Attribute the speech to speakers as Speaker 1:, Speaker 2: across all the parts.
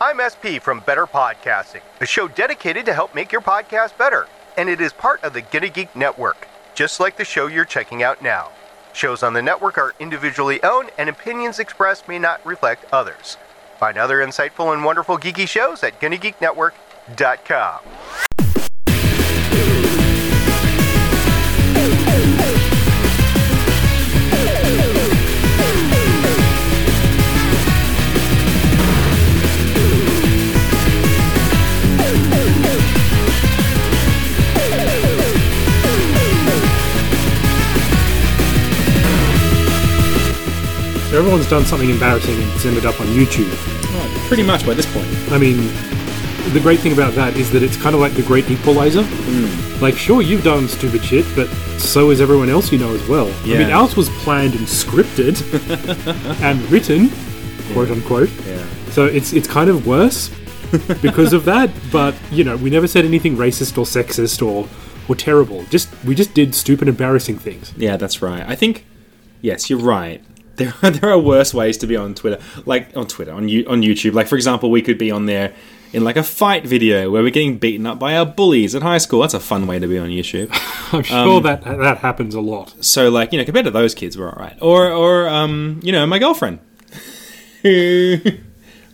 Speaker 1: I'm SP from Better Podcasting, a show dedicated to help make your podcast better, and it is part of the Get a Geek Network, just like the show you're checking out now. Shows on the network are individually owned, and opinions expressed may not reflect others. Find other insightful and wonderful geeky shows at GunnyGeekNetwork.com.
Speaker 2: So everyone's done something embarrassing and it's ended up on YouTube.
Speaker 3: Well, Oh, pretty much by this point.
Speaker 2: I mean, the great thing about that is that it's kind of like the great equalizer.
Speaker 3: Hmm.
Speaker 2: Like, sure, you've done stupid shit, but so is everyone else you know as well. I mean,
Speaker 3: Yeah.
Speaker 2: ours was planned and scripted and written, quote unquote.
Speaker 3: Yeah.
Speaker 2: So it's it's kind of worse because of that. But you know, we never said anything racist or sexist or or terrible. Just we just did stupid, embarrassing things.
Speaker 3: Yeah, that's right. I think yes, you're right. There are, there are worse ways to be on Twitter, like on Twitter, on you, on YouTube. Like for example, we could be on there in like a fight video where we're getting beaten up by our bullies at high school. That's a fun way to be on YouTube.
Speaker 2: I'm
Speaker 3: Um,
Speaker 2: sure that that happens a lot.
Speaker 3: So like you know, compared to those kids, we're all right. Or or um, you know, my girlfriend. Who?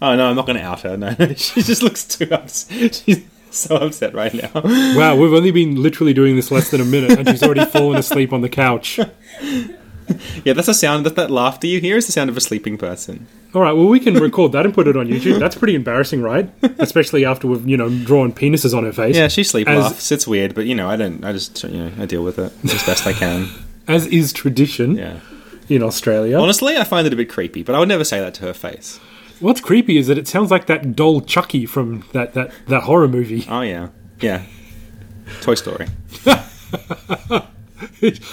Speaker 3: oh no, I'm not going to out her. No, she just looks too upset. She's so upset right now.
Speaker 2: Wow, we've only been literally doing this less than a minute, and she's already fallen asleep on the couch.
Speaker 3: Yeah, that's a sound. That that laughter you hear is the sound of a sleeping person.
Speaker 2: All right, well, we can record that and put it on YouTube. That's pretty embarrassing, right? Especially after we've, you know, drawn penises on her face.
Speaker 3: Yeah, she sleep
Speaker 2: As-
Speaker 3: laughs. It's weird, but you know, I don't. I just you know, I deal with it as best I can.
Speaker 2: As is tradition
Speaker 3: Yeah.
Speaker 2: in Australia.
Speaker 3: Honestly, I find it a bit creepy, but I would never say that to her face.
Speaker 2: What's creepy is that it sounds like that doll Chucky from that, that, that horror movie.
Speaker 3: Oh yeah, yeah. Toy Story.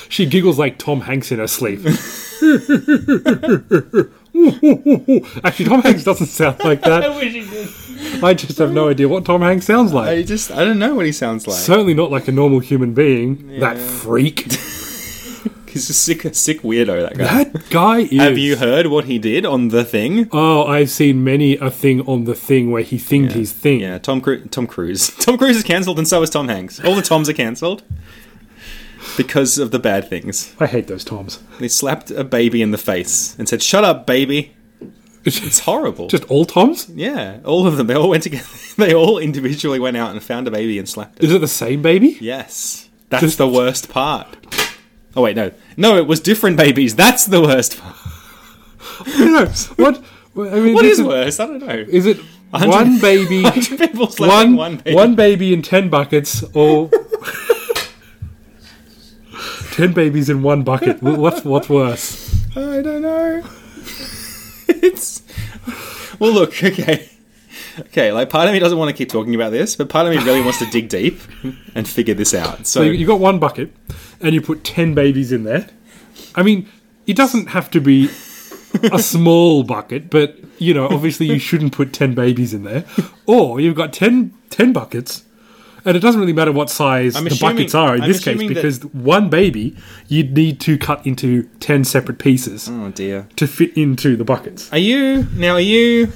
Speaker 2: she giggles like Tom Hanks in her sleep. Actually, Tom Hanks doesn't sound like that.
Speaker 3: wish he did.
Speaker 2: I just have no idea what Tom Hanks sounds like.
Speaker 3: I just I don't know what he sounds like.
Speaker 2: Certainly not like a normal human being. That freak.
Speaker 3: He's a sick, a sick weirdo. That guy.
Speaker 2: That guy is.
Speaker 3: Have you heard what he did on the thing?
Speaker 2: Oh, I've seen many a thing on the thing where he thinks he's thing.
Speaker 3: Yeah, Tom Cru- Tom Cruise. Tom Cruise is cancelled, and so is Tom Hanks. All the Toms are cancelled because of the bad things.
Speaker 2: I hate those Toms.
Speaker 3: They slapped a baby in the face and said, "Shut up, baby." It's horrible.
Speaker 2: Just all Toms?
Speaker 3: Yeah, all of them. They all went together. They all individually went out and found a baby and slapped it.
Speaker 2: Is it the same baby?
Speaker 3: Yes, that's the worst part. Oh wait, no, no, it was different babies. That's the worst part.
Speaker 2: No. What? I mean,
Speaker 3: What
Speaker 2: this
Speaker 3: is worse? I don't know.
Speaker 2: Is it
Speaker 3: hundred-
Speaker 2: one baby?
Speaker 3: people
Speaker 2: one,
Speaker 3: slapping one, baby.
Speaker 2: one baby in ten buckets, or ten babies in one bucket? Wh- What's what's worse?
Speaker 3: I don't know. it's well, look, okay, okay. Like, part of me doesn't want to keep talking about this, but part of me really wants to dig deep and figure this out. So,
Speaker 2: So you got one bucket, and you put ten babies in there. I mean, it doesn't have to be a small bucket, but you know, obviously, you shouldn't put ten babies in there. Or you've got 10, 10 buckets, and it doesn't really matter what size the
Speaker 3: assuming-
Speaker 2: buckets are in
Speaker 3: I'm
Speaker 2: this case,
Speaker 3: assuming that-
Speaker 2: because one baby you'd need to cut into ten separate pieces
Speaker 3: oh dear.
Speaker 2: to fit into the buckets.
Speaker 3: Are you now? Are you?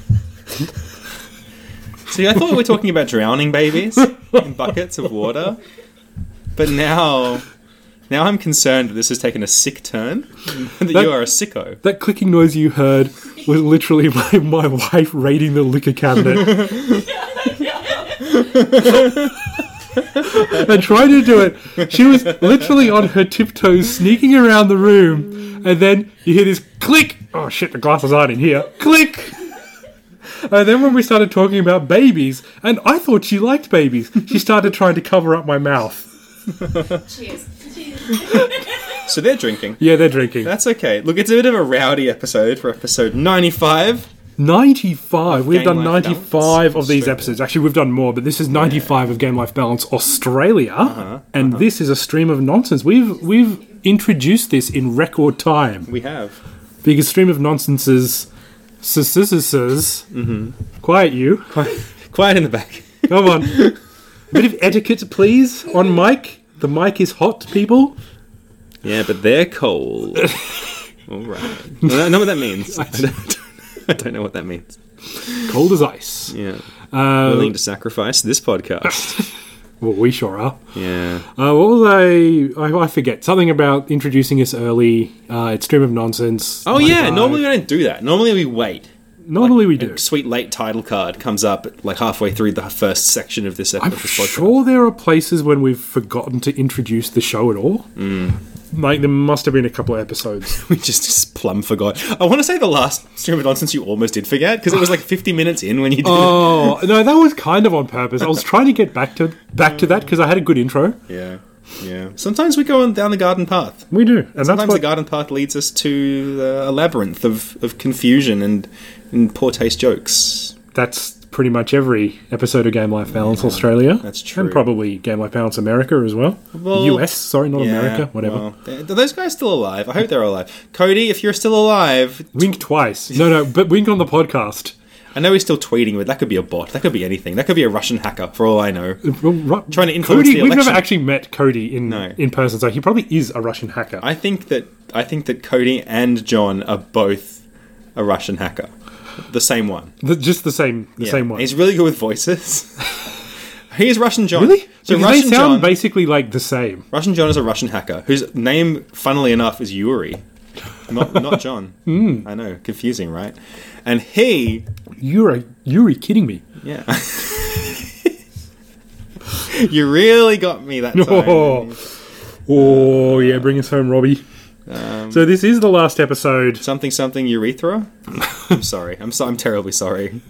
Speaker 3: See, I thought we were talking about drowning babies in buckets of water, but now, now I'm concerned that this has taken a sick turn. That, you are a sicko.
Speaker 2: That clicking noise you heard was literally my, my wife raiding the liquor cabinet. and trying to do it. She was literally on her tiptoes sneaking around the room, and then you hear this click. Oh shit, the glasses aren't in here. Click! And then when we started talking about babies, and I thought she liked babies, she started trying to cover up my mouth.
Speaker 4: Cheers.
Speaker 3: So they're drinking.
Speaker 2: Yeah, they're drinking.
Speaker 3: That's okay. Look, it's a bit of a rowdy episode for episode 95.
Speaker 2: 95. We've
Speaker 3: Game
Speaker 2: done
Speaker 3: Life
Speaker 2: 95 of these
Speaker 3: Australia.
Speaker 2: episodes. Actually, we've done more, but this is 95 of Game Life Balance Australia,
Speaker 3: Uh-huh,
Speaker 2: and this is a stream of nonsense. We've we've introduced this in record time
Speaker 3: We have.
Speaker 2: because stream of nonsenses susises. Quiet you.
Speaker 3: Mm-hmm. Quiet in the back.
Speaker 2: Come on. Bit of etiquette, please, on mic. The mic is hot, people.
Speaker 3: Yeah, but they're cold. All right. I don't know what that means. I don't, I don't know what that means.
Speaker 2: Cold as ice.
Speaker 3: Yeah.
Speaker 2: Um,
Speaker 3: Willing to sacrifice this podcast.
Speaker 2: well, we sure are.
Speaker 3: Yeah.
Speaker 2: Uh, what was I, I? I forget something about introducing us early. Uh, it's stream of nonsense.
Speaker 3: Oh, yeah.
Speaker 2: 95.
Speaker 3: Normally we don't do that. Normally we wait.
Speaker 2: normally we do.
Speaker 3: A sweet late title card comes up like halfway through the first section of this
Speaker 2: I'm
Speaker 3: episode.
Speaker 2: sure there are places when we've forgotten to introduce the show at all.
Speaker 3: Mm.
Speaker 2: Like there must have been a couple of episodes.
Speaker 3: We just, just plumb forgot. I want to say the last stream of nonsense you almost did forget because it was like 50 minutes in when you did.
Speaker 2: oh no, that was kind of on purpose. I was trying to get back to back to that because I had a good intro.
Speaker 3: it. Yeah. Yeah. Sometimes we go on down the garden path.
Speaker 2: We do, and that's
Speaker 3: Sometimes the
Speaker 2: what
Speaker 3: garden path leads us to the, a labyrinth of, of confusion and, and poor taste jokes.
Speaker 2: that's pretty much every episode of Game Life Balance Australia.
Speaker 3: that's true.
Speaker 2: and probably Game Life Balance America as well.
Speaker 3: Well,
Speaker 2: U.S. Sorry, not America. Whatever.
Speaker 3: well, are those guys still alive? I hope they're alive. Cody, if you're still alive,
Speaker 2: Wink twice. No, no, but wink on the podcast.
Speaker 3: I know he's still tweeting, but that could be a bot. That could be anything. That could be a Russian hacker, for all I know.
Speaker 2: Well, Ru-
Speaker 3: Trying to influence
Speaker 2: Cody,
Speaker 3: the
Speaker 2: We've never
Speaker 3: election.
Speaker 2: actually met Cody in
Speaker 3: No.
Speaker 2: in person, so he probably is a Russian hacker.
Speaker 3: I think that I think that Cody and John are both a Russian hacker, the same one.
Speaker 2: The- just the same, the
Speaker 3: Yeah.
Speaker 2: same one.
Speaker 3: He's really good with voices. he is Russian John.
Speaker 2: really?
Speaker 3: So
Speaker 2: Because
Speaker 3: Russian
Speaker 2: they sound
Speaker 3: John.
Speaker 2: basically like the same.
Speaker 3: Russian John is a Russian hacker whose name, funnily enough, is Yuri. Not, not John.
Speaker 2: Hmm.
Speaker 3: I know, confusing, right? And he,
Speaker 2: You're a, you're kidding me.
Speaker 3: yeah, you really got me that time.
Speaker 2: Oh, oh yeah, bring us home, Robbie.
Speaker 3: Um,
Speaker 2: so this is the last episode.
Speaker 3: something something urethra. I'm sorry. I'm so, I'm terribly sorry.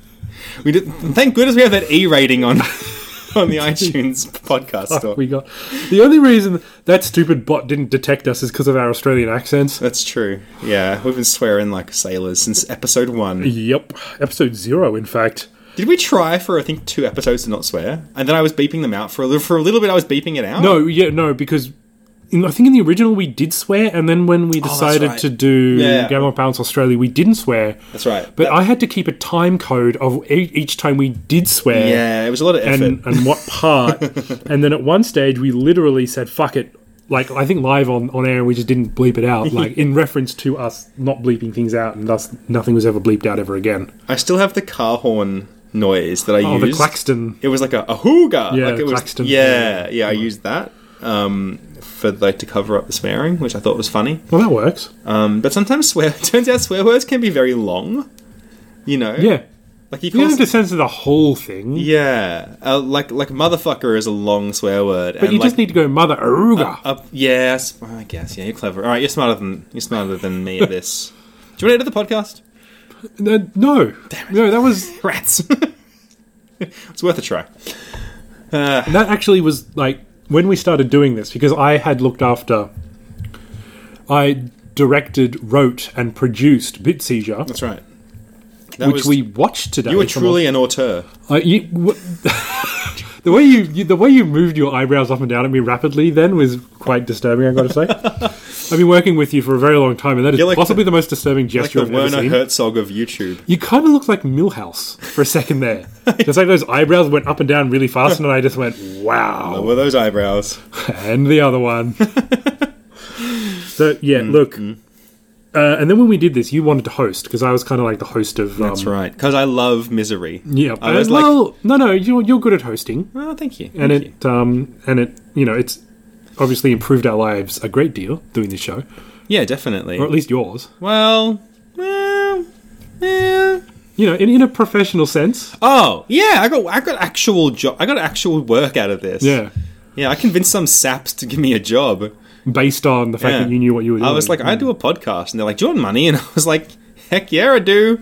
Speaker 3: We did. Thank goodness we have that E rating on on the iTunes podcast store.
Speaker 2: We got the only reason that stupid bot didn't detect us is because of our Australian accents.
Speaker 3: That's true. Yeah, we've been swearing like sailors since episode one.
Speaker 2: Yep, episode zero, in fact.
Speaker 3: Did we try for I think two episodes to not swear, and then I was beeping them out for a little. For a little bit, I was beeping it out.
Speaker 2: No, yeah, no, because in, I think in the original we did swear, and then when we decided
Speaker 3: Oh, right.
Speaker 2: to do
Speaker 3: Yeah.
Speaker 2: Game of Balance Australia, we didn't swear.
Speaker 3: that's right.
Speaker 2: But I had to keep a time code of e- each time we did swear.
Speaker 3: yeah, it was a lot of effort.
Speaker 2: and, uh, and what part. and then at one stage, we literally said, fuck it. Like, I think live on, on air, we just didn't bleep it out. Like, in reference to us not bleeping things out, and thus nothing was ever bleeped out ever again.
Speaker 3: I still have the car horn noise that I
Speaker 2: Oh,
Speaker 3: used.
Speaker 2: the Claxton.
Speaker 3: It was like a, a hooga.
Speaker 2: Yeah,
Speaker 3: like it was,
Speaker 2: Claxton.
Speaker 3: Yeah, yeah, I used that um, for like to cover up the swearing, which I thought was funny.
Speaker 2: Well, that works.
Speaker 3: Um, but sometimes swear turns out swear words can be very long. You know,
Speaker 2: Yeah.
Speaker 3: like you
Speaker 2: You don't have
Speaker 3: can.
Speaker 2: to censor the whole thing.
Speaker 3: Yeah, uh, like like motherfucker is a long swear word,
Speaker 2: But you
Speaker 3: like,
Speaker 2: just need to go, Mother Aruga.
Speaker 3: up. Yes, well, I guess. Yeah, you're clever. All right, you're smarter than you're smarter than me at this. Do you want to edit the podcast?
Speaker 2: No, no. No, that was
Speaker 3: Rats. it's worth a try.
Speaker 2: that actually was like when we started doing this because I had looked after, I directed, wrote, and produced Bit Seizure,
Speaker 3: That's right. That
Speaker 2: which
Speaker 3: was-
Speaker 2: we watched today.
Speaker 3: You were
Speaker 2: from a-
Speaker 3: truly an auteur.
Speaker 2: I- you- w- the way you, you the way you moved your eyebrows up and down at me rapidly then was quite disturbing. I've got to say, I've been working with you for a very long time, and that is
Speaker 3: You're like
Speaker 2: possibly the, most disturbing
Speaker 3: Like
Speaker 2: gesture
Speaker 3: the
Speaker 2: I've ever
Speaker 3: Werner
Speaker 2: seen.
Speaker 3: Herzog of YouTube.
Speaker 2: You kind of looked like Millhouse for a second there. It's like those eyebrows went up and down really fast, and I just went, "Wow."
Speaker 3: Were those eyebrows?
Speaker 2: and the other one. so yeah,
Speaker 3: Mm,
Speaker 2: look. Uh, and then when we did this, you wanted to host because I was kind of like the host of. Um,
Speaker 3: That's right. Because I love misery.
Speaker 2: Yeah,
Speaker 3: I
Speaker 2: uh,
Speaker 3: was like,
Speaker 2: well, no, no, you're you're good at hosting,
Speaker 3: oh, thank you.
Speaker 2: and
Speaker 3: thank you.
Speaker 2: it um and it you know it's obviously improved our lives a great deal doing this show,
Speaker 3: Yeah, definitely.
Speaker 2: or at least yours.
Speaker 3: well, well, eh.
Speaker 2: You know, in, in a professional sense.
Speaker 3: Oh, yeah. I got I got actual job. I got actual work out of this.
Speaker 2: Yeah,
Speaker 3: Yeah. I convinced some saps to give me a job.
Speaker 2: based on the fact
Speaker 3: Yeah.
Speaker 2: that you knew what you were doing.
Speaker 3: I was like, I do a podcast, and they're like, "Do you want money?" And I was like, "Heck yeah, I do,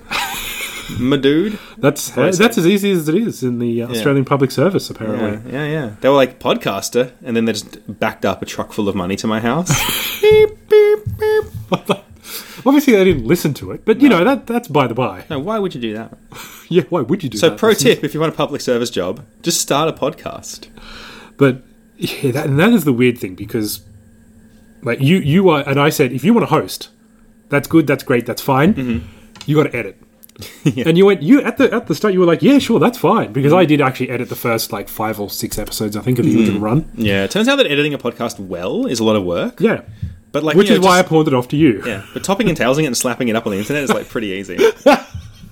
Speaker 3: my dude."
Speaker 2: Mm. that's
Speaker 3: I said.
Speaker 2: that's as easy as it is in the uh, Australian public service, apparently.
Speaker 3: Yeah, yeah, yeah. They were like podcaster, and then they just backed up a truck full of money to my house. beep, beep, beep.
Speaker 2: Obviously, they didn't listen to it, but you know that that's by the by.
Speaker 3: No, why would you do that?
Speaker 2: Yeah, why would you do
Speaker 3: So,
Speaker 2: that?
Speaker 3: pro tip: if you want a public service job, just start a podcast.
Speaker 2: But yeah, that, and that is the weird thing because, like you, you are, and I said, if you want to host, that's good, that's great, that's fine.
Speaker 3: Mm-hmm.
Speaker 2: You got to edit. And you went you at the at the start you were like yeah sure that's fine because I did actually edit the first like
Speaker 3: Mm.
Speaker 2: five or six episodes I think of the original run
Speaker 3: Yeah, it turns out that editing a podcast well is a lot of work.
Speaker 2: yeah
Speaker 3: But like,
Speaker 2: Which
Speaker 3: you know,
Speaker 2: is why I
Speaker 3: just-
Speaker 2: pawned it off to you.
Speaker 3: yeah. But topping and tailsing it and slapping it up on the internet is like pretty easy.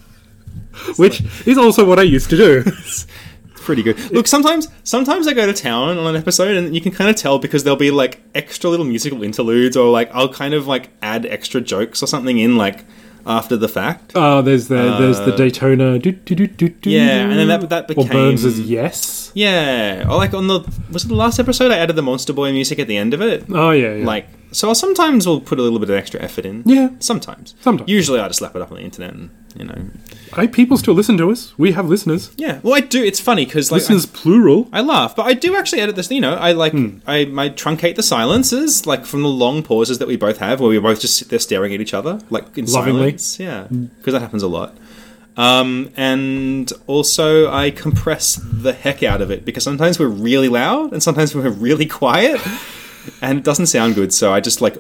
Speaker 2: Which is also what I used to do.
Speaker 3: It's pretty good. Look, sometimes sometimes I go to town on an episode, and you can kind of tell because there'll be like extra little musical interludes, or like I'll kind of like add extra jokes or something in like after the fact.
Speaker 2: Oh, there's the there's the Daytona. Do, do, do, do, do.
Speaker 3: Uh, Yeah, and then that- that
Speaker 2: or Burns
Speaker 3: became-
Speaker 2: is yes.
Speaker 3: Yeah, or like on the was it the last episode I added the Monster Boy music at the end of it.
Speaker 2: Oh yeah, yeah.
Speaker 3: Like so, sometimes we'll put a little bit of extra effort in.
Speaker 2: Yeah.
Speaker 3: sometimes.
Speaker 2: Sometimes.
Speaker 3: Usually, I just slap it up on the internet, and you know.
Speaker 2: Hey, people still listen to us. We have listeners.
Speaker 3: Yeah, well, I do. It's funny because like I-
Speaker 2: listeners plural.
Speaker 3: I laugh, but I do actually edit this. You know, I like I might truncate the silences, like from the long pauses that we both have, where we both just sit there staring at each other, like in
Speaker 2: Lovingly.
Speaker 3: silence. Yeah, because that happens a lot. Um, and also, I compress the heck out of it because sometimes we're really loud and sometimes we're really quiet, and it doesn't sound good. So I just like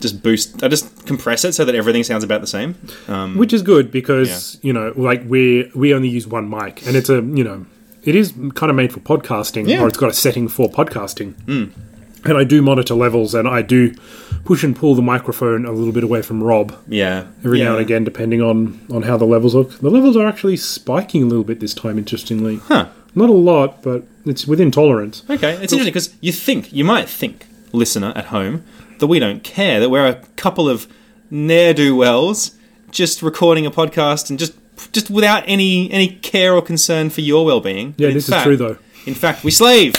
Speaker 3: just boost. I just compress it so that everything sounds about the same. Um,
Speaker 2: which is good because you know like we we only use one mic and it's a you know it is kind of made for podcasting
Speaker 3: Yeah. Mm.
Speaker 2: or it's got a setting for podcasting and i do monitor levels and i do push and pull the microphone a little bit away from rob
Speaker 3: yeah,
Speaker 2: every
Speaker 3: Yeah.
Speaker 2: now and again depending on on how the levels look the levels are actually spiking a little bit this time interestingly
Speaker 3: Huh.
Speaker 2: not a lot but it's within tolerance
Speaker 3: Okay, it's interesting because you think you might think, listener at home, that we don't care that we're a couple of ne'er do wells just recording a podcast and just just without any any care or concern for your well being.
Speaker 2: Yeah, this is true, though.
Speaker 3: In fact, we slave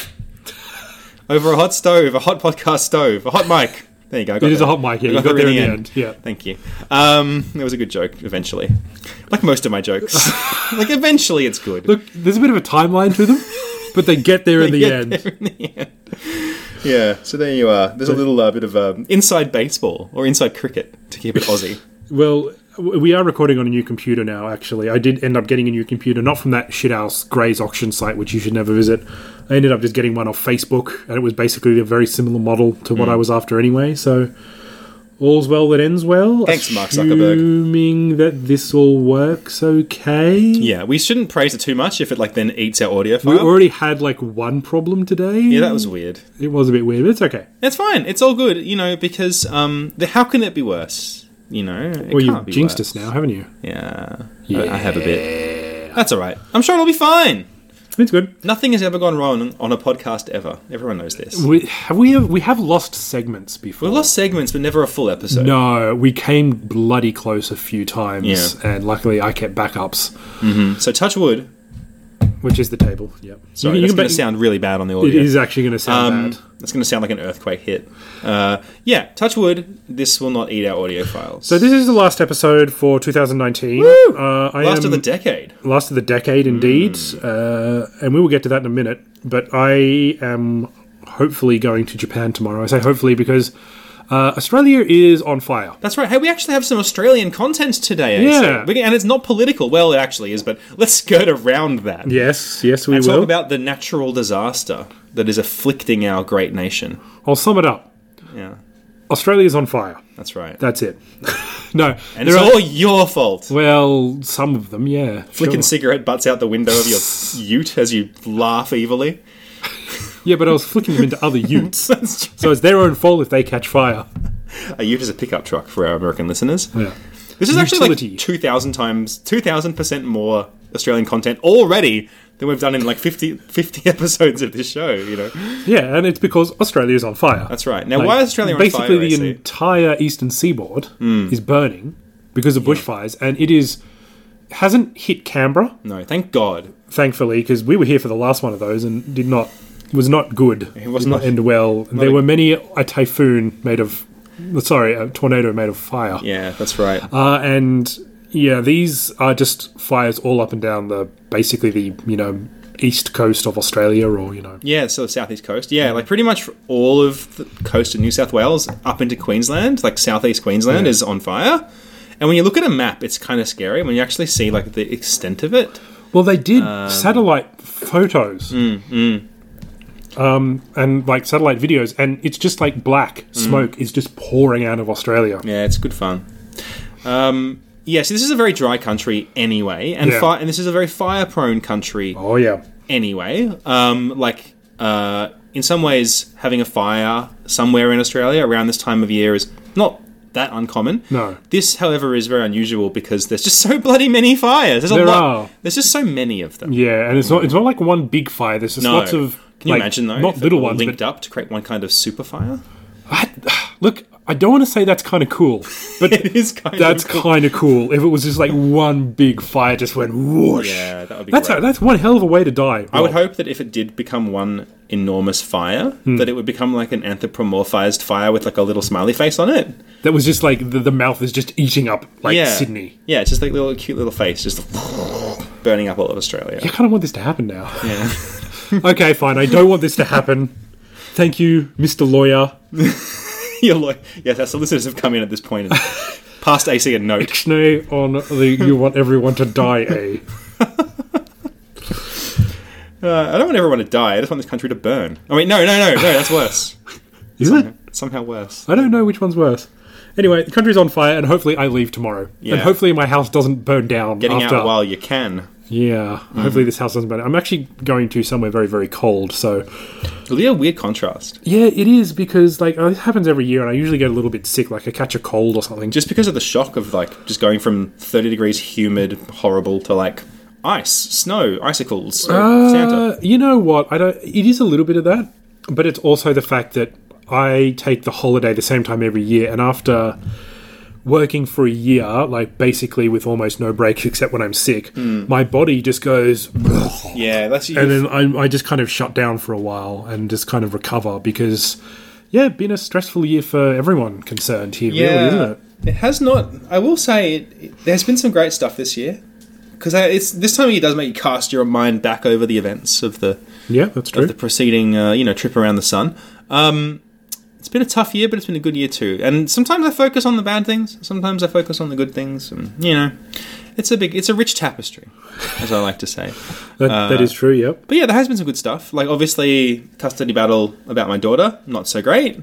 Speaker 3: over a hot stove, a hot podcast stove, a hot mic. There you go. I got
Speaker 2: It is
Speaker 3: there.
Speaker 2: a hot mic, yeah,
Speaker 3: I
Speaker 2: you got there
Speaker 3: in
Speaker 2: in the end, yeah.
Speaker 3: Thank you. Um, it was a good joke eventually. Like most of my jokes. like eventually it's good.
Speaker 2: look there's a bit of a timeline to them but they get there in the
Speaker 3: get
Speaker 2: end
Speaker 3: Yeah, so there you are. There's a little uh, bit of um, inside baseball or inside cricket to keep it Aussie.
Speaker 2: Well, w- we are recording on a new computer now, actually. I did end up getting a new computer, not from that shithouse Grey's auction site, which you should never visit. I ended up just getting one off Facebook, and it was basically a very similar model to
Speaker 3: Hmm.
Speaker 2: what I was after anyway, so all's well that ends well.
Speaker 3: Thanks, Mark Zuckerberg.
Speaker 2: Assuming that this all works okay.
Speaker 3: yeah, we shouldn't praise it too much if it like then eats our audio
Speaker 2: We
Speaker 3: file.
Speaker 2: already had like one problem today.
Speaker 3: yeah, that was weird.
Speaker 2: it was a bit weird, but it's okay.
Speaker 3: That's fine. It's all good, you know, because um, the, how can it be worse? You know, it
Speaker 2: Well, you
Speaker 3: can't be
Speaker 2: jinxed us
Speaker 3: worse.
Speaker 2: now, haven't you?
Speaker 3: Yeah, I- I, have a bit. That's all right. I'm sure it'll be fine.
Speaker 2: It's good.
Speaker 3: Nothing has ever gone wrong on a podcast ever. Everyone knows this.
Speaker 2: We have we have, we have lost segments before.
Speaker 3: We lost segments, but never a full episode.
Speaker 2: No, we came bloody close a few times,
Speaker 3: Yeah.
Speaker 2: and luckily I kept backups,
Speaker 3: So touch wood.
Speaker 2: which is the table. Yep.
Speaker 3: Sorry,
Speaker 2: You
Speaker 3: that's
Speaker 2: can- you
Speaker 3: going
Speaker 2: can
Speaker 3: to
Speaker 2: ba-
Speaker 3: sound really bad on the
Speaker 2: It
Speaker 3: audio.
Speaker 2: is actually going to sound
Speaker 3: Um,
Speaker 2: bad.
Speaker 3: that's going to sound like an earthquake hit. Uh, yeah, touch wood. This will not eat our audio files.
Speaker 2: So this is the last episode for 2019. Uh, I
Speaker 3: last
Speaker 2: am
Speaker 3: of the Mm. decade.
Speaker 2: last of the decade, indeed, uh, and we will get to that in a minute. But I am hopefully going to Japan tomorrow. I say hopefully because uh, Australia is on fire.
Speaker 3: That's right. Hey, we actually have some Australian content today. I
Speaker 2: Yeah.
Speaker 3: see. We- and it's not political. Well, it actually is, but let's skirt around that.
Speaker 2: Yes, yes, we
Speaker 3: and
Speaker 2: will.
Speaker 3: talk about the natural disaster that is afflicting our great nation.
Speaker 2: I'll sum it up.
Speaker 3: Yeah,
Speaker 2: Australia is on fire.
Speaker 3: that's right.
Speaker 2: That's it. no,
Speaker 3: and it's
Speaker 2: there are-
Speaker 3: all your fault.
Speaker 2: Well, some of them, yeah.
Speaker 3: Flicking
Speaker 2: sure.
Speaker 3: cigarette butts out the window of your ute as you laugh evilly.
Speaker 2: Yeah, but I was flicking them into other utes.
Speaker 3: That's true.
Speaker 2: so it's their own fault if they catch fire.
Speaker 3: A ute is a pickup truck for our American listeners.
Speaker 2: Yeah.
Speaker 3: This is actually
Speaker 2: Utility.
Speaker 3: like 2,000 times, 2,000% more Australian content already than we've done in like 50, 50 episodes of this show, you know?
Speaker 2: Yeah, and it's because Australia is on fire.
Speaker 3: That's right. Now, why is Australia on
Speaker 2: basically
Speaker 3: fire, Hmm.
Speaker 2: the
Speaker 3: AC?
Speaker 2: entire eastern seaboard is burning because of bushfires, and it is hasn't hit Canberra,
Speaker 3: No, thank God.
Speaker 2: thankfully, because we were here for the last one of those and did not was not good. It
Speaker 3: was
Speaker 2: did
Speaker 3: not-
Speaker 2: end well. there
Speaker 3: a-
Speaker 2: were many a typhoon made of, sorry, a tornado made of fire.
Speaker 3: Yeah, that's right.
Speaker 2: Uh, and yeah, these are just fires all up and down the basically the you know east coast of Australia, or you know,
Speaker 3: yeah, so the southeast coast. Yeah, like pretty much all of the coast of New South Wales up into Queensland, like southeast Queensland is on fire. And when you look at a map, it's kind of scary when you actually see like the extent of it.
Speaker 2: well, they did
Speaker 3: Um,
Speaker 2: satellite photos,
Speaker 3: mm,
Speaker 2: Um, and like satellite videos, and it's just like black
Speaker 3: Mm.
Speaker 2: smoke is just pouring out of Australia.
Speaker 3: Yeah, it's good fun. Um, yeah, so this is a very dry country anyway, and
Speaker 2: Yeah.
Speaker 3: fi- and this is a very fire prone country
Speaker 2: Oh yeah,
Speaker 3: anyway. Um, like uh, in some ways, having a fire somewhere in Australia around this time of year is not that uncommon.
Speaker 2: No.
Speaker 3: This, however, is very unusual because there's just so bloody many fires. There's a
Speaker 2: There
Speaker 3: lot.
Speaker 2: are.
Speaker 3: There's just so many of them.
Speaker 2: Yeah, and it's not it's not like one big fire. There's just
Speaker 3: No.
Speaker 2: lots of
Speaker 3: Can you
Speaker 2: like,
Speaker 3: imagine though?
Speaker 2: not
Speaker 3: if
Speaker 2: little
Speaker 3: they were
Speaker 2: ones,
Speaker 3: linked
Speaker 2: but
Speaker 3: up to create one kind of super fire.
Speaker 2: look, I don't want to say that's kind of cool, but
Speaker 3: It is kind
Speaker 2: that's
Speaker 3: of cool.
Speaker 2: kind of cool. If it was just like one big fire just went whoosh,
Speaker 3: Yeah, that would be
Speaker 2: that's
Speaker 3: great.
Speaker 2: a, that's one hell of a way to die.
Speaker 3: I would hope that if it did become one enormous fire,
Speaker 2: Hmm.
Speaker 3: that it would become like an anthropomorphized fire with like a little smiley face on it.
Speaker 2: that was just like the, the mouth is just eating up like Sydney.
Speaker 3: Yeah, it's just like little cute little face, just burning up all of Australia.
Speaker 2: I kind of want this to happen now.
Speaker 3: Yeah.
Speaker 2: okay, fine. I don't want this to happen. Thank you, Mr. Lawyer.
Speaker 3: Your lawyer, yes, our solicitors have come in at this point and passed AC a note.
Speaker 2: Ixnay on the you want everyone to die eh? a.
Speaker 3: Uh, I don't want everyone to die. I just want this country to burn. I mean, no, no, no, no. That's worse.
Speaker 2: Is it?
Speaker 3: Somehow worse.
Speaker 2: I don't know which one's worse. Anyway, the country's on fire, and hopefully I leave tomorrow.
Speaker 3: Yeah.
Speaker 2: And hopefully my house doesn't burn down.
Speaker 3: Getting
Speaker 2: after.
Speaker 3: out while you can.
Speaker 2: Yeah. Hopefully this house doesn't burn. I'm actually going to somewhere very, very cold. So
Speaker 3: It'll be a weird contrast.
Speaker 2: yeah, it is because like uh, this happens every year, and I usually get a little bit sick. Like I catch a cold or something.
Speaker 3: just because of the shock of like just going from 30 degrees humid horrible to like ice snow icicles santa
Speaker 2: Uh, you know what? I don't. It is a little bit of that, but it's also the fact that I take the holiday the same time every year, and after working for a year, like basically with almost no breaks except when I'm sick, my body just goes,
Speaker 3: yeah that's you
Speaker 2: and then I, I just kind of shut down for a while and just kind of recover because. Yeah, been a stressful year for everyone concerned here, really, isn't it?
Speaker 3: it has not i will say it, it- there's been some great stuff this year because it's this time of year does make you cast your mind back over the events of the
Speaker 2: Yeah, that's true.
Speaker 3: of the preceding uh, you know trip around the sun um it's been a tough year, but it's been a good year too. And sometimes I focus on the bad things. Sometimes I focus on the good things. And you know, it's a big, it's a rich tapestry, as I like to say.
Speaker 2: that, that is true. Yep.
Speaker 3: But yeah, there has been some good stuff. Like obviously, custody battle about my daughter, not so great.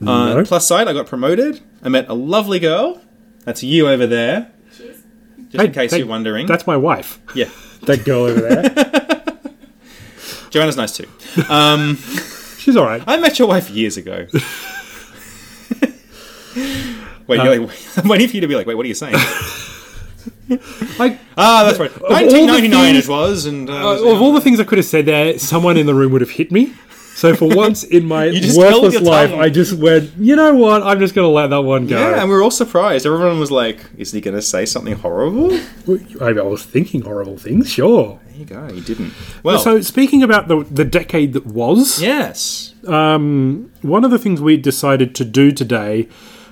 Speaker 3: Uh,
Speaker 2: No.
Speaker 3: Plus side, I got promoted. I met a lovely girl. That's you over there. Just in
Speaker 2: Hey,
Speaker 3: case
Speaker 2: hey,
Speaker 3: you're wondering.
Speaker 2: That's my wife.
Speaker 3: yeah,
Speaker 2: That girl over there.
Speaker 3: Joanna's nice too.
Speaker 2: She's all right.
Speaker 3: I met your wife years ago. wait, you're
Speaker 2: Uh,
Speaker 3: like, I'm waiting for you to be like, wait, what are you saying?
Speaker 2: Like,
Speaker 3: ah, that's right.
Speaker 2: all the
Speaker 3: 1999
Speaker 2: things-
Speaker 3: it was, and uh,
Speaker 2: Uh, of all the things I could have said there, someone in the room would have hit me. So for once in my
Speaker 3: just held
Speaker 2: worthless
Speaker 3: your
Speaker 2: life,
Speaker 3: tongue.
Speaker 2: I just went, you know what? I'm just going to let that one go.
Speaker 3: yeah, and we were all surprised. Everyone was like, "Is he going to say something horrible?" There
Speaker 2: I, I was thinking horrible things, sure.
Speaker 3: you go. He didn't. Well,
Speaker 2: So speaking about the the decade that was,
Speaker 3: yes.
Speaker 2: one of the things we decided to do today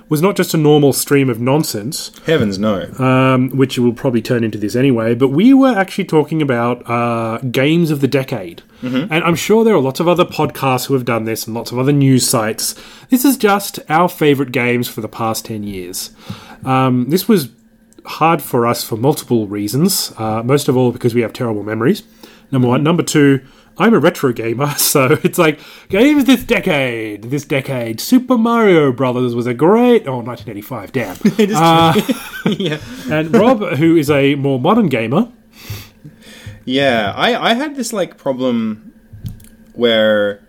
Speaker 2: was not just a normal stream of nonsense,
Speaker 3: Heavens no.
Speaker 2: um, which will probably turn into this anyway, but we were actually talking about uh, games of the decade. And I'm sure there are lots of other podcasts who have done this and lots of other news sites. This is just our favourite games for the past 10 years. Um, this was hard for us for multiple reasons, uh, most of all because we have terrible memories. Number one. Number two, I'm a retro gamer, so it's like games this decade, this decade. Super Mario Brothers was a great. Oh, 1985, damn.
Speaker 3: yeah,
Speaker 2: And Rob, who is a more modern gamer,
Speaker 3: yeah. I I had this like problem where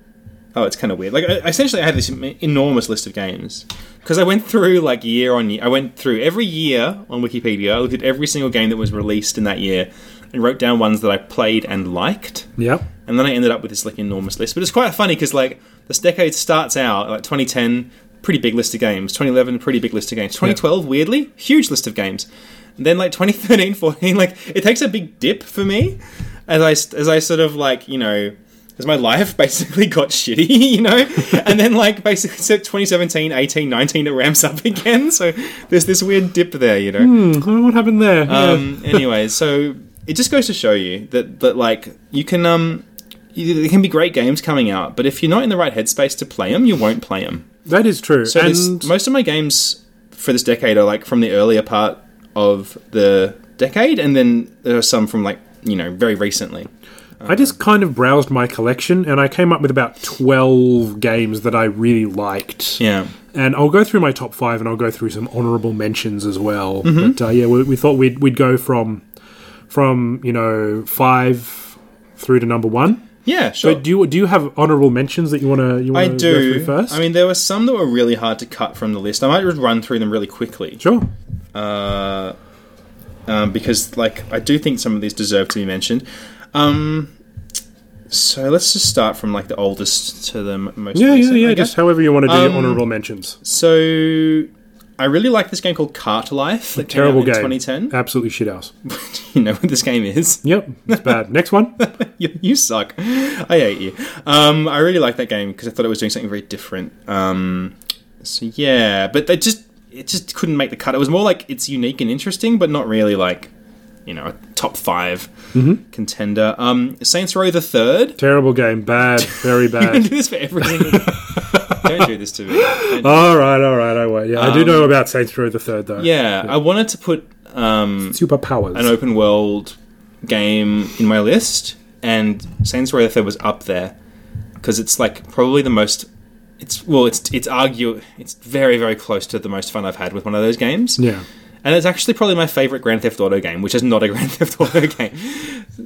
Speaker 3: oh, it's kind of weird. Like I, essentially, I had this em- enormous list of games because I went through like year on year. I went through every year on Wikipedia. I looked at every single game that was released in that year and wrote down ones that I played and liked.
Speaker 2: yeah,
Speaker 3: And then I ended up with this like enormous list. But it's quite funny because like this decade starts out like 2010, pretty big list of games. 2011, pretty big list of games. 2012, weirdly, huge list of games. And then like 2013, 14, like it takes a big dip for me as I as I sort of like you know. As my life basically got shitty, you know? And then, like, basically, so 2017, 18, 19, it ramps up again. So there's this weird dip there, you know?
Speaker 2: Hmm, what happened there? Yeah.
Speaker 3: um, anyway, so it just goes to show you that that like you can um, you, there can be great games coming out, but if you're not in the right headspace to play them, you won't play them.
Speaker 2: that is true.
Speaker 3: So this-
Speaker 2: and
Speaker 3: most of my games for this decade are like from the earlier part of the decade, and then there are some from like you know very recently.
Speaker 2: I just kind of browsed my collection, and I came up with about twelve games that I really liked.
Speaker 3: Yeah.
Speaker 2: And I'll go through my top five, and I'll go through some honourable mentions as well.
Speaker 3: Mm-hmm.
Speaker 2: But uh, yeah, we, we thought we'd we'd go from from you know five through to number one.
Speaker 3: Yeah, sure.
Speaker 2: But do you do you have honorable mentions that you want to you
Speaker 3: I
Speaker 2: want to go
Speaker 3: do.
Speaker 2: through first?
Speaker 3: I mean, there were some that were really hard to cut from the list. I might just run through them really quickly.
Speaker 2: sure.
Speaker 3: uh, um, because like I do think some of these deserve to be mentioned. Um, so let's just start from like the oldest to the m- most.
Speaker 2: Yeah, yeah,
Speaker 3: recent, I
Speaker 2: yeah.
Speaker 3: guess.
Speaker 2: Just however you want to do
Speaker 3: Um,
Speaker 2: your honorable mentions.
Speaker 3: so I really like this game called Cart Life. That came out
Speaker 2: Terrible
Speaker 3: in
Speaker 2: game.
Speaker 3: 2010.
Speaker 2: Absolutely shit house.
Speaker 3: you know what this game is.
Speaker 2: Yep, it's bad. Next one.
Speaker 3: you, you suck. I hate you. Um, I really like that game because I thought it was doing something very different. Um, so yeah, but they just it just couldn't make the cut. It was more like it's unique and interesting, but not really like you know a top 5 contender. Um, Saints Row the Third.
Speaker 2: Terrible game. Bad. Very
Speaker 3: You
Speaker 2: bad.
Speaker 3: can do this for everything. Don't do this to me. Don't-
Speaker 2: all right, all right. I won't. Yeah, I do
Speaker 3: Um,
Speaker 2: know about Saints Row the Third though.
Speaker 3: yeah, I wanted to put um,
Speaker 2: Superpowers.
Speaker 3: an open world game in my list, and Saints Row the Third was up there because it's like probably the most. It's well, it's it's argue it's very very close to the most fun I've had with one of those games.
Speaker 2: Yeah.
Speaker 3: And it's actually probably my favorite Grand Theft Auto game, which is not a Grand Theft Auto game.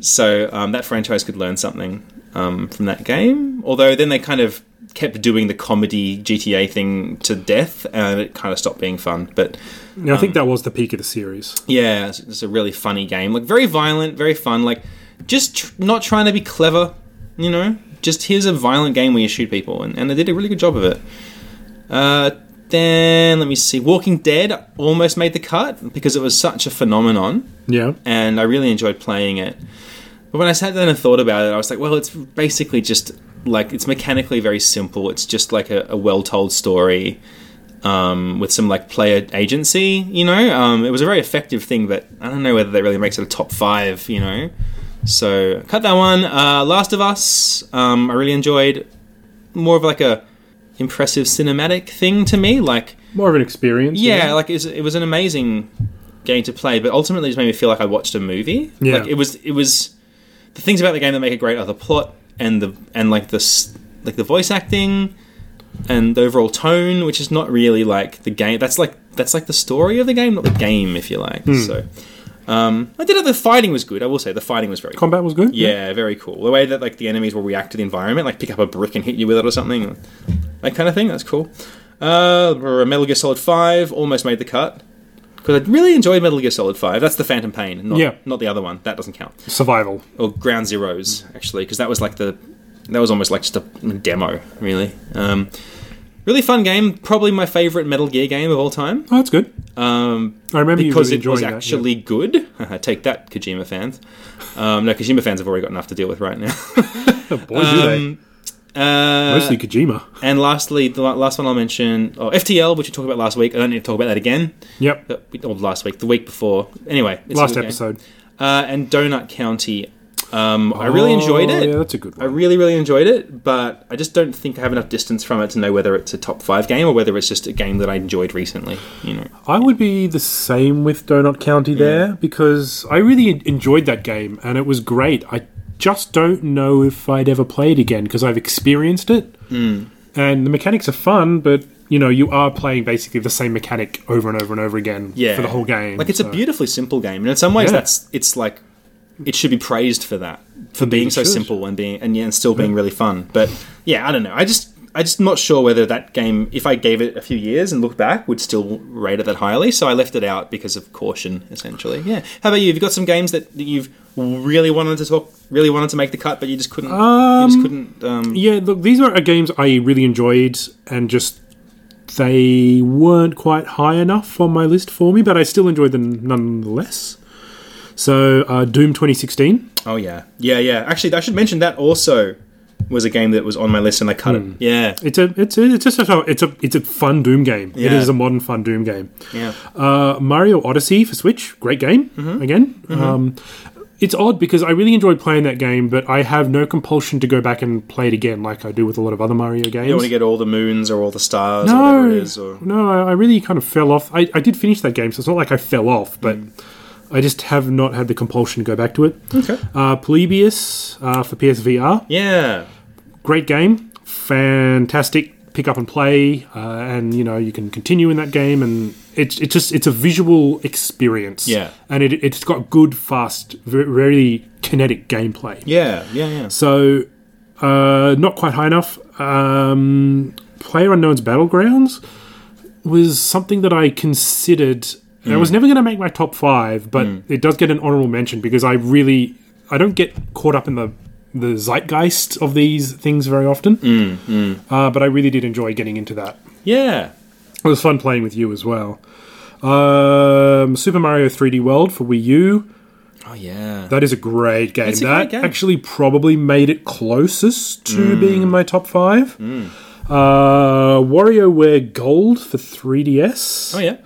Speaker 3: So um, that franchise could learn something um, from that game. Although then they kind of kept doing the comedy GTA thing to death, and it kind of stopped being fun. But
Speaker 2: Yeah, I
Speaker 3: Um,
Speaker 2: think that was the peak of the series.
Speaker 3: yeah, it's, it's a really funny game. Like very violent, very fun. Like just tr- not trying to be clever, you know. Just here's a violent game where you shoot people, and, and they did a really good job of it. Uh, then let me see, Walking Dead almost made the cut because it was such a phenomenon,
Speaker 2: Yeah.
Speaker 3: and I really enjoyed playing it. But when I sat down and thought about it, I was like, well, it's basically just like it's mechanically very simple. It's just like a, a well-told story um, with some like player agency. You know, um, it was a very effective thing, but I don't know whether that really makes it a top five. You know, so cut that one. Uh, Last of Us, um, I really enjoyed. More of like a impressive cinematic thing to me, like
Speaker 2: More of an experience. you
Speaker 3: yeah,
Speaker 2: know?
Speaker 3: like it was, it was an amazing game to play, but ultimately it just made me feel like I watched a movie.
Speaker 2: Yeah.
Speaker 3: Like it was it was the things about the game that make it great are the plot and the and like the s- like the voice acting and the overall tone, which is not really like the game. That's like that's like the story of the game, not the game, if you like.
Speaker 2: Hmm.
Speaker 3: So. Um, I did. The fighting was good. I will say the fighting was very cool.
Speaker 2: Combat was good.
Speaker 3: Yeah, very cool. The way that like the enemies will react to the environment, like pick up a brick and hit you with it or something, that kind of thing. That's cool. Uh, Metal Gear Solid Five almost made the cut because I really enjoyed Metal Gear Solid Five. That's the Phantom Pain, not
Speaker 2: Yeah.
Speaker 3: not the other one. That doesn't count.
Speaker 2: Survival.
Speaker 3: Or Ground Zeroes actually, because that was like the that was almost like just a demo, really. Um, really fun game. Probably my favorite Metal Gear game of all time.
Speaker 2: Oh, that's good.
Speaker 3: Um,
Speaker 2: I remember
Speaker 3: because
Speaker 2: you really
Speaker 3: it was
Speaker 2: enjoying that, yeah.
Speaker 3: actually good. Take that, Kojima fans. Um, no, Kojima fans have already got enough to deal with right now.
Speaker 2: Oh, Boy, do they.
Speaker 3: Um, uh,
Speaker 2: Mostly Kojima.
Speaker 3: and lastly, the la- last one I'll mention, oh, FTL, which we talked about last week. I don't need to talk about that again.
Speaker 2: Yep.
Speaker 3: But we- Or last week, the week before. Anyway, it's a
Speaker 2: Last
Speaker 3: good game.
Speaker 2: episode.
Speaker 3: Uh, and Donut County. Um, I really
Speaker 2: Oh,
Speaker 3: enjoyed it.
Speaker 2: Yeah, that's a good
Speaker 3: I
Speaker 2: one.
Speaker 3: really, really enjoyed it, but I just don't think I have enough distance from it to know whether it's a top five game or whether it's just a game that I enjoyed recently. You know,
Speaker 2: I would be the same with Donut County there because I really en- enjoyed that game and it was great. I just don't know if I'd ever play it again because I've experienced it
Speaker 3: Hmm.
Speaker 2: and the mechanics are fun, but you know you are playing basically the same mechanic over and over and over again
Speaker 3: yeah,
Speaker 2: for the whole game.
Speaker 3: Like it's
Speaker 2: so-
Speaker 3: a beautifully simple game, and in some ways,
Speaker 2: Yeah.
Speaker 3: that's it's like it should be praised for that for being
Speaker 2: it
Speaker 3: so
Speaker 2: should.
Speaker 3: simple and being and yeah, and still being really fun. But yeah, I don't know. I just I just not sure whether that game, if I gave it a few years and looked back, would still rate it that highly. So I left it out because of caution, essentially. Yeah. How about you? Have you got some games that that you've really wanted to talk, really wanted to make the cut, but you just couldn't? you just couldn't. Um,
Speaker 2: Yeah, look, these are games I really enjoyed, and just they weren't quite high enough on my list for me, but I still enjoyed them nonetheless. So, uh, Doom 2016.
Speaker 3: Oh yeah, yeah, yeah. Actually, I should mention that also was a game that was on my list and I cut
Speaker 2: Hmm.
Speaker 3: it. Yeah,
Speaker 2: It's a it's a, it's just a it's a it's a fun Doom game. It
Speaker 3: Yeah.
Speaker 2: is a modern fun Doom game.
Speaker 3: yeah.
Speaker 2: Uh, Mario Odyssey for Switch, great game
Speaker 3: Mm-hmm.
Speaker 2: again. Um, it's odd because I really enjoyed playing that game, but I have no compulsion to go back and play it again, like I do with a lot of other Mario games.
Speaker 3: You don't want to get all the moons or all the stars or
Speaker 2: no,
Speaker 3: whatever it is. Or...
Speaker 2: no, I I really kind of fell off. I, I did finish that game, so it's not like I fell off, but
Speaker 3: Mm.
Speaker 2: I just have not had the compulsion to go back to it.
Speaker 3: Okay.
Speaker 2: Uh, Polybius uh, for PSVR,
Speaker 3: Yeah.
Speaker 2: great game, fantastic pick up and play, uh, and you know you can continue in that game, and it's it's just it's a visual experience,
Speaker 3: Yeah.
Speaker 2: and it it's got good, fast, ve- very kinetic gameplay.
Speaker 3: Yeah, yeah, yeah.
Speaker 2: So Uh, not quite high enough. Um, Player Unknown's Battlegrounds was something that I considered. and I was never going to make my top five, but it does get an honorable mention because I really I don't get caught up in the the zeitgeist of these things very often. Uh, but I really did enjoy getting into that.
Speaker 3: Yeah.
Speaker 2: It was fun playing with you as well. Um, Super Mario 3D World for Wii U.
Speaker 3: Oh yeah.
Speaker 2: That is a great game.
Speaker 3: It's a
Speaker 2: that
Speaker 3: great game.
Speaker 2: actually probably made it closest to being in my top five. Uh, WarioWare Gold for 3DS,
Speaker 3: Oh yeah.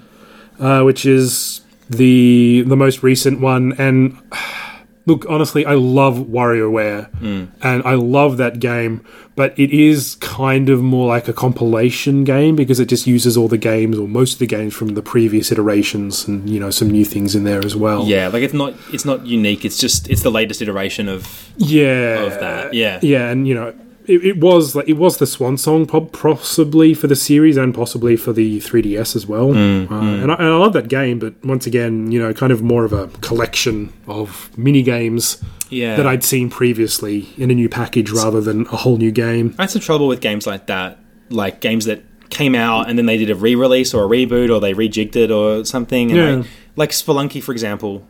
Speaker 2: uh, which is the the most recent one. And look, honestly, I love WarioWare, and I love that game. But it is kind of more like a compilation game because it just uses all the games or most of the games from the previous iterations, and you know some new things in there as well.
Speaker 3: Yeah, like it's not it's not unique. It's just it's the latest iteration of
Speaker 2: yeah,
Speaker 3: of that. Yeah.
Speaker 2: yeah, and you know, it, it was like it was the swan song, po- possibly for the series and possibly for the 3DS as well.
Speaker 3: Mm,
Speaker 2: uh, And, I, and I love that game, but once again, you know, kind of more of a collection of mini games
Speaker 3: Yeah.
Speaker 2: that I'd seen previously in a new package rather than a whole new game.
Speaker 3: That's the trouble with games like that. Like games that came out and then they did a re-release or a reboot or they rejigged it or something. And
Speaker 2: Yeah.
Speaker 3: like, like Spelunky, for example,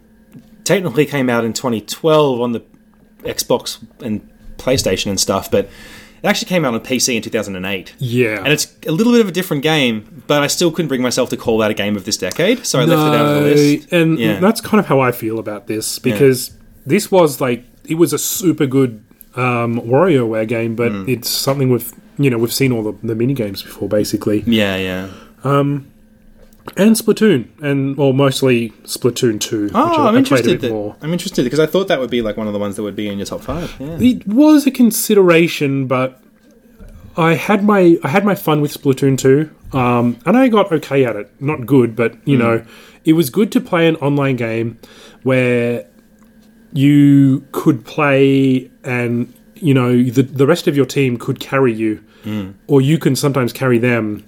Speaker 3: technically came out in 2012 on the Xbox and PlayStation and stuff, but it actually came out on PC in 2008.
Speaker 2: Yeah,
Speaker 3: And it's a little bit of a different game, but I still couldn't bring myself to call that a game of this decade, so I left it out of the
Speaker 2: No,
Speaker 3: list.
Speaker 2: And
Speaker 3: Yeah.
Speaker 2: that's kind of how I feel about this because this was like it was a super good um, WarioWare game, but
Speaker 3: Mm.
Speaker 2: it's something we've you know we've seen all the, the mini games before basically,
Speaker 3: Yeah, yeah.
Speaker 2: and Splatoon, and well mostly Splatoon Two, which
Speaker 3: Oh,
Speaker 2: I,
Speaker 3: I'm
Speaker 2: I played a
Speaker 3: interested.
Speaker 2: bit
Speaker 3: That,
Speaker 2: more.
Speaker 3: I'm interested because I thought that would be like one of the ones that would be in your top five. Yeah.
Speaker 2: It was a consideration, but I had my I had my fun with Splatoon two, um, and I got okay at it. Not good, but you know, it was good to play an online game where you could play and you know the the rest of your team could carry you, or you can sometimes carry them,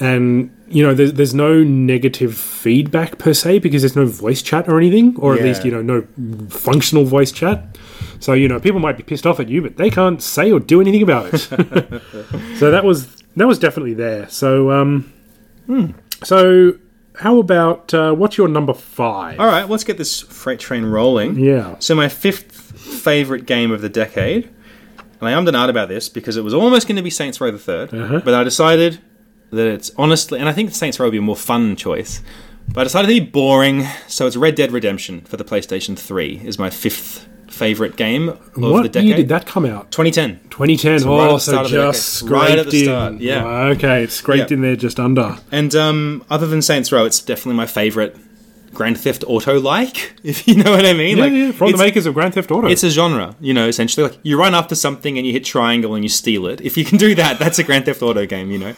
Speaker 2: and. You know, there's, there's no negative feedback per se because there's no voice chat or anything, or at
Speaker 3: Yeah.
Speaker 2: least, you know, no functional voice chat. So you know, people might be pissed off at you, but they can't say or do anything about it. so that was that was definitely there. So um,
Speaker 3: Hmm.
Speaker 2: so how about uh, what's your number five?
Speaker 3: All right, let's get this freight train rolling.
Speaker 2: Yeah.
Speaker 3: So my fifth favorite game of the decade, and I am denied about this because it was almost going to be Saints Row the 3rd
Speaker 2: Uh-huh.
Speaker 3: but I decided that it's honestly, and I think Saints Row would be a more fun choice, but I decided to be boring. So it's Red Dead Redemption for the PlayStation Three is my fifth favorite game of the
Speaker 2: What
Speaker 3: decade.
Speaker 2: year did that come out?
Speaker 3: 2010.
Speaker 2: 2010.
Speaker 3: right at
Speaker 2: oh,
Speaker 3: the
Speaker 2: so
Speaker 3: start of the
Speaker 2: just
Speaker 3: decade. Right
Speaker 2: scraped
Speaker 3: at the
Speaker 2: in.
Speaker 3: start, yeah.
Speaker 2: Wow, okay, it's scraped
Speaker 3: Yeah.
Speaker 2: in there just under.
Speaker 3: And um, other than Saints Row, it's definitely my favorite Grand Theft Auto like, if you know what I mean.
Speaker 2: Yeah,
Speaker 3: like,
Speaker 2: yeah, from the
Speaker 3: it's-
Speaker 2: makers of Grand Theft Auto.
Speaker 3: It's a genre, you know, essentially. Like you run after something and you hit triangle and you steal it. If you can do that, that's a Grand Theft Auto game, you know.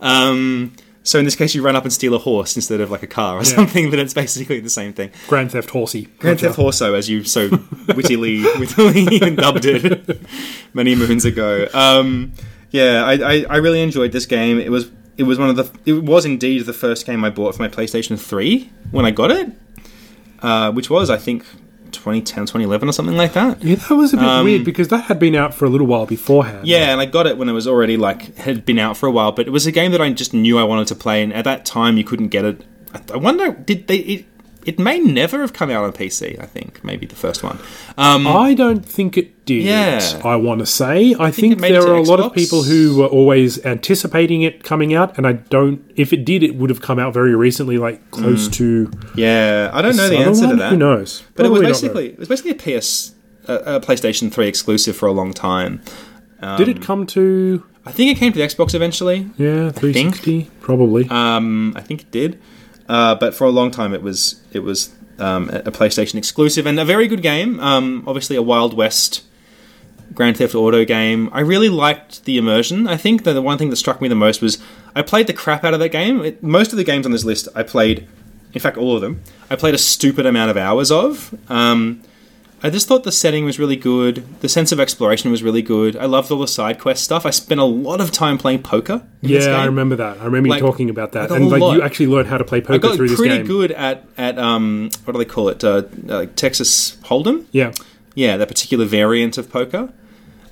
Speaker 3: um, so in this case, you run up and steal a horse instead of like a car or something. But it's basically the same thing.
Speaker 2: Grand Theft Horsey.
Speaker 3: Grand Theft Horso, as you so wittily, wittily dubbed it many moons ago. Um, yeah, I, I, I really enjoyed this game. It was it was one of the it was indeed the first game I bought for my PlayStation Three when I got it, uh, which was I think 2010, 2011 or something like that.
Speaker 2: Yeah, that was a bit weird because that had been out for a little while beforehand.
Speaker 3: Um, Yeah, and I got it when it was already like had been out for a while, but it was a game that I just knew I wanted to play, and at that time you couldn't get it. I- I wonder did they? It, it may never have come out on PC. I think maybe the first one. Um,
Speaker 2: I don't think it did.
Speaker 3: Yeah.
Speaker 2: I want to say. I, think,
Speaker 3: it made it
Speaker 2: there
Speaker 3: to
Speaker 2: are a lot of
Speaker 3: Xbox.
Speaker 2: people who were always anticipating it coming out, and I don't. If it did, it would have come out very recently, like close to.
Speaker 3: yeah, Hmm. I don't know the
Speaker 2: Other
Speaker 3: answer to
Speaker 2: one?
Speaker 3: that.
Speaker 2: Who knows?
Speaker 3: But it was
Speaker 2: Probably not,
Speaker 3: basically it was basically a PS, uh, a PlayStation Three exclusive for a long time.
Speaker 2: though. did it
Speaker 3: um,
Speaker 2: come to?
Speaker 3: I think it came to the Xbox eventually.
Speaker 2: Yeah, three sixty probably.
Speaker 3: Um, I think it did, uh, but for a long time it was it was um, a a PlayStation exclusive and a very good game. Um, obviously, a Wild West Grand Theft Auto game. I really liked the immersion. I think that the one thing that struck me the most was I played the crap out of that game. It, most of the games on this list I played, in fact, all of them. I played a stupid amount of hours of. Um, I just thought the setting was really good. The sense of exploration was really good. I loved all the side quest stuff. I spent a lot of time playing poker. in this
Speaker 2: yeah, I
Speaker 3: game.
Speaker 2: remember that. I remember
Speaker 3: Like,
Speaker 2: you talking about that,
Speaker 3: a
Speaker 2: and like you
Speaker 3: lot.
Speaker 2: actually learned how to play
Speaker 3: I
Speaker 2: poker
Speaker 3: got
Speaker 2: through this
Speaker 3: pretty
Speaker 2: game.
Speaker 3: good at at um what do they call it? Uh, uh, Texas Hold'em.
Speaker 2: Yeah,
Speaker 3: Yeah, that particular variant of poker.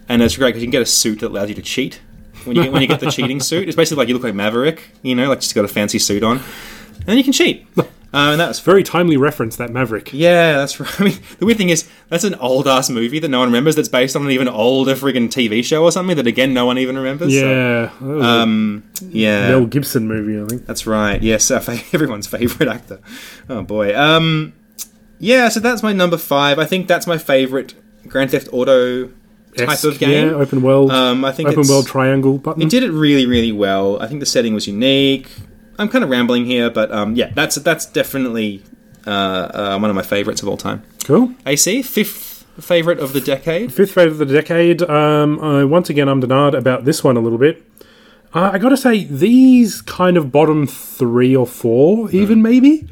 Speaker 3: and it's great because you can get a suit that allows you to cheat. When you get, when you get the cheating suit, it's basically like you look like Maverick, you know, like just got a fancy suit on, and then you can cheat. Uh, and that's
Speaker 2: Very timely reference, that Maverick.
Speaker 3: yeah, that's right. I mean, the weird thing is that's an old ass movie that no one remembers. That's based on an even older friggin' TV show or something that again no one even remembers. so-
Speaker 2: Yeah.
Speaker 3: um,
Speaker 2: That was
Speaker 3: yeah.
Speaker 2: a Mel Gibson movie, I think.
Speaker 3: That's right. Yes, our fa- everyone's favorite actor. Oh boy. Um, yeah. So that's my number five. I think that's my favorite Grand Theft Auto type of
Speaker 2: Esque,
Speaker 3: game.
Speaker 2: Yeah, open world.
Speaker 3: Um, I think
Speaker 2: open
Speaker 3: it's-
Speaker 2: world triangle button.
Speaker 3: It did it really, really well. I think the setting was unique. I'm kind of rambling here, but um, yeah, that's that's definitely uh, uh, one of my favorites of all time.
Speaker 2: Cool.
Speaker 3: AC fifth favorite of the decade.
Speaker 2: Fifth favorite of the decade. Um, I, once again, I'm denied about this one a little bit. Uh, I got to say, these kind of bottom three or four,
Speaker 3: Hmm.
Speaker 2: even maybe,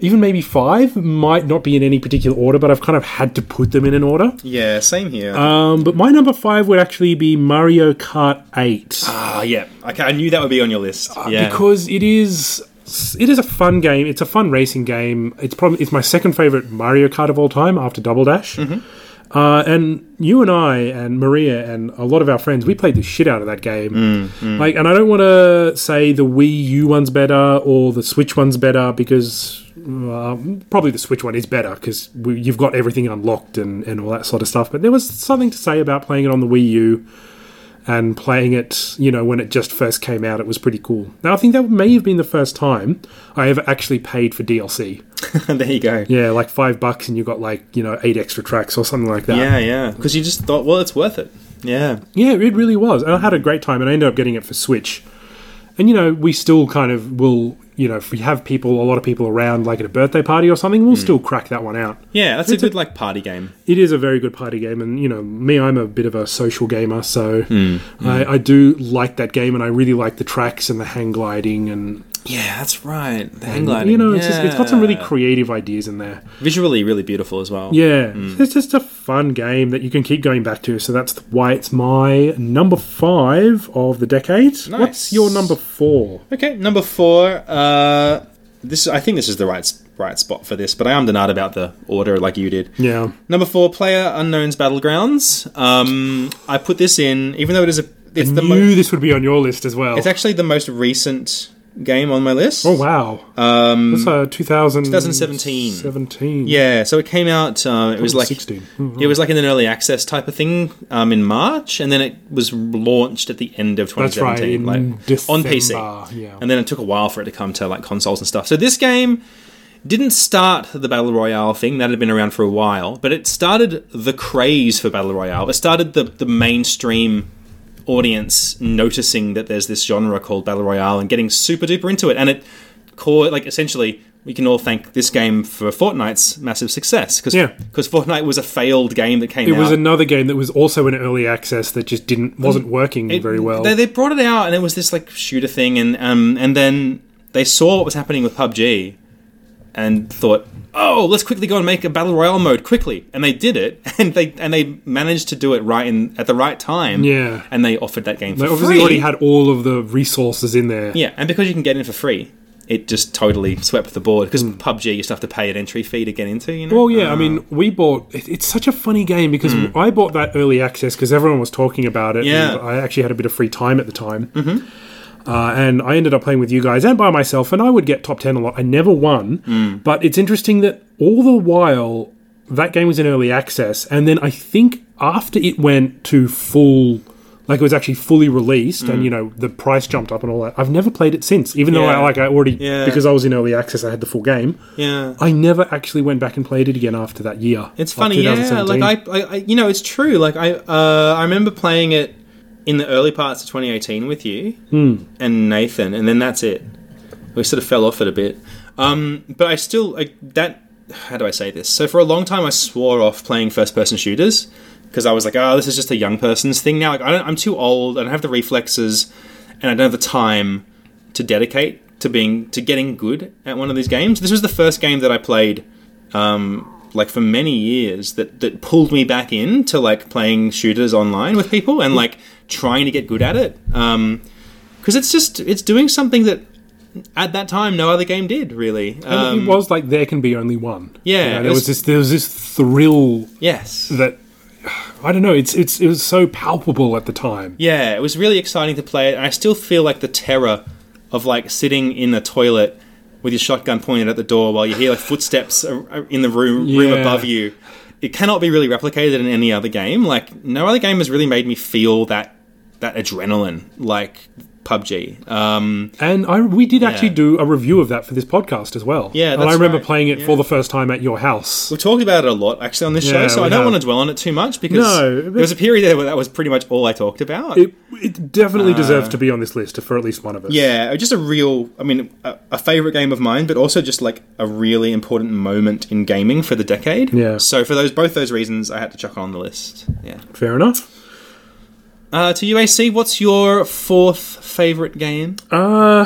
Speaker 2: even maybe five, might not be in any particular order, but I've kind of had to put them in an order.
Speaker 3: Yeah, same here.
Speaker 2: Um, but my number five would actually be Mario Kart 8.
Speaker 3: Ah, yeah. Okay, I knew that would be on your list. yeah.
Speaker 2: because it is it is a fun game. It's a fun racing game. It's probably it's my second favorite Mario Kart of all time after Double Dash. Uh, and you and I and Maria and a lot of our friends, we played the shit out of that game. Like, and I don't want to say the Wii U one's better or the Switch one's better because uh, probably the Switch one is better because you've got everything unlocked and, and all that sort of stuff. But there was something to say about playing it on the Wii U and playing it, you know, when it just first came out, it was pretty cool. Now, I think that may have been the first time I ever actually paid for DLC.
Speaker 3: there you go.
Speaker 2: Yeah, like five bucks, and you got like, you know, eight extra tracks or something like that.
Speaker 3: Yeah, yeah. Because you just thought, well, it's worth it. Yeah.
Speaker 2: Yeah, it really was. And I had a great time, and I ended up getting it for Switch. And, you know, we still kind of will, you know, if we have people, a lot of people around, like at a birthday party or something, we'll still crack that one out.
Speaker 3: Yeah, that's a good like party game.
Speaker 2: it is a very good party game, and you know me, I'm a bit of a social gamer, so I, I do like that game, and I really like the tracks and the hang gliding, and
Speaker 3: Yeah, that's right. The hang
Speaker 2: you know it's, just, it's got some really creative ideas in there.
Speaker 3: visually really beautiful as well.
Speaker 2: Yeah,
Speaker 3: Mm.
Speaker 2: it's just a fun game that you can keep going back to. So that's why it's my number five of the decade. What's
Speaker 3: Nice.
Speaker 2: your number four?
Speaker 3: Okay, number four. Uh, this I think this is the right s- right spot for this, but I am denied about the order like you did.
Speaker 2: Yeah,
Speaker 3: Number four, player unknown's battlegrounds. Um, I put this in, even though it is a it's the mo-
Speaker 2: knew this would be on your list as well.
Speaker 3: it's actually the most recent game on my list.
Speaker 2: oh wow, um, that's uh, 2000,
Speaker 3: 2017.
Speaker 2: 17.
Speaker 3: Yeah, so it came out. Um, it was like
Speaker 2: 16.
Speaker 3: It was like in an early access type of thing um, in March, and then it was launched at the end of
Speaker 2: That's right,
Speaker 3: 2017,
Speaker 2: in
Speaker 3: like on PC.
Speaker 2: December, yeah.
Speaker 3: And then it took a while for it to come to like consoles and stuff. So this game didn't start the battle royale thing that had been around for a while, but it started the craze for battle royale. It started the the mainstream audience noticing that there's this genre called battle royale and getting super duper into it. And it core like essentially we can all thank this game for Fortnite's massive success because
Speaker 2: Yeah.
Speaker 3: Fortnite was a failed game that came
Speaker 2: It
Speaker 3: out.
Speaker 2: was another game that was also in early access that just didn't wasn't
Speaker 3: Mm.
Speaker 2: working very well.
Speaker 3: They, they brought it out and it was this like shooter thing and um and then they saw what was happening with PUBG and thought, "Oh, let's quickly go and make a battle royale mode quickly." And they did it and they and they managed to do it right in at the right time.
Speaker 2: Yeah.
Speaker 3: And they offered that game for
Speaker 2: They obviously
Speaker 3: free.
Speaker 2: already had all of the resources in there.
Speaker 3: Yeah, and because you can get in for free, it just totally swept the board because PUBG you just have to pay an entry fee to get into, you know.
Speaker 2: Hmm.
Speaker 3: Uh,
Speaker 2: Well, yeah, I mean, we bought. It, it's such a funny game because I bought that early access because everyone was talking about it.
Speaker 3: Hmm. Yeah.
Speaker 2: and I actually had a bit of free time at the time, mm-hmm. uh, and I ended up playing with you guys and by myself, and I would get top ten a lot. I never won,
Speaker 3: Hmm.
Speaker 2: but it's interesting that all the while that game was in early access, and then I think after it went to full. Like it was actually fully released, and you know the price jumped up and all that. I've never played it since, even though I
Speaker 3: Hmm. Yeah.
Speaker 2: like I already
Speaker 3: Yeah.
Speaker 2: because I was in early access, I had the full game.
Speaker 3: yeah.
Speaker 2: I never actually went back and played it again after that year.
Speaker 3: It's
Speaker 2: of
Speaker 3: funny, yeah.
Speaker 2: 2017.
Speaker 3: Like I, I, I, you know, it's true. Like I, uh, I remember playing it in the early parts of 2018 with you and Nathan, and then that's it. We sort of fell off it a bit. Um, but I still like that. How do I say this? So for a long time, I swore off playing first-person shooters because I was like, oh, this is just a young person's thing now. Like I don't, I'm too old. I don't have the reflexes, and I don't have the time to dedicate to being to getting good at one of these games. This was the first game that I played um, like for many years that that pulled me back into like playing shooters online with people and like trying to get good at it um because it's just it's doing something that at that time no other game did really
Speaker 2: And
Speaker 3: um,
Speaker 2: it was like there can be only one.
Speaker 3: yeah,
Speaker 2: You know,
Speaker 3: it
Speaker 2: there was,
Speaker 3: was-
Speaker 2: this there was this thrill
Speaker 3: yes
Speaker 2: that I don't know. It's it's it was so palpable at the time.
Speaker 3: Yeah, it was really exciting to play it, and I still feel like the terror of like sitting in a toilet with your shotgun pointed at the door while you hear like footsteps ar- ar- in the room room
Speaker 2: Yeah.
Speaker 3: above you. It cannot be really replicated in any other game. Like no other game has really made me feel that that adrenaline like PUBG. Um,
Speaker 2: And I we did actually do a review of that for this podcast as well.
Speaker 3: Yeah,
Speaker 2: and
Speaker 3: that's
Speaker 2: I remember
Speaker 3: right.
Speaker 2: playing it
Speaker 3: Yeah.
Speaker 2: for the first time at your house.
Speaker 3: We've talked about it a lot actually on this show,
Speaker 2: Yeah,
Speaker 3: so
Speaker 2: we
Speaker 3: I don't
Speaker 2: have.
Speaker 3: want to dwell on it too much because
Speaker 2: No,
Speaker 3: there
Speaker 2: but-
Speaker 3: was a period there where that was pretty much all I talked about.
Speaker 2: It, it definitely deserves to be on this list for at least one of us.
Speaker 3: Uh, Yeah, uh, just a real, I mean, a, a favorite game of mine, but also just like a really important moment in gaming for the decade.
Speaker 2: Yeah.
Speaker 3: So for those both those reasons, I had to chuck it on the list. Yeah.
Speaker 2: fair enough.
Speaker 3: Uh, to UAC, what's your fourth favorite game?
Speaker 2: Uh,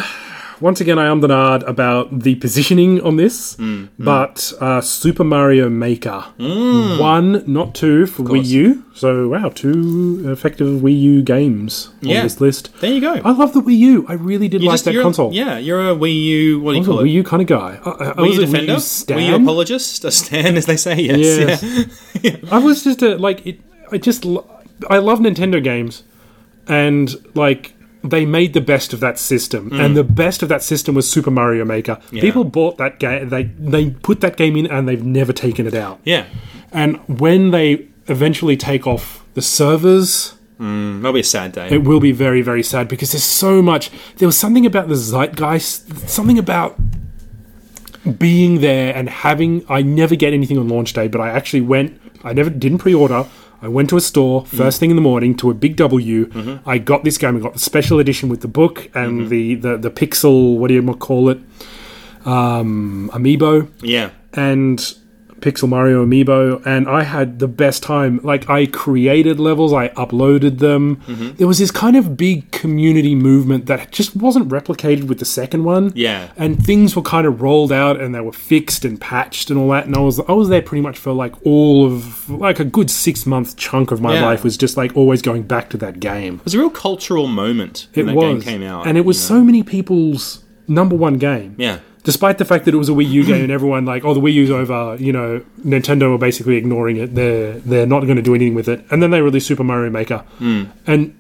Speaker 2: Once again, I am the nard about the positioning on this,
Speaker 3: Mm.
Speaker 2: but uh, Super Mario Maker
Speaker 3: Mm.
Speaker 2: one, not two for Wii U. So wow, two effective Wii U games on
Speaker 3: Yeah.
Speaker 2: this list.
Speaker 3: There you go.
Speaker 2: I love the Wii U. I really did
Speaker 3: You
Speaker 2: like
Speaker 3: just-
Speaker 2: that
Speaker 3: you're-
Speaker 2: console.
Speaker 3: Yeah, you're a Wii U. What
Speaker 2: I
Speaker 3: do you
Speaker 2: was a
Speaker 3: call
Speaker 2: Wii
Speaker 3: it?
Speaker 2: U kind of guy. I, I, I
Speaker 3: Wii
Speaker 2: was
Speaker 3: U
Speaker 2: a Wii
Speaker 3: defender,
Speaker 2: U
Speaker 3: Wii U
Speaker 2: stan.
Speaker 3: apologist, a stan, as they say. Yes.
Speaker 2: Yes.
Speaker 3: Yeah.
Speaker 2: I was just a like it. I just lo- I love Nintendo games, and like they made the best of that system, and the best of that system was Super Mario Maker. People bought that game. They they put that game in, and they've never taken it out.
Speaker 3: Yeah.
Speaker 2: And when they eventually take off the servers,
Speaker 3: Mm, That'll be a sad day.
Speaker 2: it will be very very sad because there's so much. There was something about the zeitgeist. Something about being there and having I never get anything on launch day, but I actually went I never didn't pre-order. I went to a store first thing in the morning to a big W. I got this game. I got the special edition with the book and the, the the pixel. What do you call it? Um, amiibo
Speaker 3: yeah.
Speaker 2: and Pixel Mario Amiibo, and I had the best time. Like, I created levels, I uploaded them.
Speaker 3: Mm-hmm.
Speaker 2: There was this kind of big community movement that just wasn't replicated with the second one.
Speaker 3: Yeah.
Speaker 2: And things were kind of rolled out and they were fixed and patched and all that. And I was I was there pretty much for like all of like a good six month chunk of my
Speaker 3: Yeah.
Speaker 2: life was just like always going back to that game.
Speaker 3: It was a real cultural moment when
Speaker 2: it
Speaker 3: that
Speaker 2: was
Speaker 3: game came out.
Speaker 2: and it was so many people's number one game
Speaker 3: Yeah.
Speaker 2: despite the fact that it was a Wii U game and everyone like, oh, the Wii U's over. You know, Nintendo are basically ignoring it. They're they're not going to do anything with it. And then they released Super Mario Maker, and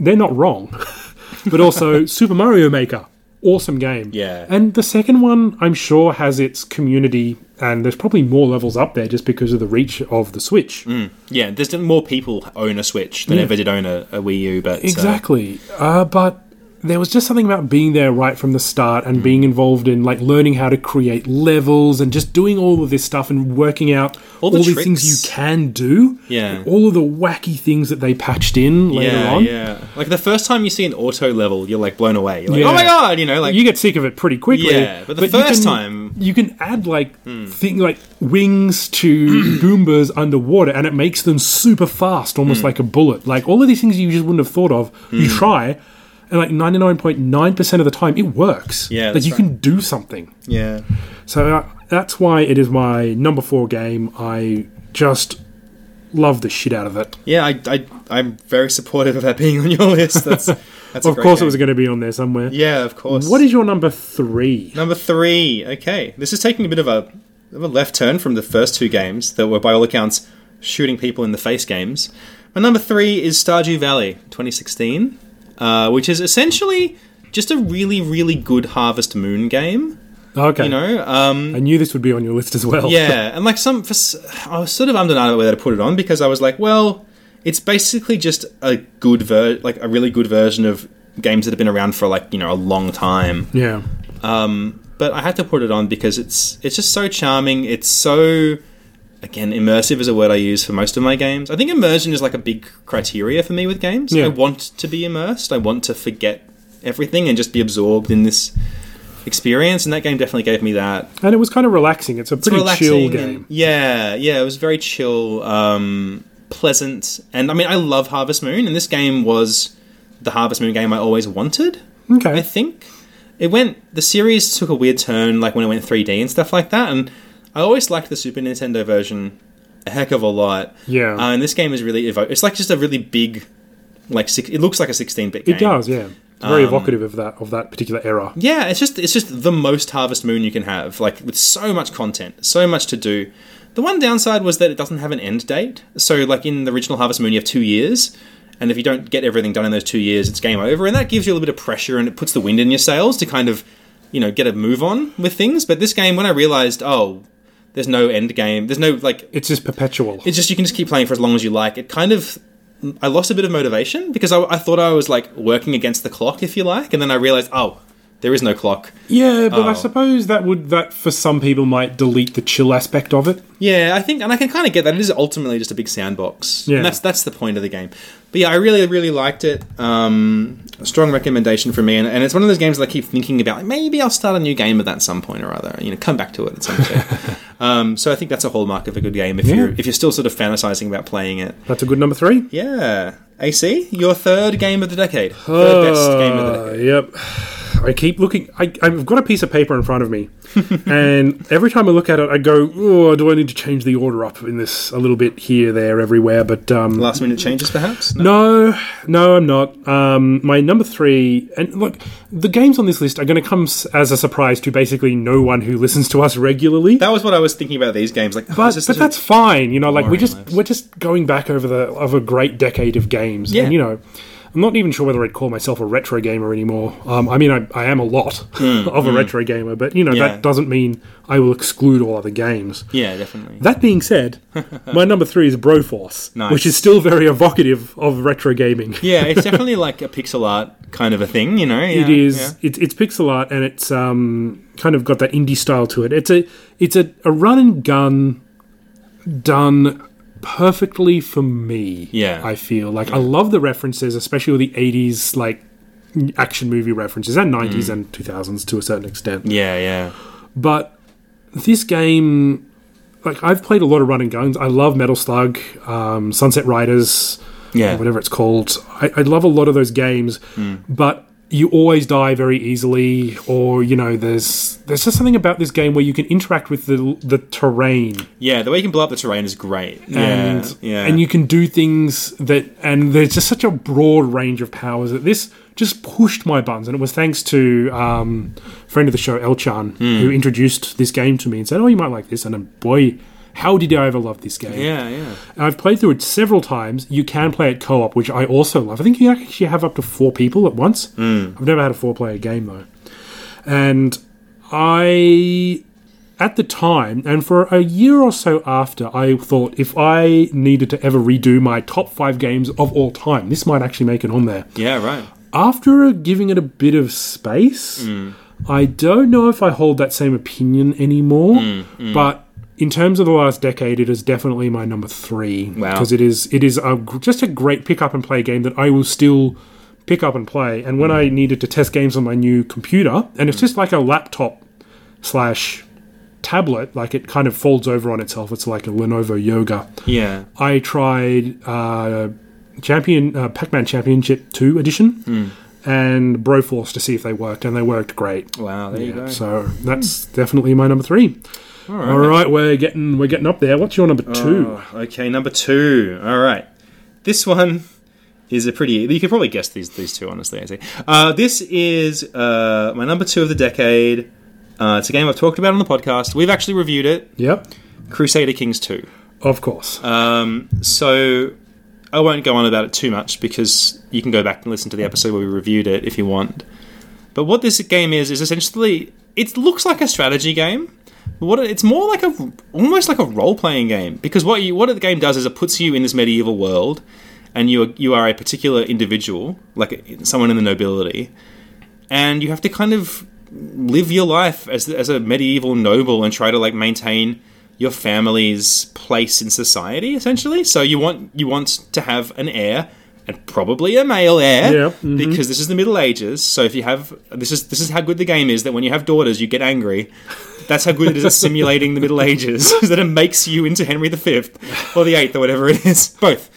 Speaker 2: they're not wrong. but also Super Mario Maker, awesome game.
Speaker 3: Yeah.
Speaker 2: And the second one, I'm sure, has its community, and there's probably more levels up there just because of the reach of the Switch.
Speaker 3: Yeah, there's more people own a Switch than ever did own a, a Wii U, but uh,
Speaker 2: Exactly. Uh, but there was just something about being there right from the start and being
Speaker 3: Mm.
Speaker 2: involved in like learning how to create levels and just doing all of this stuff and working out all,
Speaker 3: All the
Speaker 2: these things
Speaker 3: tricks.
Speaker 2: you can do.
Speaker 3: Yeah.
Speaker 2: All of the wacky things that they patched in later
Speaker 3: yeah,
Speaker 2: on.
Speaker 3: yeah. Like the first time you see an auto level, you're like blown away. You're like,
Speaker 2: Yeah.
Speaker 3: oh my god, you know, like
Speaker 2: you get sick of it pretty quickly.
Speaker 3: Yeah, but the
Speaker 2: you
Speaker 3: first
Speaker 2: can-
Speaker 3: time- Hmm.
Speaker 2: you can add like thing like wings to Goombas underwater, and it makes them super fast, almost
Speaker 3: Hmm.
Speaker 2: like a bullet. Like all of these things you just wouldn't have thought of. You try, and like ninety nine point nine percent of the time, it works.
Speaker 3: Yeah,
Speaker 2: like
Speaker 3: that's
Speaker 2: you can do something.
Speaker 3: yeah,
Speaker 2: So uh, that's why it is my number four game. I just love the shit out of it.
Speaker 3: yeah. I, I, I'm very supportive of that being on your list. That's, that's a
Speaker 2: of
Speaker 3: great
Speaker 2: course,
Speaker 3: game.
Speaker 2: it was going to be on there somewhere.
Speaker 3: Yeah, of course.
Speaker 2: What is your number three?
Speaker 3: number three? Okay, this is taking a bit of a, of a left turn from the first two games that were, by all accounts, shooting people in the face games. My number three is Stardew Valley 2016, uh, which is essentially just a really, really good Harvest Moon game.
Speaker 2: Okay,
Speaker 3: You know, um,
Speaker 2: I knew this would be on your list as well.
Speaker 3: Yeah, and like some, for, s- I was sort of ummed and ahhing about whether to put it on because I was like, well, it's basically just a good ver, like a really good version of games that have been around for like you know a long time.
Speaker 2: yeah.
Speaker 3: But I had to put it on because it's it's just so charming. It's so again immersive is a word I use for most of my games. I think immersion is like a big criteria for me with games.
Speaker 2: Yeah.
Speaker 3: I want to be immersed. I want to forget everything and just be absorbed in this experience. And that game definitely gave me that.
Speaker 2: And it was kind of relaxing. It's a pretty chill
Speaker 3: and-
Speaker 2: game.
Speaker 3: yeah, yeah, it was very chill, um, pleasant, and I mean, I love Harvest Moon, and this game was the Harvest Moon game I always wanted.
Speaker 2: okay.
Speaker 3: I think it went. The series took a weird turn, like when it went 3D and stuff like that. And I always liked the Super Nintendo version a heck of a lot.
Speaker 2: Yeah.
Speaker 3: uh, and this game Um, is really evo- it's like just a really big, like six, it looks like a 16-bit game.
Speaker 2: it does, yeah. Very evocative of that of that particular era.
Speaker 3: Yeah, it's just it's just the most Harvest Moon you can have, like with so much content, so much to do. The one downside was that it doesn't have an end date. So, like in the original Harvest Moon, you have two years, and if you don't get everything done in those two years, it's game over, and that gives you a little bit of pressure and it puts the wind in your sails to kind of, you know, get a move on with things. But this game, when I realized, oh, there's no end game, there's no like
Speaker 2: It's just perpetual.
Speaker 3: it's just you can just keep playing for as long as you like. It kind of I lost a bit of motivation because I, I thought I was like working against the clock, if you like, and then I realized oh, there is no clock.
Speaker 2: yeah, but I
Speaker 3: Oh.
Speaker 2: suppose that would that for some people might delete the chill aspect of it.
Speaker 3: Yeah, I think, and I can kind of get that. It is ultimately just a big sandbox.
Speaker 2: Yeah.
Speaker 3: and that's that's the point of the game. But yeah, I really really liked it. Um, a strong recommendation from me, and, and it's one of those games that I keep thinking about. Like, maybe I'll start a new game of that at some point or other. You know, come back to it at some point. um, so I think that's a hallmark of a good game if you're if you're still sort of fantasizing about playing it.
Speaker 2: That's a good number three.
Speaker 3: Yeah. AC, your third game of the decade. Third best game of the
Speaker 2: Uh,
Speaker 3: decade.
Speaker 2: Yep. I keep looking. I, I've got a piece of paper in front of me, and every time I look at it, I go, "Oh, do I need to change the order up in this a little bit here, there, everywhere?" But um,
Speaker 3: Last minute changes, perhaps?
Speaker 2: No, no, I'm not. Um, my number three, and look, the games on this list are going to come s- as a surprise to basically no one who listens to us regularly.
Speaker 3: That was what I was thinking about these games. Like, oh,
Speaker 2: but,
Speaker 3: is this
Speaker 2: but
Speaker 3: such a-
Speaker 2: that's fine, you know. Like we
Speaker 3: boring
Speaker 2: just
Speaker 3: list?
Speaker 2: we're just going back over the of a great decade of games,
Speaker 3: Yeah.
Speaker 2: and you know, I'm not even sure whether I'd call myself a retro gamer anymore. Um, I mean, I, I am a lot of a retro gamer, but you know
Speaker 3: Mm, Yeah.
Speaker 2: that doesn't mean I will exclude all other games.
Speaker 3: yeah, definitely.
Speaker 2: That being said, my number three is Broforce,
Speaker 3: Nice.
Speaker 2: which is still very evocative of retro gaming.
Speaker 3: yeah, it's definitely like a pixel art kind of a thing, you know?
Speaker 2: It is. It's, it's pixel art, and it's um, kind of got that indie style to it. It's a it's a, a run and gun done perfectly for me.
Speaker 3: Yeah.
Speaker 2: I feel like I love the references, especially with the '80s like action movie references and '90s and 2000s to a certain extent.
Speaker 3: Mm. Yeah, yeah.
Speaker 2: But this game, like I've played a lot of run and guns. I love Metal Slug, um, Sunset Riders
Speaker 3: Yeah. Hmm.
Speaker 2: or whatever it's called. I, I love a lot of those games, but you always die very easily, or you know, there's there's just something about this game where you can interact with the the terrain,
Speaker 3: Yeah, the way you can blow up the terrain is great. yeah.
Speaker 2: and
Speaker 3: Yeah.
Speaker 2: and you can do things that, and there's just such a broad range of powers that this just pushed my buttons, and it was thanks to um, friend of the show Elchan
Speaker 3: Hmm.
Speaker 2: who introduced this game to me and said, "Oh, you might like this," and then, boy. How did I ever love this game?
Speaker 3: yeah, yeah.
Speaker 2: I've played through it several times. You can play it co-op, which I also love. I think you actually have up to four people at once. I've never had a four-player game though, and I, at the time, and for a year or so after, I thought if I needed to ever redo my top five games of all time, this might actually make it on there.
Speaker 3: Yeah, right.
Speaker 2: After giving it a bit of space, I don't know if I hold that same opinion anymore, but. In terms of the last decade, it is definitely my number three
Speaker 3: Wow.
Speaker 2: because it is it is a, gr- just a great pick up and play game that I will still pick up and play. And when I needed to test games on my new computer, and it's just like a laptop slash tablet, like it kind of folds over on itself. It's like a Lenovo Yoga.
Speaker 3: Yeah.
Speaker 2: I tried uh, Champion uh, Pac-Man Championship Two Edition and Broforce to see if they worked, and they worked great.
Speaker 3: Wow, there you go.
Speaker 2: So that's definitely my number three. All right. we're getting we're getting up there. What's your number two?
Speaker 3: Oh, okay, number two. All right. This one is a pretty. You could probably guess these these two, honestly. I see. Uh, this is uh, my number two of the decade. Uh, it's a game I've talked about on the podcast. We've actually reviewed it
Speaker 2: Yep,
Speaker 3: Crusader Kings 2.
Speaker 2: of course.
Speaker 3: Um, so I won't go on about it too much because you can go back and listen to the episode where we reviewed it if you want. But what this game is is essentially it looks like a strategy game. But what it- it's more like a almost like a role playing game because what you what the game does is it puts you in this medieval world and you are, you are a particular individual like someone in the nobility and you have to kind of live your life as as a medieval noble and try to like maintain your family's place in society essentially so you want you want to have an heir and probably a male heir
Speaker 2: Yeah, mhm.
Speaker 3: because this is the middle ages so if you have this is this is how good the game is that when you have daughters you get angry that's how good it is at simulating the middle ages is that it makes you into henry v or the 8th or whatever it is both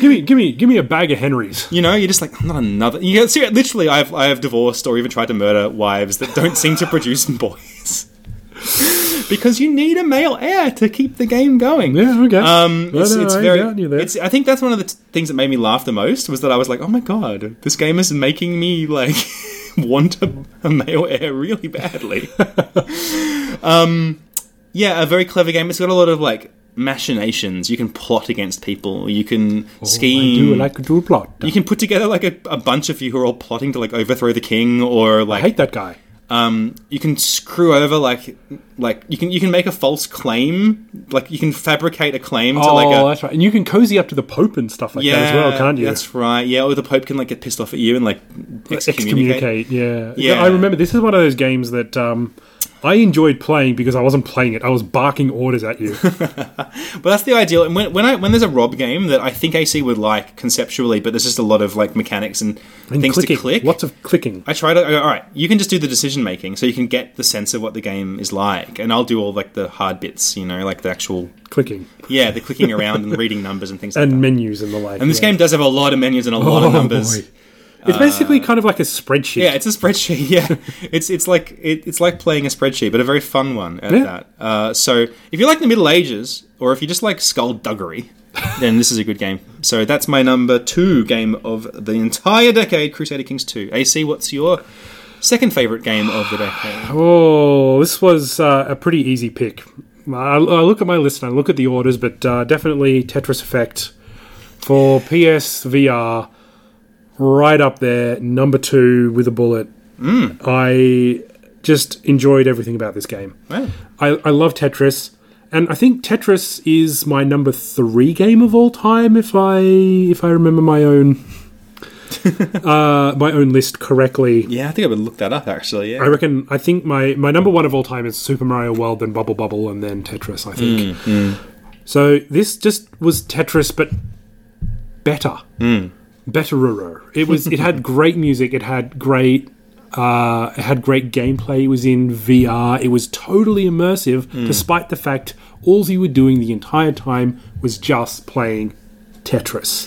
Speaker 2: give me give me give me a bag of Henrys.
Speaker 3: you know, you're just like, I'm not another. You know, seriously, literally, I've I have divorced or even tried to murder wives that don't seem to produce boys. because you need a male heir to keep the game going.
Speaker 2: Yeah, okay.
Speaker 3: Um,
Speaker 2: No,
Speaker 3: it's,
Speaker 2: no,
Speaker 3: it's
Speaker 2: I
Speaker 3: very.
Speaker 2: got you there.
Speaker 3: It's, I think that's one of the t- things that made me laugh the most was that I was like, "Oh my god, this game is making me like want a, a male heir really badly." um, yeah, a very clever game. It's got a lot of like machinations. You can plot against people. You can scheme.
Speaker 2: Oh, I do like to do a plot.
Speaker 3: you can put together like a, a bunch of you who are all plotting to like overthrow the king or
Speaker 2: I
Speaker 3: like
Speaker 2: hate that guy.
Speaker 3: um, you can screw over like like you can you can make a false claim like you can fabricate a claim to
Speaker 2: oh,
Speaker 3: like a
Speaker 2: that's right. And you can cozy up to the Pope and stuff like
Speaker 3: yeah
Speaker 2: that as well, can't you?
Speaker 3: that's right yeah or the pope can like get pissed off at you and like excommunicate,
Speaker 2: excommunicate. Yeah.
Speaker 3: Yeah.
Speaker 2: I remember this is one of those games that um, I enjoyed playing because I wasn't playing it. I was barking orders at you.
Speaker 3: but that's the ideal and when, when I when there's a rob game that I think AC would like conceptually but there's just a lot of like mechanics and,
Speaker 2: And
Speaker 3: things
Speaker 2: clicking.
Speaker 3: to click
Speaker 2: Lots of clicking.
Speaker 3: I try to I go, all right you can just do the decision making so you can get the sense of what the game is like and I'll do all like the hard bits you know like the actual
Speaker 2: Clicking.
Speaker 3: yeah the clicking around and reading numbers and things like that.
Speaker 2: And menus and the like.
Speaker 3: And this
Speaker 2: yeah.
Speaker 3: game does have a lot of menus and a lot of
Speaker 2: Oh,
Speaker 3: numbers. Uh,
Speaker 2: boy. It's basically kind of like a spreadsheet.
Speaker 3: Yeah, it's a spreadsheet. Yeah, it's it's like it, it's like playing a spreadsheet, but a very fun one at
Speaker 2: Yeah.
Speaker 3: that. Uh, so if you like the Middle Ages, or if you just like skullduggery, then this is a good game. So that's my number two game of the entire decade, Crusader Kings Two. AC, what's your second favorite game of the decade?
Speaker 2: Oh, this was uh, a pretty easy pick. I, I look at my list and I look at the orders, but uh, definitely Tetris Effect for PSVR, right up there, number two with a bullet. I just enjoyed everything about this game.
Speaker 3: Wow.
Speaker 2: I, I love Tetris, and I think Tetris is my number three game of all time, if I if I remember my own uh, my own list correctly.
Speaker 3: Yeah, I think I would look that up actually.
Speaker 2: I
Speaker 3: Yeah,
Speaker 2: reckon. I think my my number one of all time is Super Mario World, then Bubble Bubble, and then Tetris. I think. So this just was Tetris, but better, betterero. It was. It had great music. It had great. Uh, it had great gameplay. It was in VR. It was totally immersive, despite the fact all you were doing the entire time was just playing Tetris.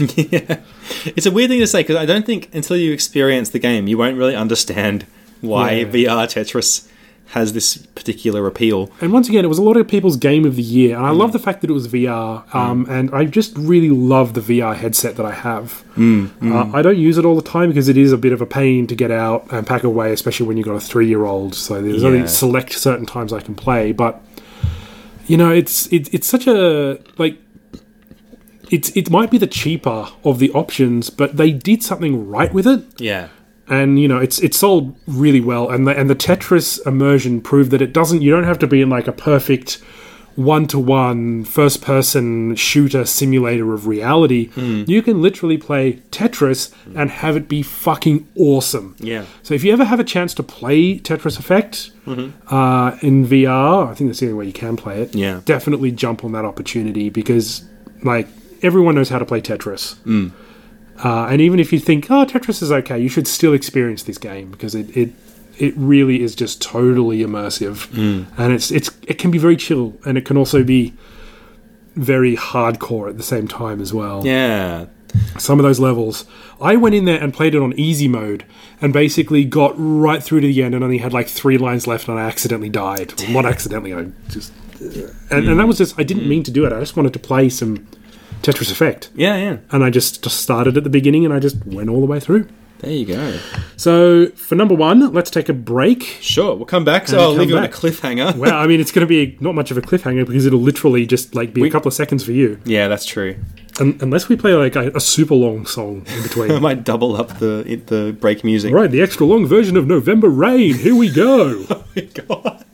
Speaker 3: it's a weird thing to say because I don't think until you experience the game, you won't really understand why
Speaker 2: Yeah.
Speaker 3: VR Tetris has this particular appeal.
Speaker 2: And once again, it was a lot of people's game of the year, and I love the fact that it was VR. Um, And I just really love the VR headset that I have. Uh, I don't use it all the time because it is a bit of a pain to get out and pack away, especially when you've got a three-year-old. So there's
Speaker 3: Yeah.
Speaker 2: only select certain times I can play, but you know, it's it, it's such a like. It's, it might be the cheaper of the options, but they did something right with it
Speaker 3: Yeah.
Speaker 2: and you know it's it sold really well and the, and the tetris immersion proved that it doesn't you don't have to be in like a perfect one-to-one first-person shooter simulator of reality you can literally play tetris and have it be fucking awesome
Speaker 3: Yeah.
Speaker 2: so if you ever have a chance to play Tetris Effect uh, in VR, I think that's the only way you can play it.
Speaker 3: Yeah.
Speaker 2: definitely jump on that opportunity because like everyone knows how to play Tetris. Uh, and even if you think, oh, Tetris is okay, you should still experience this game because it it, it really is just totally immersive, and it's it's it can be very chill, and it can also be very hardcore at the same time as well
Speaker 3: Yeah.
Speaker 2: some of those levels. I went in there and played it on easy mode and basically got right through to the end and only had like three lines left and I accidentally died. Well, not accidentally, I just. And, and that was just, I didn't mean to do it. I just wanted to play some Tetris Effect.
Speaker 3: Yeah, yeah.
Speaker 2: And I just, just started at the beginning and I just went all the way through.
Speaker 3: There you go.
Speaker 2: So for number one, let's take a break.
Speaker 3: Sure, we'll come back. So I'll
Speaker 2: come
Speaker 3: leave you on a
Speaker 2: back.
Speaker 3: cliffhanger.
Speaker 2: Well, I mean, it's going to be not much of a cliffhanger because it'll literally just like be a couple of seconds for you,
Speaker 3: yeah, that's true.
Speaker 2: Un unless we play like a, a super long song in
Speaker 3: I
Speaker 2: between.
Speaker 3: might double up the it- the break music.
Speaker 2: right, the extra long version of November Rain. Here we go.
Speaker 3: God.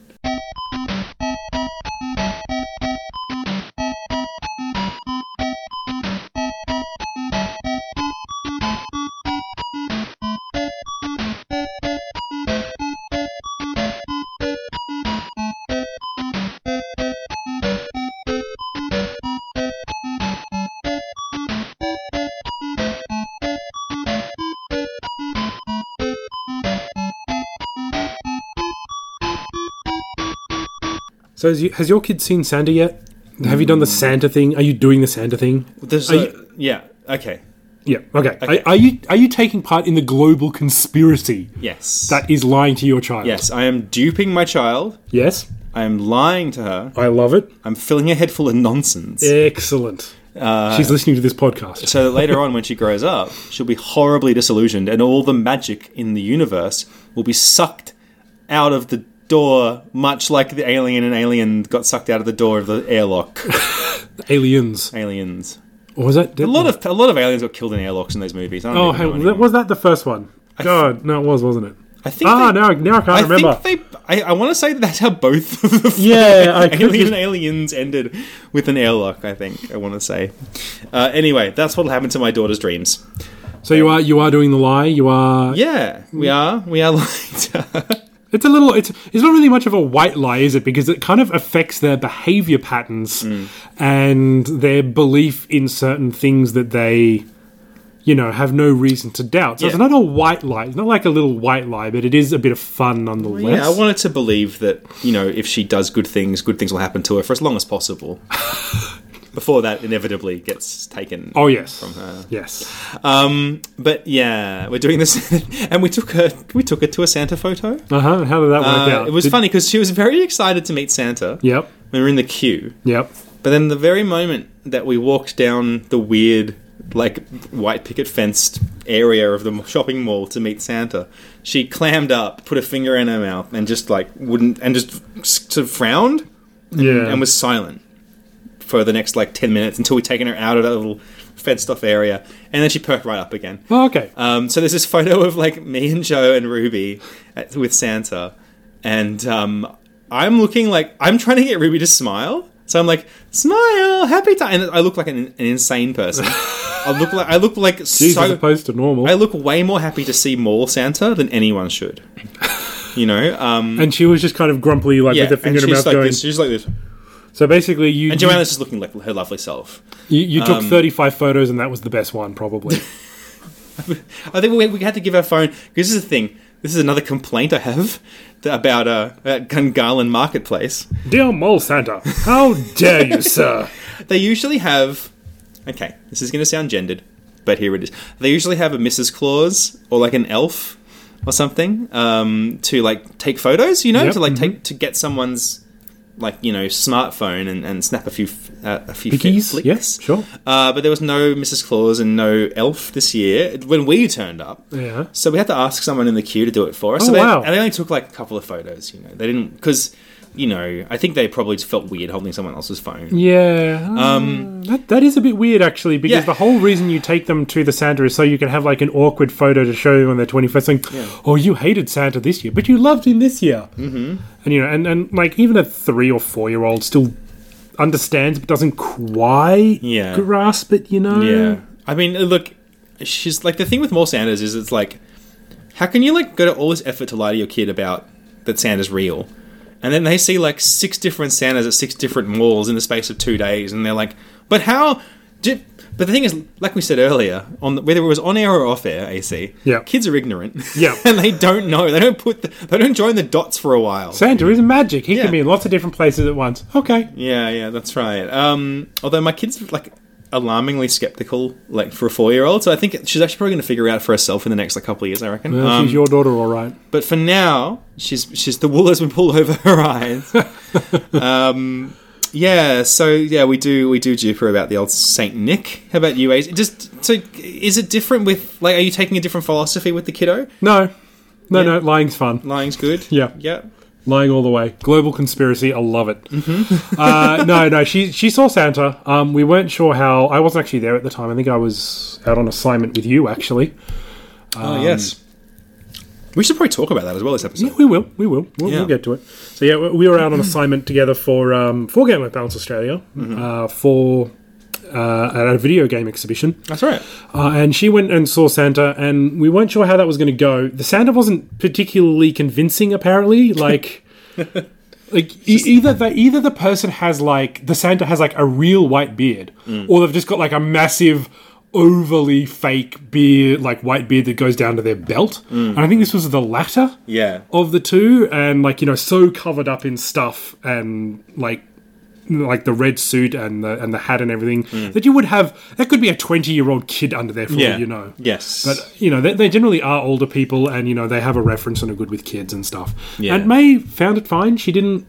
Speaker 2: So has, you, has your kid seen Santa yet? Have you done the Santa thing? Are you doing the Santa thing?
Speaker 3: There's
Speaker 2: Are
Speaker 3: a-
Speaker 2: you-
Speaker 3: yeah. Okay.
Speaker 2: Yeah. Okay.
Speaker 3: Okay.
Speaker 2: Are, are you are you taking part in the global conspiracy
Speaker 3: Yes.
Speaker 2: that is lying to your child?
Speaker 3: yes, I am duping my child
Speaker 2: Yes.
Speaker 3: I am lying to her.
Speaker 2: I love it.
Speaker 3: I'm filling her head full of nonsense.
Speaker 2: Excellent.
Speaker 3: Uh,
Speaker 2: She's listening to this podcast.
Speaker 3: So that later on, when she grows up, she'll be horribly disillusioned, and all the magic in the universe will be sucked out of the door, much like the alien and alien got sucked out of the door of the airlock.
Speaker 2: Aliens.
Speaker 3: aliens.
Speaker 2: Or was that
Speaker 3: A lot of a lot of aliens got killed in airlocks in those movies. I don't
Speaker 2: Oh,
Speaker 3: even know
Speaker 2: hey,
Speaker 3: anymore.
Speaker 2: was that the first one? God, no, it was, wasn't it?
Speaker 3: I think
Speaker 2: Ah,
Speaker 3: they-
Speaker 2: now, now I can't
Speaker 3: I
Speaker 2: remember.
Speaker 3: think they. I, I want to say that that's how both of the
Speaker 2: Yeah, I could
Speaker 3: Alien
Speaker 2: be-
Speaker 3: and Aliens ended with an airlock. I think I want to say. Uh, anyway, that's what'll happen to my daughter's dreams.
Speaker 2: so you are you are doing the lie. You are.
Speaker 3: Yeah, we are. We are lying to her.
Speaker 2: It's a little. It's it's not really much of a white lie, is it? Because it kind of affects their behavior patterns
Speaker 3: Mm.
Speaker 2: and their belief in certain things that they, you know, have no reason to doubt. So it's
Speaker 3: Yeah.
Speaker 2: not a white lie. It's not like a little white lie, but it is a bit of fun nonetheless.
Speaker 3: Yeah, I wanted to believe that you know if she does good things, good things will happen to her for as long as possible. Before that inevitably gets taken.
Speaker 2: oh yes, yes.
Speaker 3: Um, but yeah, we're doing this, and we took her. We took her to a Santa photo.
Speaker 2: Uh huh. How did that work
Speaker 3: Uh,
Speaker 2: out?
Speaker 3: it was
Speaker 2: Did-
Speaker 3: funny because she was very excited to meet Santa.
Speaker 2: Yep.
Speaker 3: we were in the queue.
Speaker 2: Yep.
Speaker 3: But then the very moment that we walked down the weird, like white picket fenced area of the shopping mall to meet Santa, she clammed up, put a finger in her mouth, and just like wouldn't, and just sort of frowned
Speaker 2: Yeah.
Speaker 3: and was silent for the next like ten minutes until we'd taken her out of that little fenced off area, and then she perked right up again.
Speaker 2: oh, okay.
Speaker 3: Um, so there's this photo of like me and Joe and Ruby at, with Santa, and um, I'm looking like I'm trying to get Ruby to smile. So I'm like, smile, happy time, and I look like an, an insane person. I look like I look like
Speaker 2: These as
Speaker 3: so.
Speaker 2: opposed to normal.
Speaker 3: I look way more happy to see more Santa than anyone should. You know, um,
Speaker 2: and she was just kind of grumpily, like
Speaker 3: yeah.
Speaker 2: with her finger
Speaker 3: and
Speaker 2: in her mouth
Speaker 3: she's like
Speaker 2: going.
Speaker 3: this. She's like this.
Speaker 2: So basically, you
Speaker 3: And
Speaker 2: you,
Speaker 3: Joanna's um, just looking like her lovely self.
Speaker 2: you, you took thirty five photos, and that was the best one, probably.
Speaker 3: I think we, we had to give our phone because this is the thing. This is another complaint I have th- about uh, about Gungalan Marketplace.
Speaker 2: Dear Mole Santa, how dare you, sir?
Speaker 3: They usually have. Okay, this is going to sound gendered, but here it is. They usually have a Mrs. Claus or like an elf or something um, to like take photos. You know,
Speaker 2: Yep, Mm-hmm.
Speaker 3: to like take to get someone's like you know smartphone and, and snap a few f- uh, a few fi-
Speaker 2: Pickies?
Speaker 3: flicks.
Speaker 2: Yes, sure.
Speaker 3: Uh, but there was no Mrs. Claus and no elf this year when we turned up.
Speaker 2: Yeah.
Speaker 3: So we had to ask someone in the queue to do it for us.
Speaker 2: Oh,
Speaker 3: so they,
Speaker 2: wow.
Speaker 3: And they only took like a couple of photos. You know, they didn't because you know I think they probably just felt weird holding someone else's phone.
Speaker 2: Yeah. Um. That, that is a bit weird, actually, because
Speaker 3: Yeah.
Speaker 2: the whole reason you take them to the Santa is so you can have like an awkward photo to show them on their twenty first. Thing. Oh, you hated Santa this year, but you loved him this year. Mm-hmm. And you know, and and like even a three or four year old still understands, but doesn't quite
Speaker 3: Yeah.
Speaker 2: grasp it. You know.
Speaker 3: Yeah. I mean, look, she's like the thing with more Sanders is it's like, how can you like go to all this effort to lie to your kid about that Santa's real, and then they see like six different Santas at six different malls in the space of two days, and they're like, but how? Did, but the thing is, like we said earlier, on the, whether it was on air or off air, AC,
Speaker 2: Yeah.
Speaker 3: kids are ignorant,
Speaker 2: Yeah.
Speaker 3: and they don't know, they don't put, the, they don't join the dots for a while.
Speaker 2: Santa is magic. He
Speaker 3: Yeah.
Speaker 2: can be in lots of different places at once. Okay.
Speaker 3: Yeah, yeah, that's right. Um, although my kid's like alarmingly skeptical, like for a four-year-old, so I think she's actually probably going to figure it out for herself in the next like couple of years, I reckon.
Speaker 2: Well,
Speaker 3: Um,
Speaker 2: she's your daughter, all right.
Speaker 3: but for now, she's she's the wool has been pulled over her eyes. um, yeah, so yeah, we do we do duper about the old Saint Nick. How about you, Ace? Just so is it different with like? Are you taking a different philosophy with the kiddo?
Speaker 2: No, no,
Speaker 3: Yeah.
Speaker 2: no. Lying's fun.
Speaker 3: Lying's good.
Speaker 2: Yeah.
Speaker 3: yeah.
Speaker 2: Lying all the way. Global conspiracy. I love it. uh, no, no. She she saw Santa. Um, we weren't sure how. I wasn't actually there at the time. I think I was out on assignment with you actually.
Speaker 3: oh yes. We should probably talk about that as well this episode.
Speaker 2: Yeah, we will. We will. We'll,
Speaker 3: Yeah.
Speaker 2: we'll get to it. So yeah, we- we were out on assignment together for um, for Game of Balance Australia uh, for uh, at a video game exhibition.
Speaker 3: That's right.
Speaker 2: Uh, and she went and saw Santa, and we weren't sure how that was going to go. The Santa wasn't particularly convincing, apparently. Like, like e- either the, either the person has like the Santa has like a real white beard, or they've just got like a massive, overly fake beard, like white beard that goes down to their belt. And I think this was the latter
Speaker 3: Yeah.
Speaker 2: of the two, and like you know, so covered up in stuff and like like the red suit and the and the hat and everything that you would have. That could be a twenty year old kid under there for all
Speaker 3: Yeah.
Speaker 2: you know.
Speaker 3: Yes.
Speaker 2: But you know, they, they generally are older people, and you know, they have a reference and are good with kids and stuff.
Speaker 3: Yeah.
Speaker 2: And May found it fine. She didn't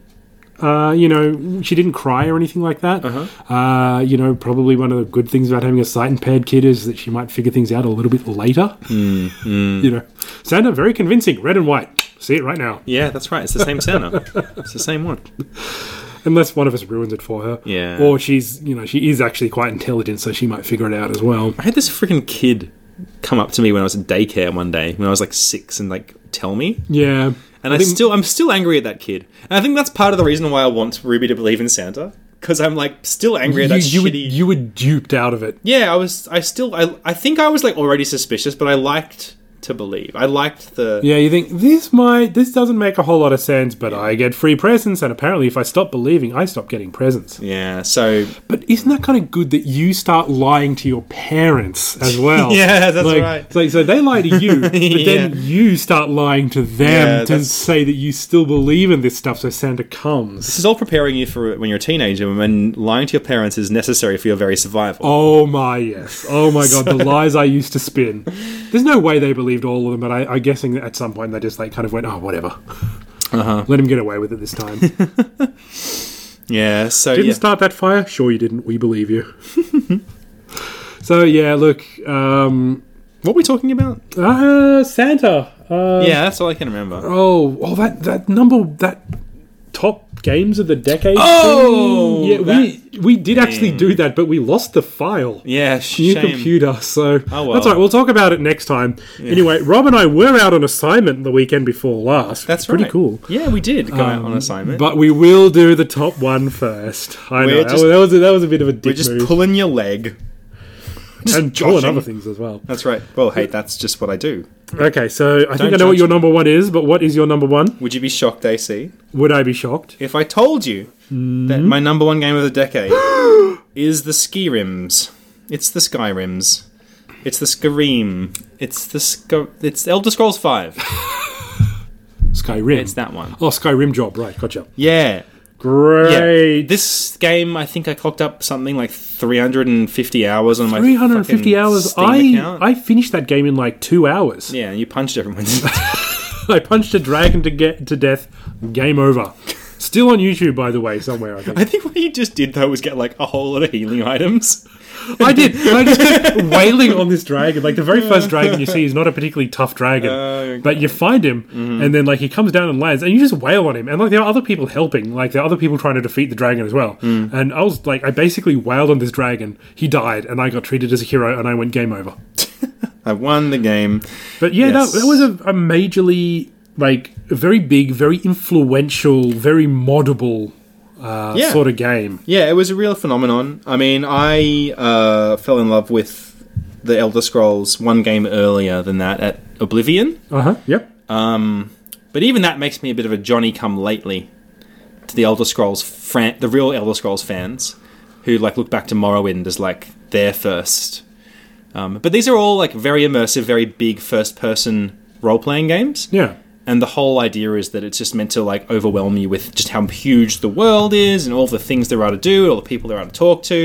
Speaker 2: Uh, you know, she didn't cry or anything like that. Uh-huh. you know, probably one of the good things about having a sight impaired kid is that she might figure things out a little bit later.
Speaker 3: Mm-hmm.
Speaker 2: You know, Santa very convincing, red and white. See it right now,
Speaker 3: Yeah, that's right. It's the same Santa. it's the same one.
Speaker 2: unless one of us ruins it for her.
Speaker 3: Yeah.
Speaker 2: Or she's, you know, she is actually quite intelligent, so she might figure it out as well.
Speaker 3: I had this freaking kid come up to me when I was in daycare one day when I was like six and like tell me.
Speaker 2: Yeah.
Speaker 3: And I,
Speaker 2: think-
Speaker 3: still, I'm still angry at that kid. And I think that's part of the reason why I want Ruby to believe in Santa because I'm like still angry at
Speaker 2: you,
Speaker 3: that
Speaker 2: you, were,
Speaker 3: shitty.
Speaker 2: you were duped out of it.
Speaker 3: yeah, I was. I still. I, I think I was like already suspicious, but I liked to believe. I liked the.
Speaker 2: Yeah, you think this might this doesn't make a whole lot of sense, but I get free presents, and apparently, if I stop believing, I stop getting presents.
Speaker 3: Yeah, so
Speaker 2: But isn't that kind of good that you start lying to your parents as well?
Speaker 3: Yeah, that's
Speaker 2: like,
Speaker 3: right.
Speaker 2: So, so they lie to you, but then
Speaker 3: Yeah.
Speaker 2: you start lying to them
Speaker 3: Yeah,
Speaker 2: to
Speaker 3: that's-
Speaker 2: say that you still believe in this stuff, so Santa comes.
Speaker 3: this is all preparing you for when you're a teenager when lying to your parents is necessary for your very survival.
Speaker 2: Oh my yes! Oh my god, the lies I used to spin. There's no way they believed all of them, but I, I'm guessing that at some point they just like kind of went, oh whatever,
Speaker 3: Uh-huh.
Speaker 2: let him get away with it this time.
Speaker 3: Yeah, so
Speaker 2: Didn't
Speaker 3: yeah.
Speaker 2: start that fire? Sure, you didn't. We believe you. so yeah, look, um,
Speaker 3: what were we talking about?
Speaker 2: uh, Santa. Uh,
Speaker 3: yeah, that's all I can remember.
Speaker 2: Oh, oh, that that number that top games of the decade.
Speaker 3: Oh,
Speaker 2: thing? yeah, we we did actually do that, but we lost the file.
Speaker 3: Yeah, shame.
Speaker 2: New computer, so
Speaker 3: Oh, well.
Speaker 2: that's all right. We'll talk about it next time. Anyway, Rob and I were out on assignment the weekend before last.
Speaker 3: That's
Speaker 2: pretty
Speaker 3: right.
Speaker 2: cool. Um,
Speaker 3: Yeah, we did go out on assignment.
Speaker 2: But we will do the top one first. I
Speaker 3: We're
Speaker 2: know
Speaker 3: just-
Speaker 2: that was a, that was a bit of a dick
Speaker 3: We're just
Speaker 2: move.
Speaker 3: pulling your leg.
Speaker 2: and pulling
Speaker 3: joshing.
Speaker 2: other things as well.
Speaker 3: That's right. Well, hey, that's just what I do.
Speaker 2: Okay, so I think I
Speaker 3: judge
Speaker 2: know what your
Speaker 3: me.
Speaker 2: number one is, but what is your number one?
Speaker 3: Would you be shocked, AC,
Speaker 2: Would I be shocked?
Speaker 3: if I told you
Speaker 2: Mm-hmm.
Speaker 3: that my number one game of the decade is the Ski Rims? It's the Sky Rims. It's the Skyrim. It's the Sky- It's Elder Scrolls Five.
Speaker 2: Skyrim.
Speaker 3: It's that one.
Speaker 2: Oh, Skyrim job, right? Gotcha.
Speaker 3: Yeah.
Speaker 2: Great.
Speaker 3: Yeah. This game, I think I clocked up something like 350 hours on my
Speaker 2: 350
Speaker 3: fucking
Speaker 2: hours.
Speaker 3: Steam
Speaker 2: I
Speaker 3: account.
Speaker 2: I finished that game in like two hours.
Speaker 3: yeah, you punched everyone.
Speaker 2: I punched a dragon to get to death. Game over. Still on YouTube, by the way, somewhere. I think
Speaker 3: I think what you just did though was get like a whole lot of healing items.
Speaker 2: I did. I just kept wailing on this dragon. Like the very first dragon you see is not a particularly tough dragon,
Speaker 3: Oh, okay. Mm-hmm.
Speaker 2: but you find him, and then like he comes down and lands, and you just wail on him. And like there are other people helping, like there are other people trying to defeat the dragon as well.
Speaker 3: Hmm.
Speaker 2: And I was like, I basically wailed on this dragon. He died, and I got treated as a hero, and I went game over.
Speaker 3: I won the game.
Speaker 2: But yeah,
Speaker 3: Yes.
Speaker 2: that, that was a, a majorly like a very big, very influential, very moddable uh,
Speaker 3: Yeah.
Speaker 2: sort of game.
Speaker 3: Yeah, it was a real phenomenon. I mean, I uh, fell in love with the Elder Scrolls one game earlier than that at Oblivion,
Speaker 2: Uh huh. Yep.
Speaker 3: but even that makes me a bit of a Johnny come lately to the Elder Scrolls fan, the real Elder Scrolls fans who like look back to Morrowind as like their first. Um, but these are all like very immersive, very big first person role playing games.
Speaker 2: Yeah.
Speaker 3: and the whole idea is that it's just meant to like overwhelm you with just how huge the world is and all the things there are to do all the people there are to talk to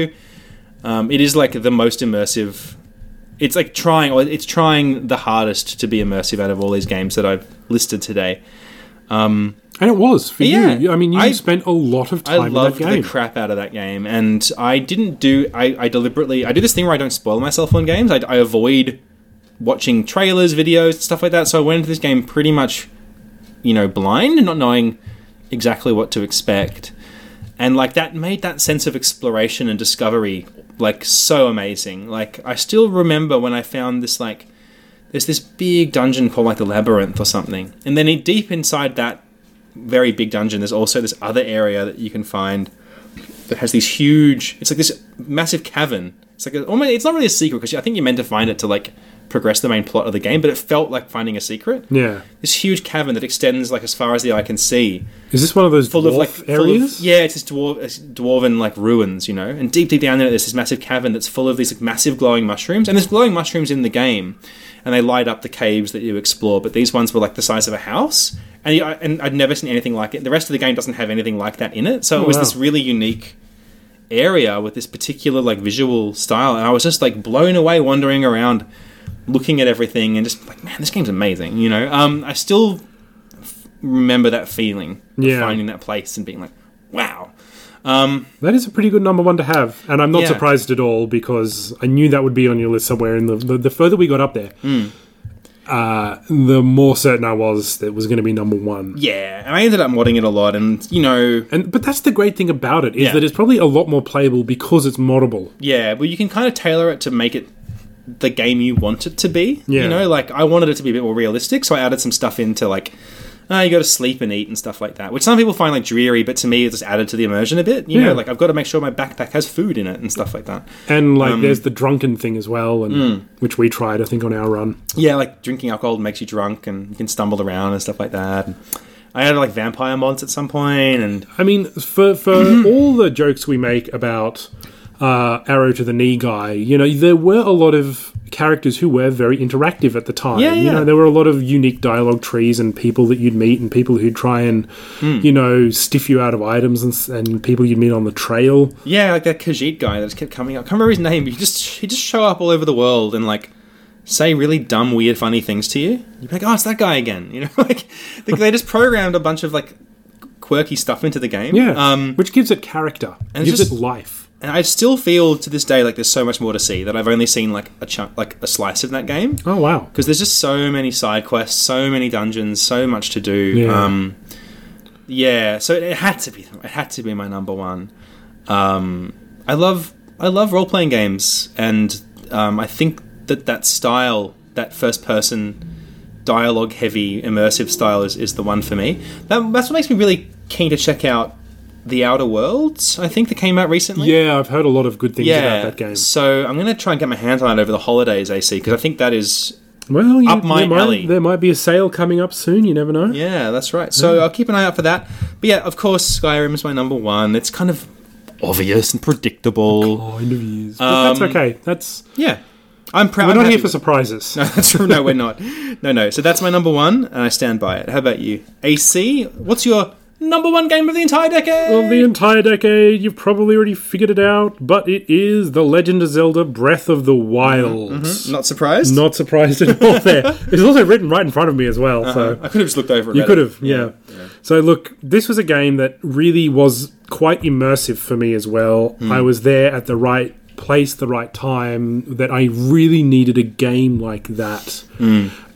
Speaker 3: um, it is like the most immersive it's like trying or it's trying the hardest to be immersive out of all these games that i've listed today
Speaker 2: And it was for
Speaker 3: Yeah.
Speaker 2: you. I mean, you
Speaker 3: I-
Speaker 2: spent a lot of
Speaker 3: i
Speaker 2: time in that
Speaker 3: loved the
Speaker 2: game.
Speaker 3: crap out of that game and i didn't do I, I deliberately i do this thing where i don't spoil myself on games i, I avoid watching trailers videos stuff like that so i went into this game pretty much you know blind and not knowing exactly what to expect and like that made that sense of exploration and discovery like so amazing like i still remember when i found this like there's this big dungeon called like the labyrinth or something and then in- deep inside that very big dungeon there's also this other area that you can find that has these huge it's like this massive cavern it's like a, almost it's not really a secret because i think you're meant to find it to like progress the main plot of the game but it felt like finding a secret
Speaker 2: yeah.
Speaker 3: this huge cavern that extends like as far as the eye can see,
Speaker 2: Is this one of those
Speaker 3: full
Speaker 2: dwarf
Speaker 3: of like full of-
Speaker 2: areas?
Speaker 3: yeah, it's this dwarf, it's dwarven like ruins, you know. And deep, deep down there, there's this massive cavern that's full of these like massive glowing mushrooms, and there's glowing mushrooms in the game, and they light up the caves that you explore. But these ones were like the size of a house, and you, I- and I'd never seen anything like it. The rest of the game doesn't have anything like that in it, so it was
Speaker 2: wow.
Speaker 3: this really unique area with this particular like visual style, and I was just like blown away wandering around. Looking at everything and just like, man, this game's amazing. You know, um, I still remember that feeling of
Speaker 2: Yeah.
Speaker 3: finding that place and being like, Wow.
Speaker 2: That is a pretty good number one to have, and I'm not
Speaker 3: Yeah.
Speaker 2: surprised at all because I knew that would be on your list somewhere. And the the, the further we got up there,
Speaker 3: Hmm.
Speaker 2: uh, the more certain I was that it was going to be number one.
Speaker 3: Yeah, and I ended up modding it a lot, and you know,
Speaker 2: And but that's the great thing about it is
Speaker 3: Yeah.
Speaker 2: that it's probably a lot more playable because it's moddable.
Speaker 3: yeah, but you can kind of tailor it to make it the game you want it to be.
Speaker 2: Yeah.
Speaker 3: You know, like I wanted it to be a bit more realistic, so I added some stuff into like. Uh, you got to sleep and eat and stuff like that, which some people find like dreary, but to me, it just added to the immersion a bit. You
Speaker 2: Yeah.
Speaker 3: know, like I've got to make sure my backpack has food in it and stuff like that.
Speaker 2: And like,
Speaker 3: Um,
Speaker 2: there's the drunken thing as well, and
Speaker 3: hmm.
Speaker 2: which we tried, I think, on our run.
Speaker 3: Yeah, like drinking alcohol makes you drunk and you can stumble around and stuff like that. And I had like vampire mods at some point, and
Speaker 2: I mean, for for
Speaker 3: Mm-hmm.
Speaker 2: all the jokes we make about uh, arrow to the knee guy, you know, there were a lot of characters who were very interactive at the time.
Speaker 3: Yeah,
Speaker 2: You
Speaker 3: yeah.
Speaker 2: know, there were a lot of unique dialogue trees and people that you'd meet and people who'd try and
Speaker 3: Mm.
Speaker 2: you know stiff you out of items and, s- and people you'd meet on the trail.
Speaker 3: yeah, like that Khajiit guy that just kept coming up. I can't remember his name, but he just he just show up all over the world and like say really dumb, weird, funny things to you. You'd be like, oh, it's that guy again. You know, like they, they just programmed a bunch of like quirky stuff into the game.
Speaker 2: Yeah,
Speaker 3: Um,
Speaker 2: which gives it character,
Speaker 3: and it's
Speaker 2: gives
Speaker 3: just-
Speaker 2: it life.
Speaker 3: and I still feel to this day like there's so much more to see that I've only seen like a chunk, like a slice of that game.
Speaker 2: Oh wow!
Speaker 3: because there's just so many side quests, so many dungeons, so much to do.
Speaker 2: Yeah.
Speaker 3: Yeah. Um, yeah, so it, it had to be it had to be my number one. Um, I love I love role playing games, and um, I think that that style, that first person dialogue heavy immersive style, is, is the one for me. That, that's what makes me really keen to check out the Outer Worlds. I think that came out recently.
Speaker 2: Yeah, I've heard a lot of good things about that game.
Speaker 3: So I'm gonna try and get my hands on it over the holidays, AC, because I think that is
Speaker 2: Well, you,
Speaker 3: Up my
Speaker 2: there,
Speaker 3: alley.
Speaker 2: might, there might be a sale coming up soon. You never know.
Speaker 3: Yeah, that's right. So
Speaker 2: Hmm.
Speaker 3: I'll keep an eye out for that. But yeah, of course, Skyrim is my number one. It's kind of obvious and predictable.
Speaker 2: Kind of is, Oh, but
Speaker 3: Um,
Speaker 2: that's okay. That's
Speaker 3: Yeah, I'm proud.
Speaker 2: we're
Speaker 3: I'm
Speaker 2: not
Speaker 3: happy
Speaker 2: here for
Speaker 3: with-
Speaker 2: surprises.
Speaker 3: That's true. No, we're not. No, no. So that's my number one, and I stand by it. How about you, AC? What's your number one game of the entire decade?
Speaker 2: Of the entire decade, you've probably already figured it out, but it is The Legend of Zelda Breath of the Wild.
Speaker 3: not surprised.
Speaker 2: Not surprised at all there. It's also written right in front of me as well, so.
Speaker 3: I could have just looked over. and
Speaker 2: You
Speaker 3: read
Speaker 2: could
Speaker 3: it.
Speaker 2: have, yeah. So look, this was a game that really was quite immersive for me as well. I was there at the right place, the right time. That I really needed a game like that,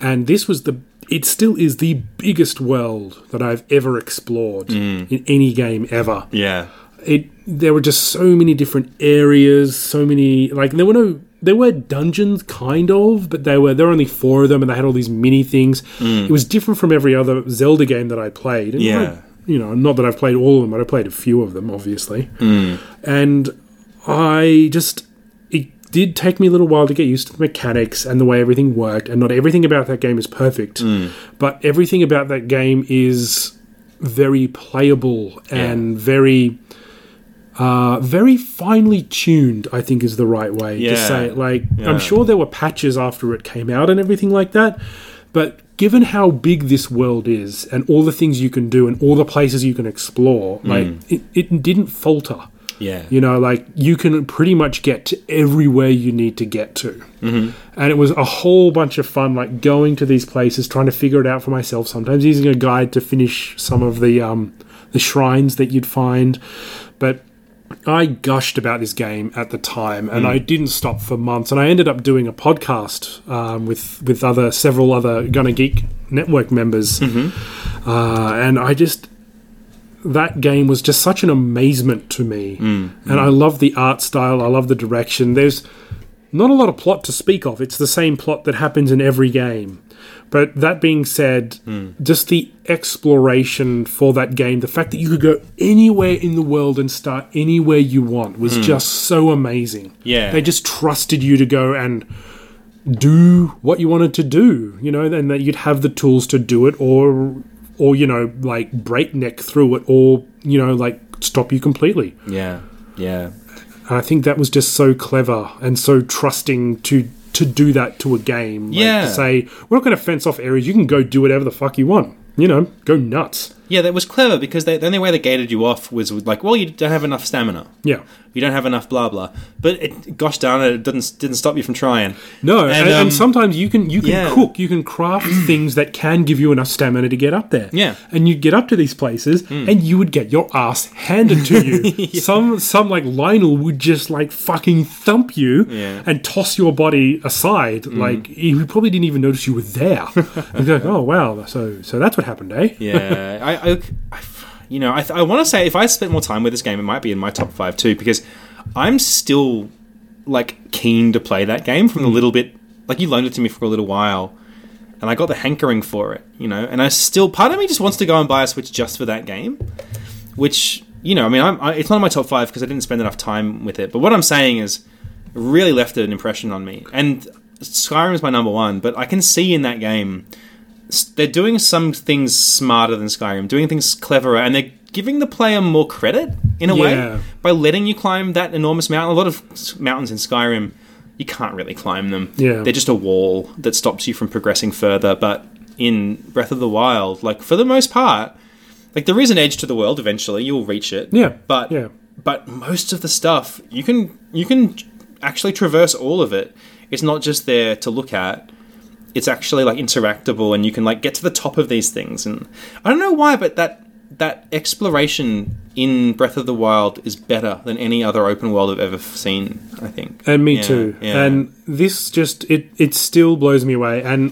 Speaker 2: and this was the. It still is the biggest world that I've ever explored in any game ever
Speaker 3: Yeah.
Speaker 2: it there were just so many different areas, so many like there were no there were dungeons kind of, but they were there were only four of them and they had all these mini things. It was different from every other Zelda game that I played. And
Speaker 3: Yeah.
Speaker 2: I- you know, not that I've played all of them, but I played a few of them, obviously. And I just it did take me a little while to get used to the mechanics and the way everything worked, and not everything about that game is perfect,
Speaker 3: Mm.
Speaker 2: but everything about that game is very playable and very uh, very finely tuned, I think is the right way to
Speaker 3: Yeah.
Speaker 2: say it. Like,
Speaker 3: Yeah.
Speaker 2: I'm sure there were patches after it came out and everything like that, but given how big this world is and all the things you can do and all the places you can explore,
Speaker 3: Mm.
Speaker 2: like, it, it didn't falter.
Speaker 3: Yeah.
Speaker 2: You know, like, you can pretty much get to everywhere you need to get to. And it was a whole bunch of fun, like, going to these places, trying to figure it out for myself, sometimes using a guide to finish some of the, um, the shrines that you'd find. But I gushed about this game at the time, and I didn't stop for months. And I ended up doing a podcast um, with with other several other Gunner Geek network members, uh, and I just that game was just such an amazement to me. And I love the art style. I love the direction. There's not a lot of plot to speak of. It's the same plot that happens in every game. But that being said, just the exploration for that game, the fact that you could go anywhere in the world and start anywhere you want was just so amazing.
Speaker 3: Yeah.
Speaker 2: They just trusted you to go and do what you wanted to do, you know, and that you'd have the tools to do it or or you know, like breakneck through it or, you know, like stop you completely.
Speaker 3: Yeah. Yeah.
Speaker 2: And I think that was just so clever and so trusting to to do that to a game. Like,
Speaker 3: Yeah.
Speaker 2: To say, we're not going to fence off areas. You can go do whatever the fuck you want. You know, go nuts.
Speaker 3: Yeah, that was clever because they, the only way they gated you off was with like, well, you don't have enough stamina.
Speaker 2: Yeah.
Speaker 3: You don't have enough blah blah. But it, gosh darn it, it didn't didn't stop you from trying.
Speaker 2: No, and, and,
Speaker 3: um,
Speaker 2: sometimes you can you can
Speaker 3: yeah.
Speaker 2: cook, you can craft things that can give you enough stamina to get up there.
Speaker 3: Yeah. Mm.
Speaker 2: and you'd get up to these places, and you would get your ass handed to you. Some some like Lionel would just like fucking thump you
Speaker 3: Yeah. Mm.
Speaker 2: and toss your body aside. Like he probably didn't even notice you were there. and you're like, oh wow, so so that's what happened, eh?
Speaker 3: yeah, I, I, I- you know, I, I want to say if I spent more time with this game, it might be in my top five too because I'm still like keen to play that game from the little bit. Like you loaned it to me for a little while, and I got the hankering for it, you know. And I still, part of me just wants to go and buy a Switch just for that game, which you know, I mean, I'm, I, it's not in my top five because I didn't spend enough time with it. But what I'm saying is, it really left an impression on me. And Skyrim is my number one, but I can see in that game s- they're doing some things smarter than Skyrim, doing things cleverer, and they're giving the player more credit in a
Speaker 2: Yeah.
Speaker 3: way by letting you climb that enormous mountain. A lot of s- mountains in Skyrim, you can't really climb them.
Speaker 2: Yeah.
Speaker 3: they're just a wall that stops you from progressing further. But in Breath of the Wild, like for the most part, like there is an edge to the world. Eventually, you'll reach it.
Speaker 2: Yeah,
Speaker 3: but
Speaker 2: yeah.
Speaker 3: but most of the stuff you can you can actually traverse all of it. It's not just there to look at. It's actually like interactable, and you can like get to the top of these things. And I don't know why, but that that exploration in Breath of the Wild is better than any other open world I've ever seen. I think.
Speaker 2: and me
Speaker 3: Yeah,
Speaker 2: too.
Speaker 3: yeah.
Speaker 2: And this just it it still blows me away. And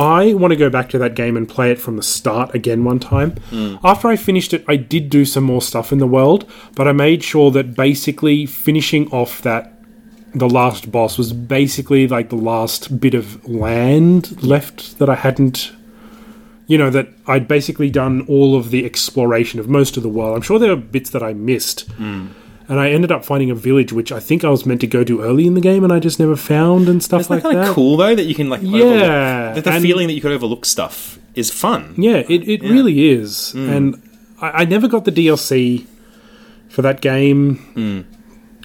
Speaker 2: I want to go back to that game and play it from the start again one time.
Speaker 3: Hmm.
Speaker 2: After I finished it, I did do some more stuff in the world, but I made sure that basically finishing off that the last boss was basically like the last bit of land left that I hadn't you know that I'd basically done all of the exploration of most of the world. I'm sure there are bits that I missed.
Speaker 3: Hmm.
Speaker 2: And I ended up finding a village which I think I was meant to go to early in the game and I just never found and stuff
Speaker 3: Isn't that
Speaker 2: like
Speaker 3: kind of
Speaker 2: that.
Speaker 3: cool though that you can like
Speaker 2: Yeah,
Speaker 3: overlook, that the
Speaker 2: and-
Speaker 3: feeling that you could overlook stuff is fun.
Speaker 2: Yeah, it, it really is.
Speaker 3: Hmm.
Speaker 2: And I, I never got the DLC for that game.
Speaker 3: Hmm.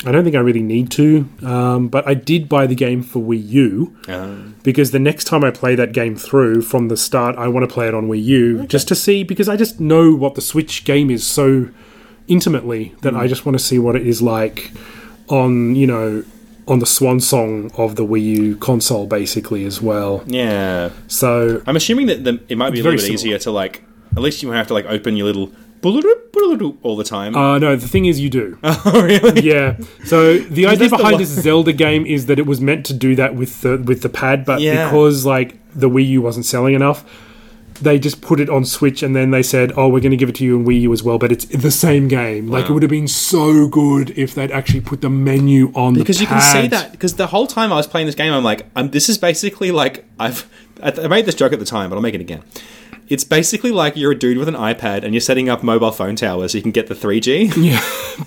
Speaker 2: I don't think I really need to. Um, but I did buy the game for Wii U
Speaker 3: Um,
Speaker 2: because the next time I play that game through from the start, I want to play it on Wii U just to see because I just know what the Switch game is so intimately that I just want to see what it is like on, you know, on the swan song of the Wii U console basically as well.
Speaker 3: yeah.
Speaker 2: So
Speaker 3: I'm assuming that the, it might be a
Speaker 2: very
Speaker 3: little bit
Speaker 2: similar.
Speaker 3: easier to like. At least you won't have to like open your little boolodoop, boolodoop all the time.
Speaker 2: uh, no, the thing is you do.
Speaker 3: oh really?
Speaker 2: Yeah. So the idea
Speaker 3: that's the
Speaker 2: behind
Speaker 3: one-
Speaker 2: this Zelda game is that it was meant to do that with the with the pad, but
Speaker 3: Yeah.
Speaker 2: because like the Wii U wasn't selling enough, they just put it on Switch, and then they said, "Oh, we're going to give it to you in Wii U as well." But it's the same game. Like it would have been so good if they'd actually put the menu on
Speaker 3: Because
Speaker 2: the
Speaker 3: you can see
Speaker 2: pad.
Speaker 3: that. Because the whole time I was playing this game, I'm like, i this is basically like I've. I, I made this joke at the time, but I'll make it again. It's basically like you're a dude with an iPad and you're setting up mobile phone towers so you can get the 3G.
Speaker 2: Yeah,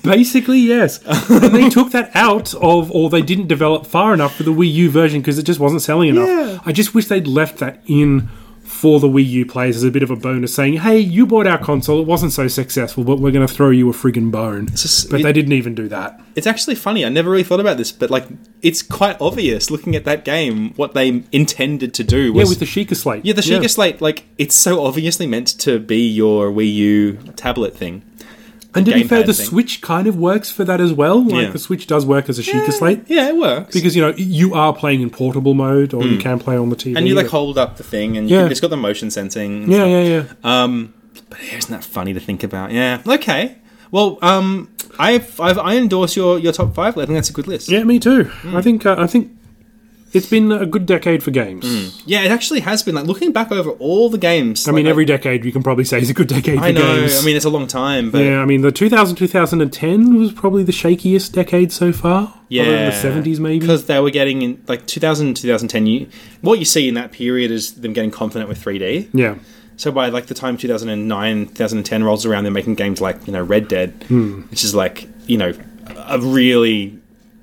Speaker 2: basically yes. and they took that out of, or they didn't develop far enough for the Wii U version because it just wasn't selling enough.
Speaker 3: Yeah.
Speaker 2: I just wish they'd left that in for the Wii U players as a bit of a bonus, saying, "Hey, you bought our console. It wasn't so successful, but we're going to throw you a friggin' bone."
Speaker 3: just-
Speaker 2: but
Speaker 3: it-
Speaker 2: they didn't even do that.
Speaker 3: It's actually funny. I never really thought about this, but like, it's quite obvious looking at that game what they intended to do
Speaker 2: Yeah,
Speaker 3: was
Speaker 2: with the Sheikah slate.
Speaker 3: Yeah, the Sheikah Slate, like, it's so obviously meant to be your Wii U tablet thing.
Speaker 2: And to be
Speaker 3: gamepad
Speaker 2: fair, the
Speaker 3: thing.
Speaker 2: Switch kind of works for that as well. Like
Speaker 3: Yeah.
Speaker 2: the Switch does work as a Sheikah slate
Speaker 3: Yeah, it works.
Speaker 2: because you know you are playing in portable mode, or you can play on the TV.
Speaker 3: Mm. and you, like, hold up the thing, and you
Speaker 2: Yeah.
Speaker 3: can, it's got the motion sensing. and
Speaker 2: yeah,
Speaker 3: stuff.
Speaker 2: yeah, yeah.
Speaker 3: But isn't that funny to think about? Yeah. Okay. Well, um, I've, I've, I endorse your, your top five. I think that's a good list.
Speaker 2: Yeah, me too.
Speaker 3: Hmm.
Speaker 2: I think uh, I think it's been a good decade for games.
Speaker 3: Yeah, it actually has been. Like, looking back over all the games.
Speaker 2: I mean,
Speaker 3: like,
Speaker 2: every decade you can probably say is a good decade
Speaker 3: I
Speaker 2: for
Speaker 3: know.
Speaker 2: games.
Speaker 3: I mean, it's a long time, but.
Speaker 2: yeah, I mean, the 2000 2010 was probably the shakiest decade so far. Other than the seventies maybe.
Speaker 3: Because they were getting in, like, 2000 2010. You, what you see in that period is them getting confident with 3D.
Speaker 2: Yeah,
Speaker 3: So by like the time 2009, 2010 rolls around, they're making games like you know Red Dead, which is like you know a really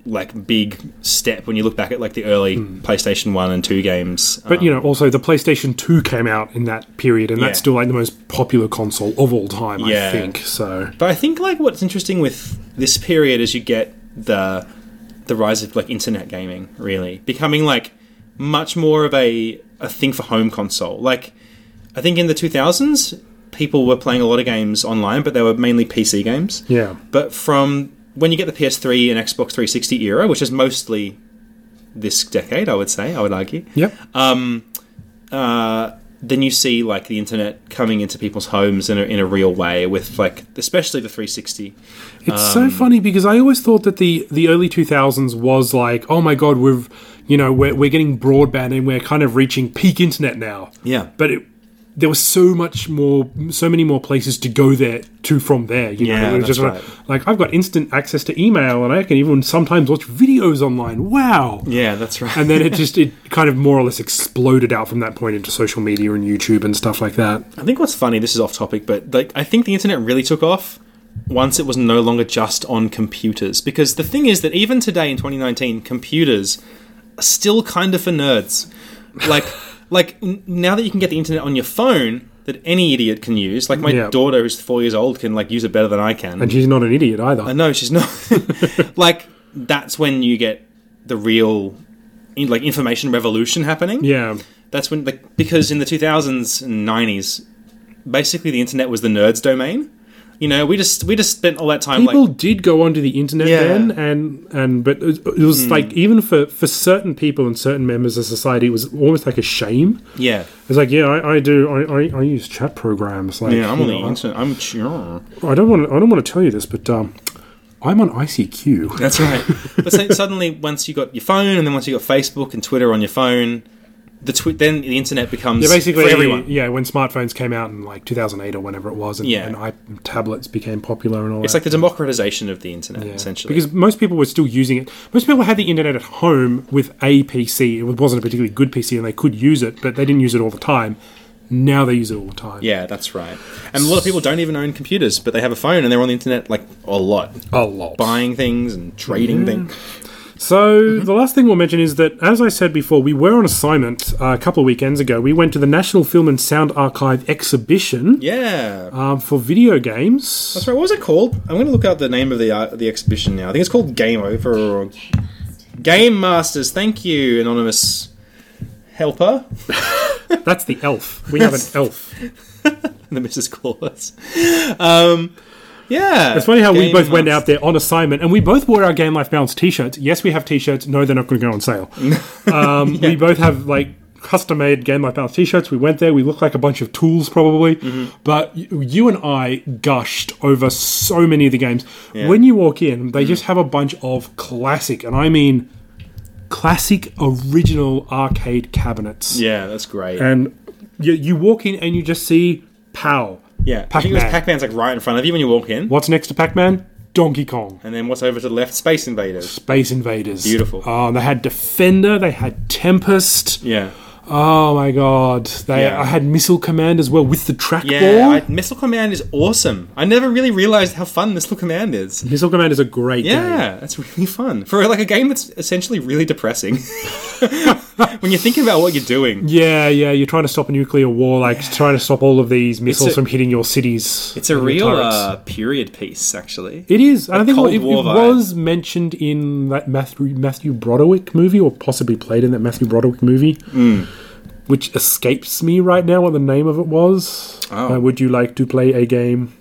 Speaker 3: like big step when you look back at like the early PlayStation One and Two games.
Speaker 2: but you know, also the PlayStation Two came out in that period, and
Speaker 3: Yeah.
Speaker 2: that's still like the most popular console of all time.
Speaker 3: Yeah.
Speaker 2: I think so.
Speaker 3: But I think like what's interesting with this period is you get the the rise of like internet gaming really becoming like much more of a a thing for home console. Like I think in the 2000s people were playing a lot of games online, but they were mainly PC games.
Speaker 2: Yeah.
Speaker 3: But from when you get the PS3 and Xbox 360 era, which is mostly this decade, I would say, I would argue,
Speaker 2: Yep.
Speaker 3: then you see like the internet coming into people's homes in a, in a real way with like, especially the 360.
Speaker 2: It's
Speaker 3: Um,
Speaker 2: so funny because I always thought that the the early 2000s was like, oh my god, we've you know we're we're getting broadband and we're kind of reaching peak internet now.
Speaker 3: Yeah.
Speaker 2: But it, there was so much more, so many more places to go there to from there. You
Speaker 3: Yeah,
Speaker 2: know, it was
Speaker 3: that's
Speaker 2: just like-
Speaker 3: right.
Speaker 2: like I've got instant access to email and I can even sometimes watch videos online. Wow.
Speaker 3: Yeah, that's right.
Speaker 2: And then it just it kind of more or less exploded out from that point into social media and YouTube and stuff like that.
Speaker 3: I think what's funny, this is off topic, but like I think the internet really took off once it was no longer just on computers. Because the thing is that even today in 2019, computers are still kind of for nerds. Like, like n- now that you can get the internet on your phone that any idiot can use, like my
Speaker 2: Yeah.
Speaker 3: daughter who's four years old can like use it better than I can.
Speaker 2: And she's not an idiot either.
Speaker 3: Uh, no, she's not. like that's when you get the real in- like information revolution happening.
Speaker 2: yeah.
Speaker 3: That's when, like, because in the 2000s and 90s, basically the internet was the nerds' domain. You know, we just we just spent all that time
Speaker 2: people
Speaker 3: like
Speaker 2: did go onto the internet
Speaker 3: Yeah. Hmm.
Speaker 2: then and and but it was, it was like even for for certain people and certain members of society it was almost like a shame
Speaker 3: yeah
Speaker 2: it's like yeah i, I do I, I i use chat programs like
Speaker 3: yeah I'm
Speaker 2: you
Speaker 3: on the
Speaker 2: know,
Speaker 3: internet I'm sure
Speaker 2: i don't want i don't want to tell you this but um i'm on icq
Speaker 3: that's right. but so, suddenly once you got your phone and then once you got Facebook and Twitter on your phone, the twi- then the internet becomes
Speaker 2: yeah, basically
Speaker 3: for everyone.
Speaker 2: yeah when smartphones came out in like 2008 or whenever it was and,
Speaker 3: Yeah.
Speaker 2: and i tablets became popular and all
Speaker 3: It's
Speaker 2: that
Speaker 3: like the democratization of the internet
Speaker 2: Yeah.
Speaker 3: essentially.
Speaker 2: Because most people were still using it. Most people had the internet at home with a PC. It wasn't a particularly good PC and they could use it, but they didn't use it all the time. Now they use it all the time.
Speaker 3: yeah, that's right. And a lot of people don't even own computers, but they have a phone and they're on the internet like a lot,
Speaker 2: A lot.
Speaker 3: buying things and trading things.
Speaker 2: So
Speaker 3: Mm-hmm.
Speaker 2: the last thing we'll mention is that, as I said before, we were on assignment uh, a couple of weekends ago. We went to the National Film and Sound Archive exhibition
Speaker 3: Yeah,
Speaker 2: um, for video games.
Speaker 3: That's right. What was it called? I'm going to look up the name of the uh, the exhibition now. I think it's called Game Over or Game Masters. Thank you, anonymous helper,
Speaker 2: That's the elf. We have an elf.
Speaker 3: the Mrs. Claus. Um, yeah,
Speaker 2: It's funny how we
Speaker 3: Game
Speaker 2: both went out
Speaker 3: Masters.
Speaker 2: there on assignment and we both wore our Game Life Balance t shirts. Yes, we have t shirts. No, they're not going to go on sale. Um, We both have like custom made Game Life Balance t shirts. We went there. We look like a bunch of tools probably. But y- you and I gushed over so many of the games. When you walk in, they just have a bunch of classic, and I mean classic original arcade cabinets.
Speaker 3: Yeah, that's great.
Speaker 2: And you, you walk in and you just see POW.
Speaker 3: yeah, I think it was
Speaker 2: Pac-Man.
Speaker 3: Pac-Man's like right in front of you when you walk in,
Speaker 2: What's next to Pac Man? Donkey Kong.
Speaker 3: and then what's over to the left? Space Invaders.
Speaker 2: Space Invaders.
Speaker 3: Beautiful.
Speaker 2: Oh, they had Defender. They had Tempest.
Speaker 3: Yeah,
Speaker 2: Oh my god. They
Speaker 3: Yeah.
Speaker 2: I had Missile Command as well with the trackball.
Speaker 3: yeah. I, Missile Command is awesome. I never really realized how fun Missile Command is.
Speaker 2: Missile Command is a great game.
Speaker 3: Yeah, that's really fun for like a game that's essentially really depressing. when you're thinking about what you're doing,
Speaker 2: Yeah, yeah. You're trying to stop a nuclear war, like trying to stop all of these missiles
Speaker 3: a-
Speaker 2: from hitting your cities.
Speaker 3: it's a
Speaker 2: and your
Speaker 3: real
Speaker 2: turrets.
Speaker 3: uh, period piece, actually.
Speaker 2: It is. And I think
Speaker 3: Cold
Speaker 2: it, it
Speaker 3: War vibe.
Speaker 2: was mentioned in that Matthew, Matthew Broderick movie, or possibly played in that Matthew Broderick movie,
Speaker 3: Hmm.
Speaker 2: which escapes me right now what the name of it was.
Speaker 3: Oh.
Speaker 2: Uh, would you like to play a game?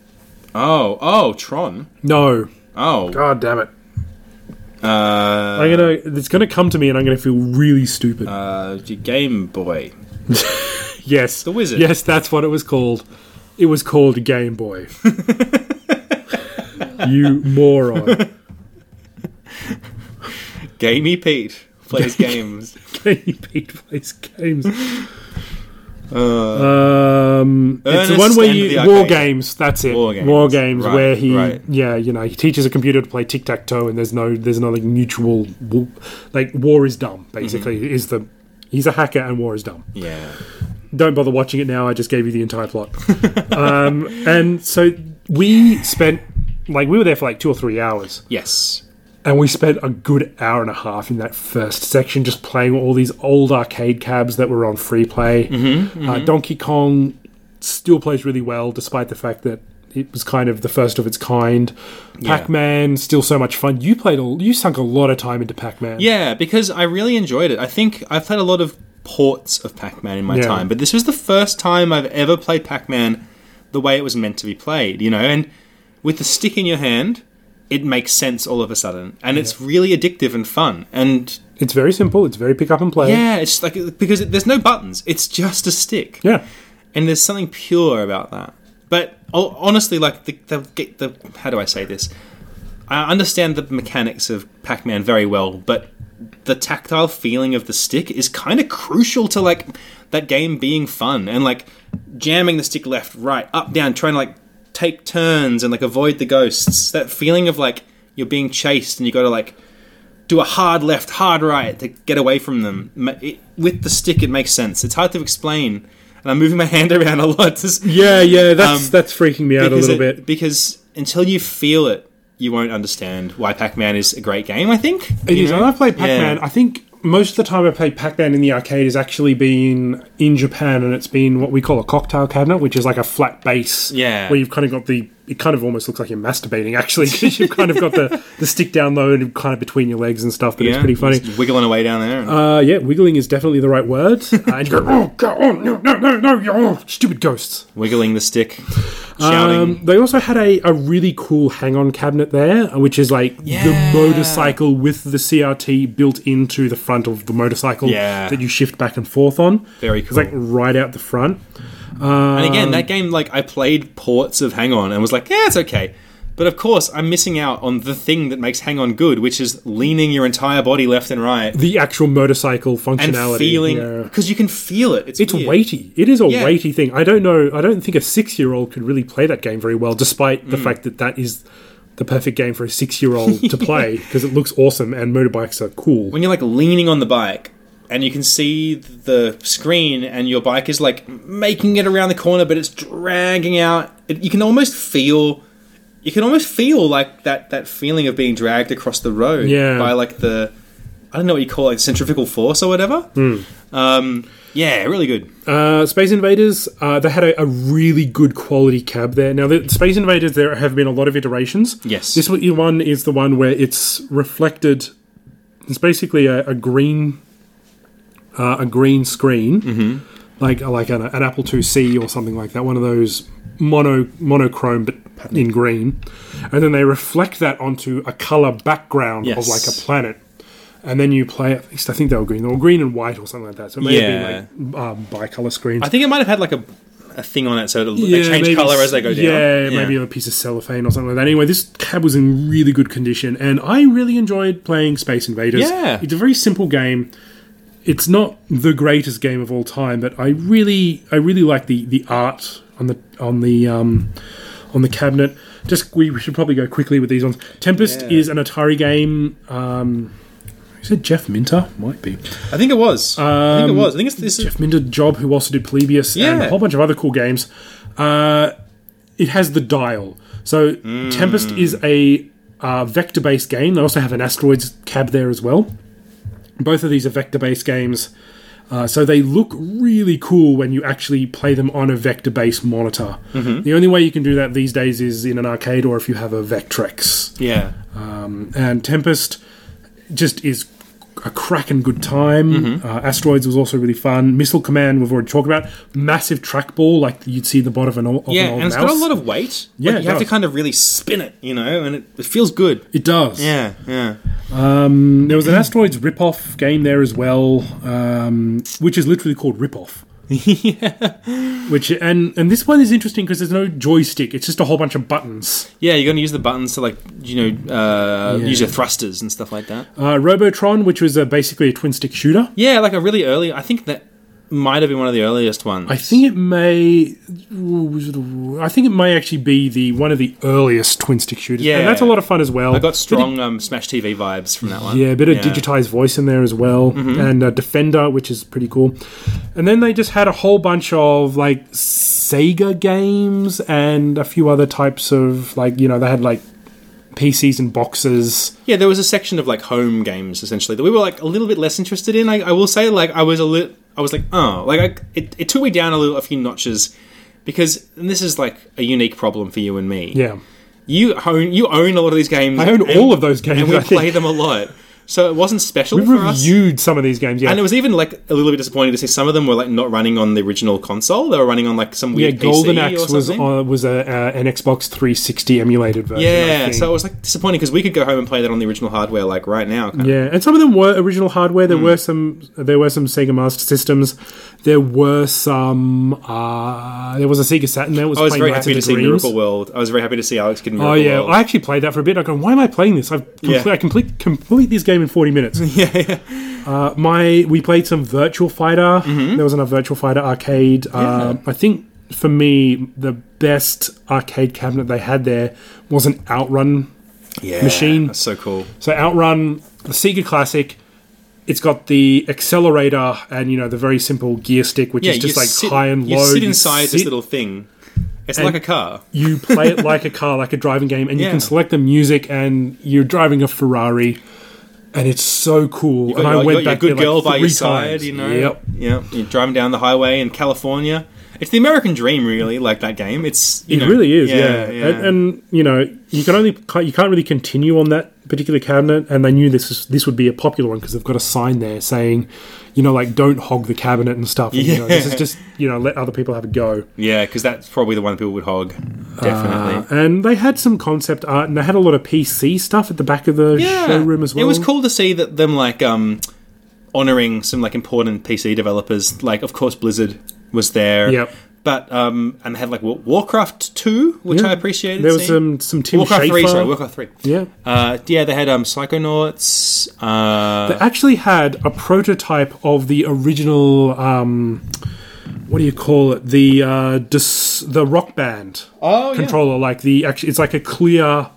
Speaker 3: Oh, oh, Tron.
Speaker 2: No.
Speaker 3: Oh,
Speaker 2: God damn it.
Speaker 3: uh,
Speaker 2: I'm gonna. It's gonna come to me, and I'm gonna feel really stupid.
Speaker 3: uh, your Game Boy.
Speaker 2: yes,
Speaker 3: The Wizard.
Speaker 2: Yes, that's what it was called. It was called Game Boy. you moron.
Speaker 3: Gamey Pete plays games.
Speaker 2: Game Pete plays games. um, it's the
Speaker 3: Uh, Ernest
Speaker 2: one where
Speaker 3: and
Speaker 2: you
Speaker 3: the
Speaker 2: war
Speaker 3: Arcade.
Speaker 2: games. That's it.
Speaker 3: War games.
Speaker 2: War games,
Speaker 3: Right,
Speaker 2: where he,
Speaker 3: right.
Speaker 2: yeah, you know, he teaches a computer to play tic tac toe, and there's no, there's no like mutual, wo- like war is dumb. Basically,
Speaker 3: Mm-hmm.
Speaker 2: is the he's a hacker and war is dumb.
Speaker 3: Yeah,
Speaker 2: don't bother watching it now. I just gave you the entire plot. um, and so we spent like we were there for like two or three hours,
Speaker 3: yes,
Speaker 2: and we spent a good hour and a half in that first section just playing all these old arcade cabs that were on free play. Uh, Donkey Kong still plays really well, despite the fact that it was kind of the first of its kind. Pac Man still so much fun. You played, a, you sunk a lot of time into Pac Man.
Speaker 3: yeah. Because I really enjoyed it. I think I've played a lot of ports of Pac-Man in my
Speaker 2: Yeah.
Speaker 3: time, but this was the first time I've ever played Pac-Man the way it was meant to be played, you know? And with the stick in your hand, it makes sense all of a sudden. And it's really addictive and fun. And
Speaker 2: It's very simple. It's very pick up and play.
Speaker 3: yeah, it's just like because it, there's no buttons, it's just a stick.
Speaker 2: Yeah.
Speaker 3: And there's something pure about that. But ho- honestly, like the, the, get the how do I say this? I understand the mechanics of Pac-Man very well, but the tactile feeling of the stick is kind of crucial to like that game being fun and like jamming the stick left, right, up, down, trying to like take turns and like avoid the ghosts. That feeling of like you're being chased and you got to like do a hard left, hard right to get away from them. Ma- It, with the stick, it makes sense. It's hard to explain, and I'm moving my hand around a lot. to s-
Speaker 2: Yeah, yeah, that's
Speaker 3: Um,
Speaker 2: that's freaking me out a
Speaker 3: because
Speaker 2: little
Speaker 3: it-
Speaker 2: bit.
Speaker 3: because until you feel it, you won't understand why Pac-Man is a great game. I think
Speaker 2: It is. When I play
Speaker 3: Yeah.
Speaker 2: Pac Man, I think most of the time I play Pac Man in the arcade has actually been in Japan, and it's been what we call a cocktail cabinet, which is like a flat base.
Speaker 3: Yeah.
Speaker 2: Where you've kind of got the. It kind of almost looks like you're masturbating, actually, because you've kind of got the, the stick down low and kind of between your legs and stuff, but it's
Speaker 3: Yeah,
Speaker 2: pretty funny.
Speaker 3: just wiggling away down there. And,
Speaker 2: Uh, yeah, wiggling is definitely the right word. Uh, and you go, oh, go on, no, no, no, no, you- oh, stupid ghosts.
Speaker 3: wiggling the stick, shouting.
Speaker 2: Um, they also had a, a really cool hang on cabinet there, which is like
Speaker 3: Yeah.
Speaker 2: the motorcycle with the CRT built into the front of the motorcycle
Speaker 3: Yeah.
Speaker 2: that you shift back and forth on.
Speaker 3: Very
Speaker 2: It's like
Speaker 3: cool.
Speaker 2: right out the front.
Speaker 3: and again,
Speaker 2: um,
Speaker 3: that game, like I played ports of Hang On and was like, yeah, it's okay. But of course, I'm missing out on the thing that makes Hang On good, which is leaning your entire body left and right
Speaker 2: The actual motorcycle
Speaker 3: and
Speaker 2: functionality.
Speaker 3: feeling
Speaker 2: yeah.
Speaker 3: because you can feel it. It's
Speaker 2: It's
Speaker 3: weird.
Speaker 2: weighty. It is a
Speaker 3: Yeah.
Speaker 2: weighty thing. I don't know. I don't think a six-year-old could really play that game very well, despite
Speaker 3: Mm.
Speaker 2: the fact that that is the perfect game for a six-year-old to play because it looks awesome and motorbikes are cool.
Speaker 3: when you're like leaning on the bike and you can see the screen and your bike is like making it around the corner but it's dragging out it, you can almost feel you can almost feel like that that feeling of being dragged across the road
Speaker 2: Yeah.
Speaker 3: by like the i don't know what you call it like centrifugal force or whatever
Speaker 2: Hmm.
Speaker 3: um, yeah really good
Speaker 2: Uh, Space Invaders, uh, they had a, a really good quality cab there. Now, the Space Invaders, there have been a lot of iterations.
Speaker 3: Yes.
Speaker 2: This one- one is the one where it's reflected. It's basically a, a green, uh, a green screen,
Speaker 3: Mm-hmm.
Speaker 2: like like an, an Apple IIc or something like that. One of those mono monochrome, but in green, and then they reflect that onto a color background
Speaker 3: Yes.
Speaker 2: of like a planet. And then you play. At least I think they were green. They were green and white or something like that. So it may
Speaker 3: Yeah.
Speaker 2: have been like um, bicolor screens
Speaker 3: i think it might have had like a a thing on it so it'll, they change
Speaker 2: maybe
Speaker 3: color
Speaker 2: s-
Speaker 3: as they go down
Speaker 2: Yeah, maybe a piece of cellophane or something like that. Anyway, this cab was in really good condition, and I really enjoyed playing Space Invaders.
Speaker 3: Yeah.
Speaker 2: it's a very simple game. It's not the greatest game of all time, but I really, I really like the the art on the on the um, on the cabinet. Just we should probably go quickly with these ones. Tempest
Speaker 3: Yeah.
Speaker 2: is an Atari game. Um, is it Jeff Minter? Might be.
Speaker 3: i think it was i
Speaker 2: Um,
Speaker 3: think it was i think it's this is
Speaker 2: Jeff Minder Job, who also did Polybius and
Speaker 3: Yeah.
Speaker 2: a whole bunch of other cool games. Uh, it has the dial. So Tempest is a uh, vector based game. They also have an asteroids cab there as well. Both of these are vector based games. Uh, so they look really cool when you actually play them on a vector based monitor. The only way you can do that these days is in an arcade or if you have a Vectrex
Speaker 3: yeah
Speaker 2: and Tempest just is a cracking good time.
Speaker 3: Mm-hmm.
Speaker 2: Uh, Asteroids was also really fun. Missile Command we've already talked about. Massive trackball like you'd see the bottom of an old, of an
Speaker 3: Yeah,
Speaker 2: old
Speaker 3: and it's
Speaker 2: mouse.
Speaker 3: got a lot of weight.
Speaker 2: Yeah,
Speaker 3: Like,
Speaker 2: it
Speaker 3: you have to
Speaker 2: does.
Speaker 3: kind of really spin it, you know, and it, it feels good.
Speaker 2: it does.
Speaker 3: Yeah, yeah.
Speaker 2: Mm, There was an Asteroids ripoff game there as well, um, which is literally called Ripoff. yeah. Which and and this one is interesting because there's no joystick. It's just a whole bunch of buttons.
Speaker 3: Yeah, you're going to use the buttons to like, you know, uh,
Speaker 2: Yeah.
Speaker 3: use your thrusters and stuff like that.
Speaker 2: Uh, Robotron, which was uh, basically a twin stick shooter.
Speaker 3: Yeah, like a really early. I think that might have been one of the earliest ones.
Speaker 2: I think it may. I think it may actually be the one of the earliest twin stick shooters.
Speaker 3: Yeah.
Speaker 2: and that's a lot of fun as well.
Speaker 3: I got strong um, Smash TV vibes from that one.
Speaker 2: yeah, a bit of digitized voice in there as well,
Speaker 3: Mm-hmm.
Speaker 2: and uh, Defender, which is pretty cool. And then they just had a whole bunch of like Sega games and a few other types of like you know they had like PCs and boxes.
Speaker 3: Yeah, there was a section of like home games essentially that we were like a little bit less interested in. I, I will say, like, I was a little, I was like, oh, like I, it, it took me down a little, a few notches, because and this is like a unique problem for you and me.
Speaker 2: Yeah,
Speaker 3: You own you own a lot of these games.
Speaker 2: I own all of those games,
Speaker 3: and we
Speaker 2: I think.
Speaker 3: play them a lot. So it wasn't special
Speaker 2: We
Speaker 3: for us.
Speaker 2: reviewed some of these games, yeah.
Speaker 3: And it was even like a little bit disappointing to see some of them were like not running on the original console. They were running on like some
Speaker 2: yeah,
Speaker 3: weird
Speaker 2: Golden
Speaker 3: PC
Speaker 2: Axe
Speaker 3: or
Speaker 2: was
Speaker 3: something.
Speaker 2: on, was a, uh, an Xbox 360 emulated version. I
Speaker 3: yeah,
Speaker 2: think.
Speaker 3: so it was like disappointing because we could go home and play that on the original hardware like right now. Kind
Speaker 2: Yeah, and some of them were original hardware.
Speaker 3: Hmm.
Speaker 2: There were some. There were some Sega Master Systems. There were some. Uh, there was a Sega Saturn. There was.
Speaker 3: I was
Speaker 2: playing
Speaker 3: Oh, very
Speaker 2: Nights of
Speaker 3: happy to
Speaker 2: the
Speaker 3: see
Speaker 2: Dreams.
Speaker 3: Miracle World. I was very happy to see Alex get Miracle
Speaker 2: Oh yeah,
Speaker 3: World.
Speaker 2: I actually played that for a bit. I go, why am I playing this? I've complete,
Speaker 3: Yeah.
Speaker 2: I complete complete this game in forty minutes.
Speaker 3: yeah, yeah.
Speaker 2: Uh, my we played some Virtual Fighter.
Speaker 3: Mm-hmm.
Speaker 2: There was another Virtual Fighter arcade. Uh, I think for me the best arcade cabinet they had there was an Outrun
Speaker 3: Yeah,
Speaker 2: Machine.
Speaker 3: That's so cool.
Speaker 2: So Outrun, the Sega Classic, it's got the accelerator and you know the very simple gear stick, which
Speaker 3: Yeah,
Speaker 2: is just
Speaker 3: you
Speaker 2: like
Speaker 3: sit,
Speaker 2: high and low.
Speaker 3: You sit inside
Speaker 2: sit-
Speaker 3: this little thing. It's like a car.
Speaker 2: You play it like a car, like a driving game, and you
Speaker 3: Yeah.
Speaker 2: can select the music, and you're driving a Ferrari, and it's so cool. and I
Speaker 3: your,
Speaker 2: went
Speaker 3: you got your
Speaker 2: back
Speaker 3: good
Speaker 2: there
Speaker 3: girl
Speaker 2: like
Speaker 3: by
Speaker 2: three
Speaker 3: your
Speaker 2: times.
Speaker 3: side, you know.
Speaker 2: Yep.
Speaker 3: Yeah. You're driving down the highway in California. It's the American dream, really. Like that game. It's you
Speaker 2: It
Speaker 3: know,
Speaker 2: really is, yeah.
Speaker 3: yeah.
Speaker 2: And, and you know, you can only can't- you can't really continue on that particular cabinet. And they knew this was, this would be a popular one because they've got a sign there saying, you know, like don't hog the cabinet and stuff. And, You know, this is
Speaker 3: Yeah.
Speaker 2: just you know let other people have a go.
Speaker 3: Yeah, because that's probably the one people would hog.
Speaker 2: Uh,
Speaker 3: Definitely.
Speaker 2: And they had some concept art and they had a lot of PC stuff at the back of the
Speaker 3: yeah.
Speaker 2: showroom as well.
Speaker 3: It was cool to see that them like um honoring some like important PC developers. Like of course Blizzard was there.
Speaker 2: Yep.
Speaker 3: But um and they had like Wa- Warcraft two, which
Speaker 2: Yeah.
Speaker 3: I appreciated.
Speaker 2: There was um,
Speaker 3: seeing.
Speaker 2: some some Tim
Speaker 3: Warcraft three,
Speaker 2: Schafer.
Speaker 3: sorry, Warcraft three.
Speaker 2: yeah.
Speaker 3: Uh, yeah, they had um, Psychonauts. Uh,
Speaker 2: They actually had a prototype of the original. Um, what do you call it? The uh, dis- the rock band
Speaker 3: Oh, yeah.
Speaker 2: controller, like the actually, it's like a clear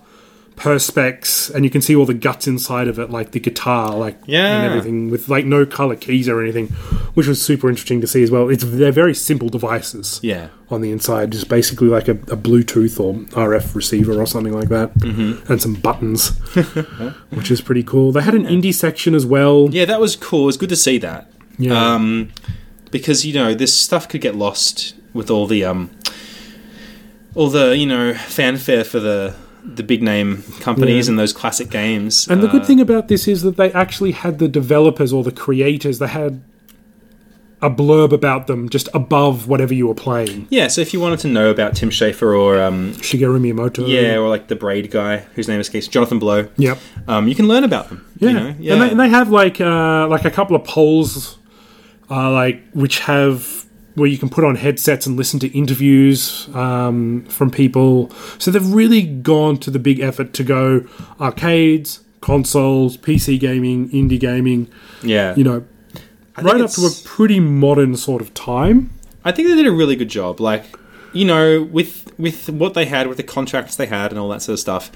Speaker 2: perspex, and you can see all the guts inside of it, like the guitar, like
Speaker 3: Yeah.
Speaker 2: and everything, with like no color keys or anything, which was super interesting to see as well. It's they're very simple devices,
Speaker 3: Yeah.
Speaker 2: on the inside, just basically like a, a Bluetooth or RF receiver or something like that,
Speaker 3: Mm-hmm.
Speaker 2: and some buttons, which is pretty cool. They had an indie section as well.
Speaker 3: Yeah, that was cool. It was good to see that.
Speaker 2: Yeah.
Speaker 3: Um, because you know this stuff could get lost with all the um, all the you know fanfare for the the big name companies
Speaker 2: Yeah.
Speaker 3: and those classic games.
Speaker 2: And the
Speaker 3: Uh,
Speaker 2: good thing about this is that they actually had the developers or the creators, they had a blurb about them just above whatever you were playing.
Speaker 3: yeah. So if you wanted to know about Tim Schafer or um,
Speaker 2: Shigeru Miyamoto.
Speaker 3: yeah, or like the Braid guy whose name escapes Jonathan Blow,
Speaker 2: Yep.
Speaker 3: um, you can learn about them.
Speaker 2: Yeah.
Speaker 3: You know? Yeah.
Speaker 2: And, they, and they have like uh, like a couple of polls uh, like which have where you can put on headsets and listen to interviews um, from people. So they've really gone to the big effort to go arcades, consoles, PC gaming, indie gaming,
Speaker 3: yeah.
Speaker 2: you know,
Speaker 3: think
Speaker 2: right up to a
Speaker 3: it's-
Speaker 2: pretty modern sort of time.
Speaker 3: I think they did a really good job. Like, you know, with with what they had, with the contracts they had, and all that sort of stuff,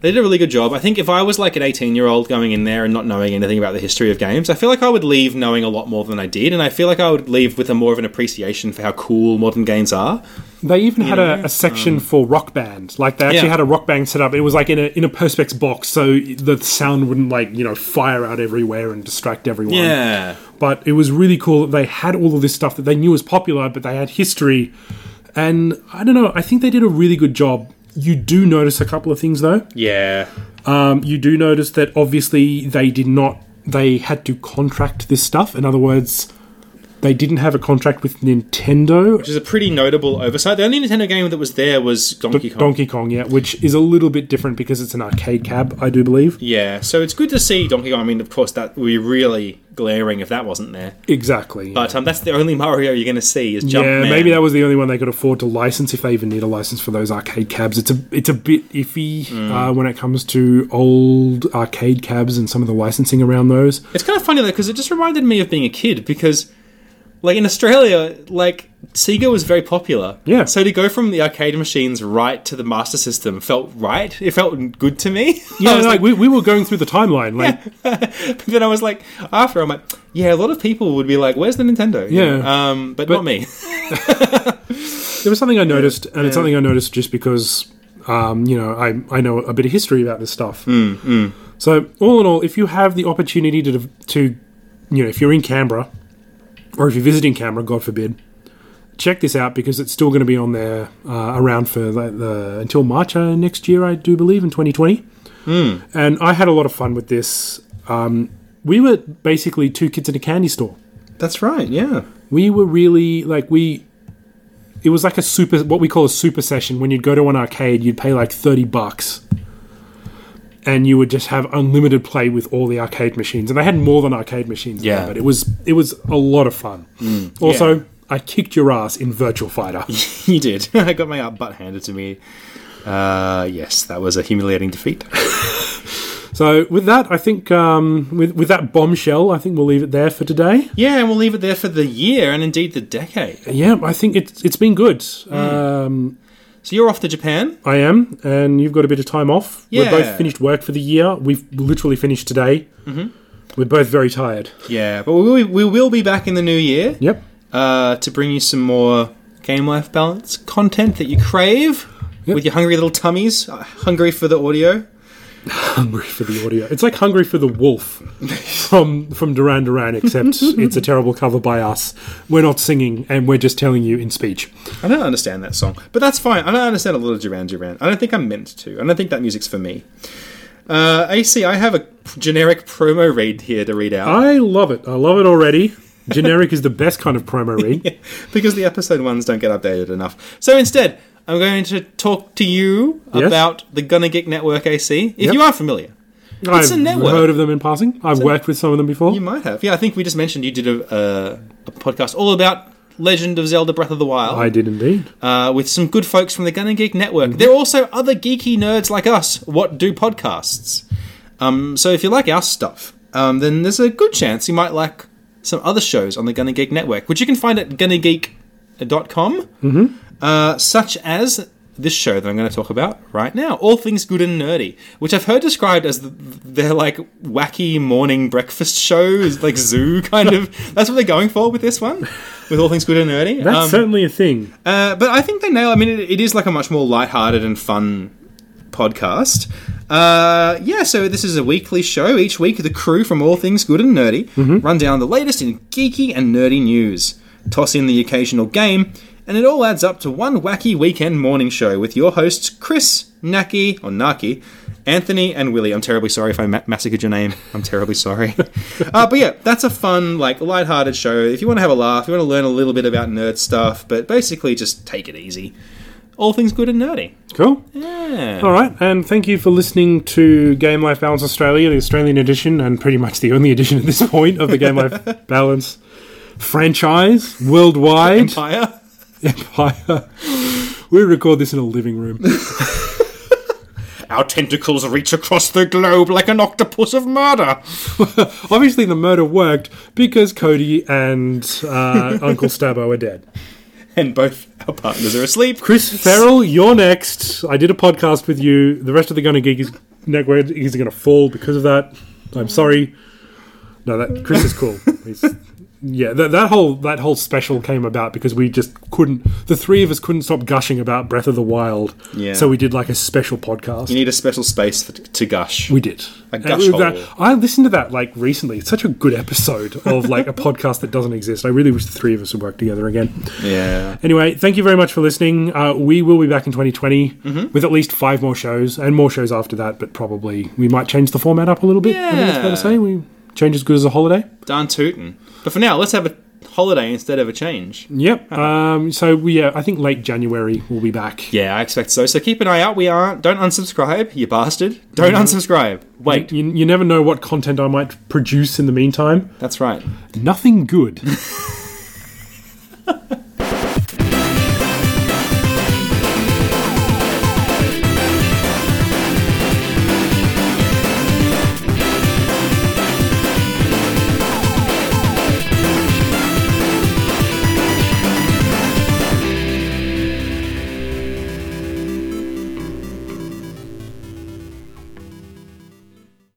Speaker 3: they did a really good job. I think if I was like an eighteen year old going in there and not knowing anything about the history of games, I feel like I would leave knowing a lot more than I did, and I feel like I would leave with a more of an appreciation for how cool modern games are.
Speaker 2: They even had a, a section for rock band. Like they actually
Speaker 3: Um, Yeah.
Speaker 2: had a rock band set up. It was like in a in a perspex box, so the sound wouldn't like you know fire out everywhere and distract everyone.
Speaker 3: Yeah,
Speaker 2: But it was really cool that they had all of this stuff that they knew was popular, but they had history. And I don't know. I think they did a really good job. You do notice a couple of things though.
Speaker 3: yeah,
Speaker 2: Um, you do notice that obviously they did not. They had to contract this stuff. In other words, they didn't have a contract with Nintendo
Speaker 3: which is a pretty notable oversight. The only Nintendo game that was there was Donkey Kong.
Speaker 2: Donkey Kong, yeah, which is a little bit different because it's an arcade cab, I do believe.
Speaker 3: yeah, so it's good to see Donkey Kong. I mean, of course, that would be really glaring if that wasn't there.
Speaker 2: Exactly.
Speaker 3: But um, that's the only Mario you're going to see is
Speaker 2: yeah,
Speaker 3: Jumpman.
Speaker 2: maybe that was the only one they could afford to license if they even need a license for those arcade cabs. It's a it's a bit iffy uh, when it comes to old arcade cabs and some of the licensing around those.
Speaker 3: It's kind of funny though because it just reminded me of being a kid because, like in Australia, like Sega was very popular.
Speaker 2: Yeah.
Speaker 3: So to go from the arcade machines right to the Master System felt right. It felt good to me.
Speaker 2: Yeah,
Speaker 3: I was
Speaker 2: Oh, like,
Speaker 3: like,
Speaker 2: we, we were going through the timeline. Like,
Speaker 3: then I was like, after I'm like, yeah, a lot of people would be like, "Where's the Nintendo?" You
Speaker 2: Yeah.
Speaker 3: know, Um, but, not me.
Speaker 2: there was something I noticed, and it's something I noticed just because, um, you know, I, I know a bit of history about this stuff. So, all in all, if you have the opportunity to, to, you know, if you're in Canberra, or if you're visiting Canberra, God forbid, check this out because it's still going to be on there uh, around for the, the until March uh, next year, I do believe, in 2020. And I had a lot of fun with this. we were basically two kids in a candy store.
Speaker 3: That's right. Yeah.
Speaker 2: we were really like we it was like a super what we call a super session when you'd go to an arcade you'd pay like 30 bucks and you would just have unlimited play with all the arcade machines and they had more than arcade machines there,
Speaker 3: Yeah.
Speaker 2: but it was it was a lot of fun also i kicked your ass in virtual fighter
Speaker 3: You did. I got my butt handed to me. Uh, yes, that was a humiliating defeat.
Speaker 2: so with that i think um, with, with that bombshell i think we'll leave it there for today
Speaker 3: yeah, and we'll leave it there for the year and indeed the decade.
Speaker 2: yeah i think it's it's been good um,
Speaker 3: So you're off to Japan.
Speaker 2: I am, and you've got a bit of time off.
Speaker 3: Yeah.
Speaker 2: We're both finished work for the year. We've literally finished today. Mm-hmm. We're both very tired.
Speaker 3: Yeah, but we will, we will be back in the new year
Speaker 2: Yep.
Speaker 3: uh, to bring you some more game life balance content that you crave with your hungry little tummies, uh, hungry for the audio.
Speaker 2: Hungry for the audio. It's like Hungry for the Wolf from from Duran Duran, except it's a terrible cover by us. We're not singing, and we're just telling you in speech.
Speaker 3: I don't understand that song, but that's fine. I don't understand a lot of Duran Duran. I don't think I'm meant to. I don't think that music's for me. Uh, AC, I have a generic promo read here to read out.
Speaker 2: I love it. I love it already. Generic is the best kind of promo read.
Speaker 3: because the episode ones don't get updated enough. So instead, I'm going to talk to you
Speaker 2: Yes.
Speaker 3: about the Gunna Geek Network AC. If
Speaker 2: Yep.
Speaker 3: you are familiar,
Speaker 2: I've
Speaker 3: a network.
Speaker 2: heard of them in passing. I've worked with some of them before.
Speaker 3: you might have. Yeah, I think we just mentioned you did a, a, a podcast all about Legend of Zelda Breath of the
Speaker 2: I
Speaker 3: Wild
Speaker 2: did indeed.
Speaker 3: uh, with some good folks from the Gunna Geek Network. There are also other geeky nerds like us what do podcasts. Um, so if you like our stuff, um, then there's a good chance you might like some other shows on the Gunna Geek Network, which you can find at gunnageek.com. uh, such as this show that I'm going to talk about right now, All Things Good and Nerdy, which I've heard described as the, their like wacky morning breakfast shows, like zoo kind of. That's what they're going for with this one, with All Things Good and Nerdy.
Speaker 2: That's
Speaker 3: Um,
Speaker 2: certainly a thing.
Speaker 3: uh, but I think they nail. I mean, it, it is like a much more lighthearted and fun podcast. Uh, yeah, so this is a weekly show. Each week, the crew from All Things Good and Nerdy run down the latest in geeky and nerdy news, toss in the occasional game, and it all adds up to one wacky weekend morning show with your hosts Chris, Naki, or Naki, Anthony, and Willie. I'm terribly sorry if I ma- massacred your name. I'm terribly sorry. uh, but yeah, that's a fun, like, lighthearted show. If you want to have a laugh, you want to learn a little bit about nerd stuff, but basically just take it easy. All things good and nerdy.
Speaker 2: Cool.
Speaker 3: Yeah.
Speaker 2: All right, and thank you for listening to Game Life Balance Australia, the Australian edition, and pretty much the only edition at this point of the Game Life Balance franchise worldwide.
Speaker 3: Empire.
Speaker 2: Empire. We record this in a living room.
Speaker 3: Our tentacles reach across the globe like an octopus of murder.
Speaker 2: Obviously, the murder worked because Cody and uh, Uncle Stabbo are dead.
Speaker 3: And both our partners are asleep.
Speaker 2: Chris Farrell, you're next. I did a podcast with you. The rest of the Gunner Geek is, network is going to fall because of that. I'm sorry. No, that Chris is cool. He's, yeah, that, that whole that whole special came about because we just couldn't. The three of us couldn't stop gushing about Breath of the Wild.
Speaker 3: Yeah.
Speaker 2: So we did like a special podcast.
Speaker 3: You need a special space for, to gush.
Speaker 2: we did.
Speaker 3: A
Speaker 2: And
Speaker 3: gush
Speaker 2: we- that-
Speaker 3: hole.
Speaker 2: I listened to that like recently. It's such a good episode of like a podcast that doesn't exist. I really wish the three of us would work together again.
Speaker 3: Yeah.
Speaker 2: Anyway, thank you very much for listening. Uh, we will be back in 2020 with at least five more shows and more shows after that, but probably we might change the format up a little bit. I think it's fair
Speaker 3: Yeah.
Speaker 2: to say. We change as good as a holiday.
Speaker 3: Darn tootin'. But for now, let's have a holiday instead of a change.
Speaker 2: Yep. Um, so, we, yeah, I think late January we'll be back.
Speaker 3: Yeah, I expect so. So keep an eye out. We aren't. Don't unsubscribe, you bastard. Don't unsubscribe. Wait.
Speaker 2: You,
Speaker 3: Mm-hmm.
Speaker 2: you never know what content I might produce in the meantime.
Speaker 3: That's right.
Speaker 2: Nothing good.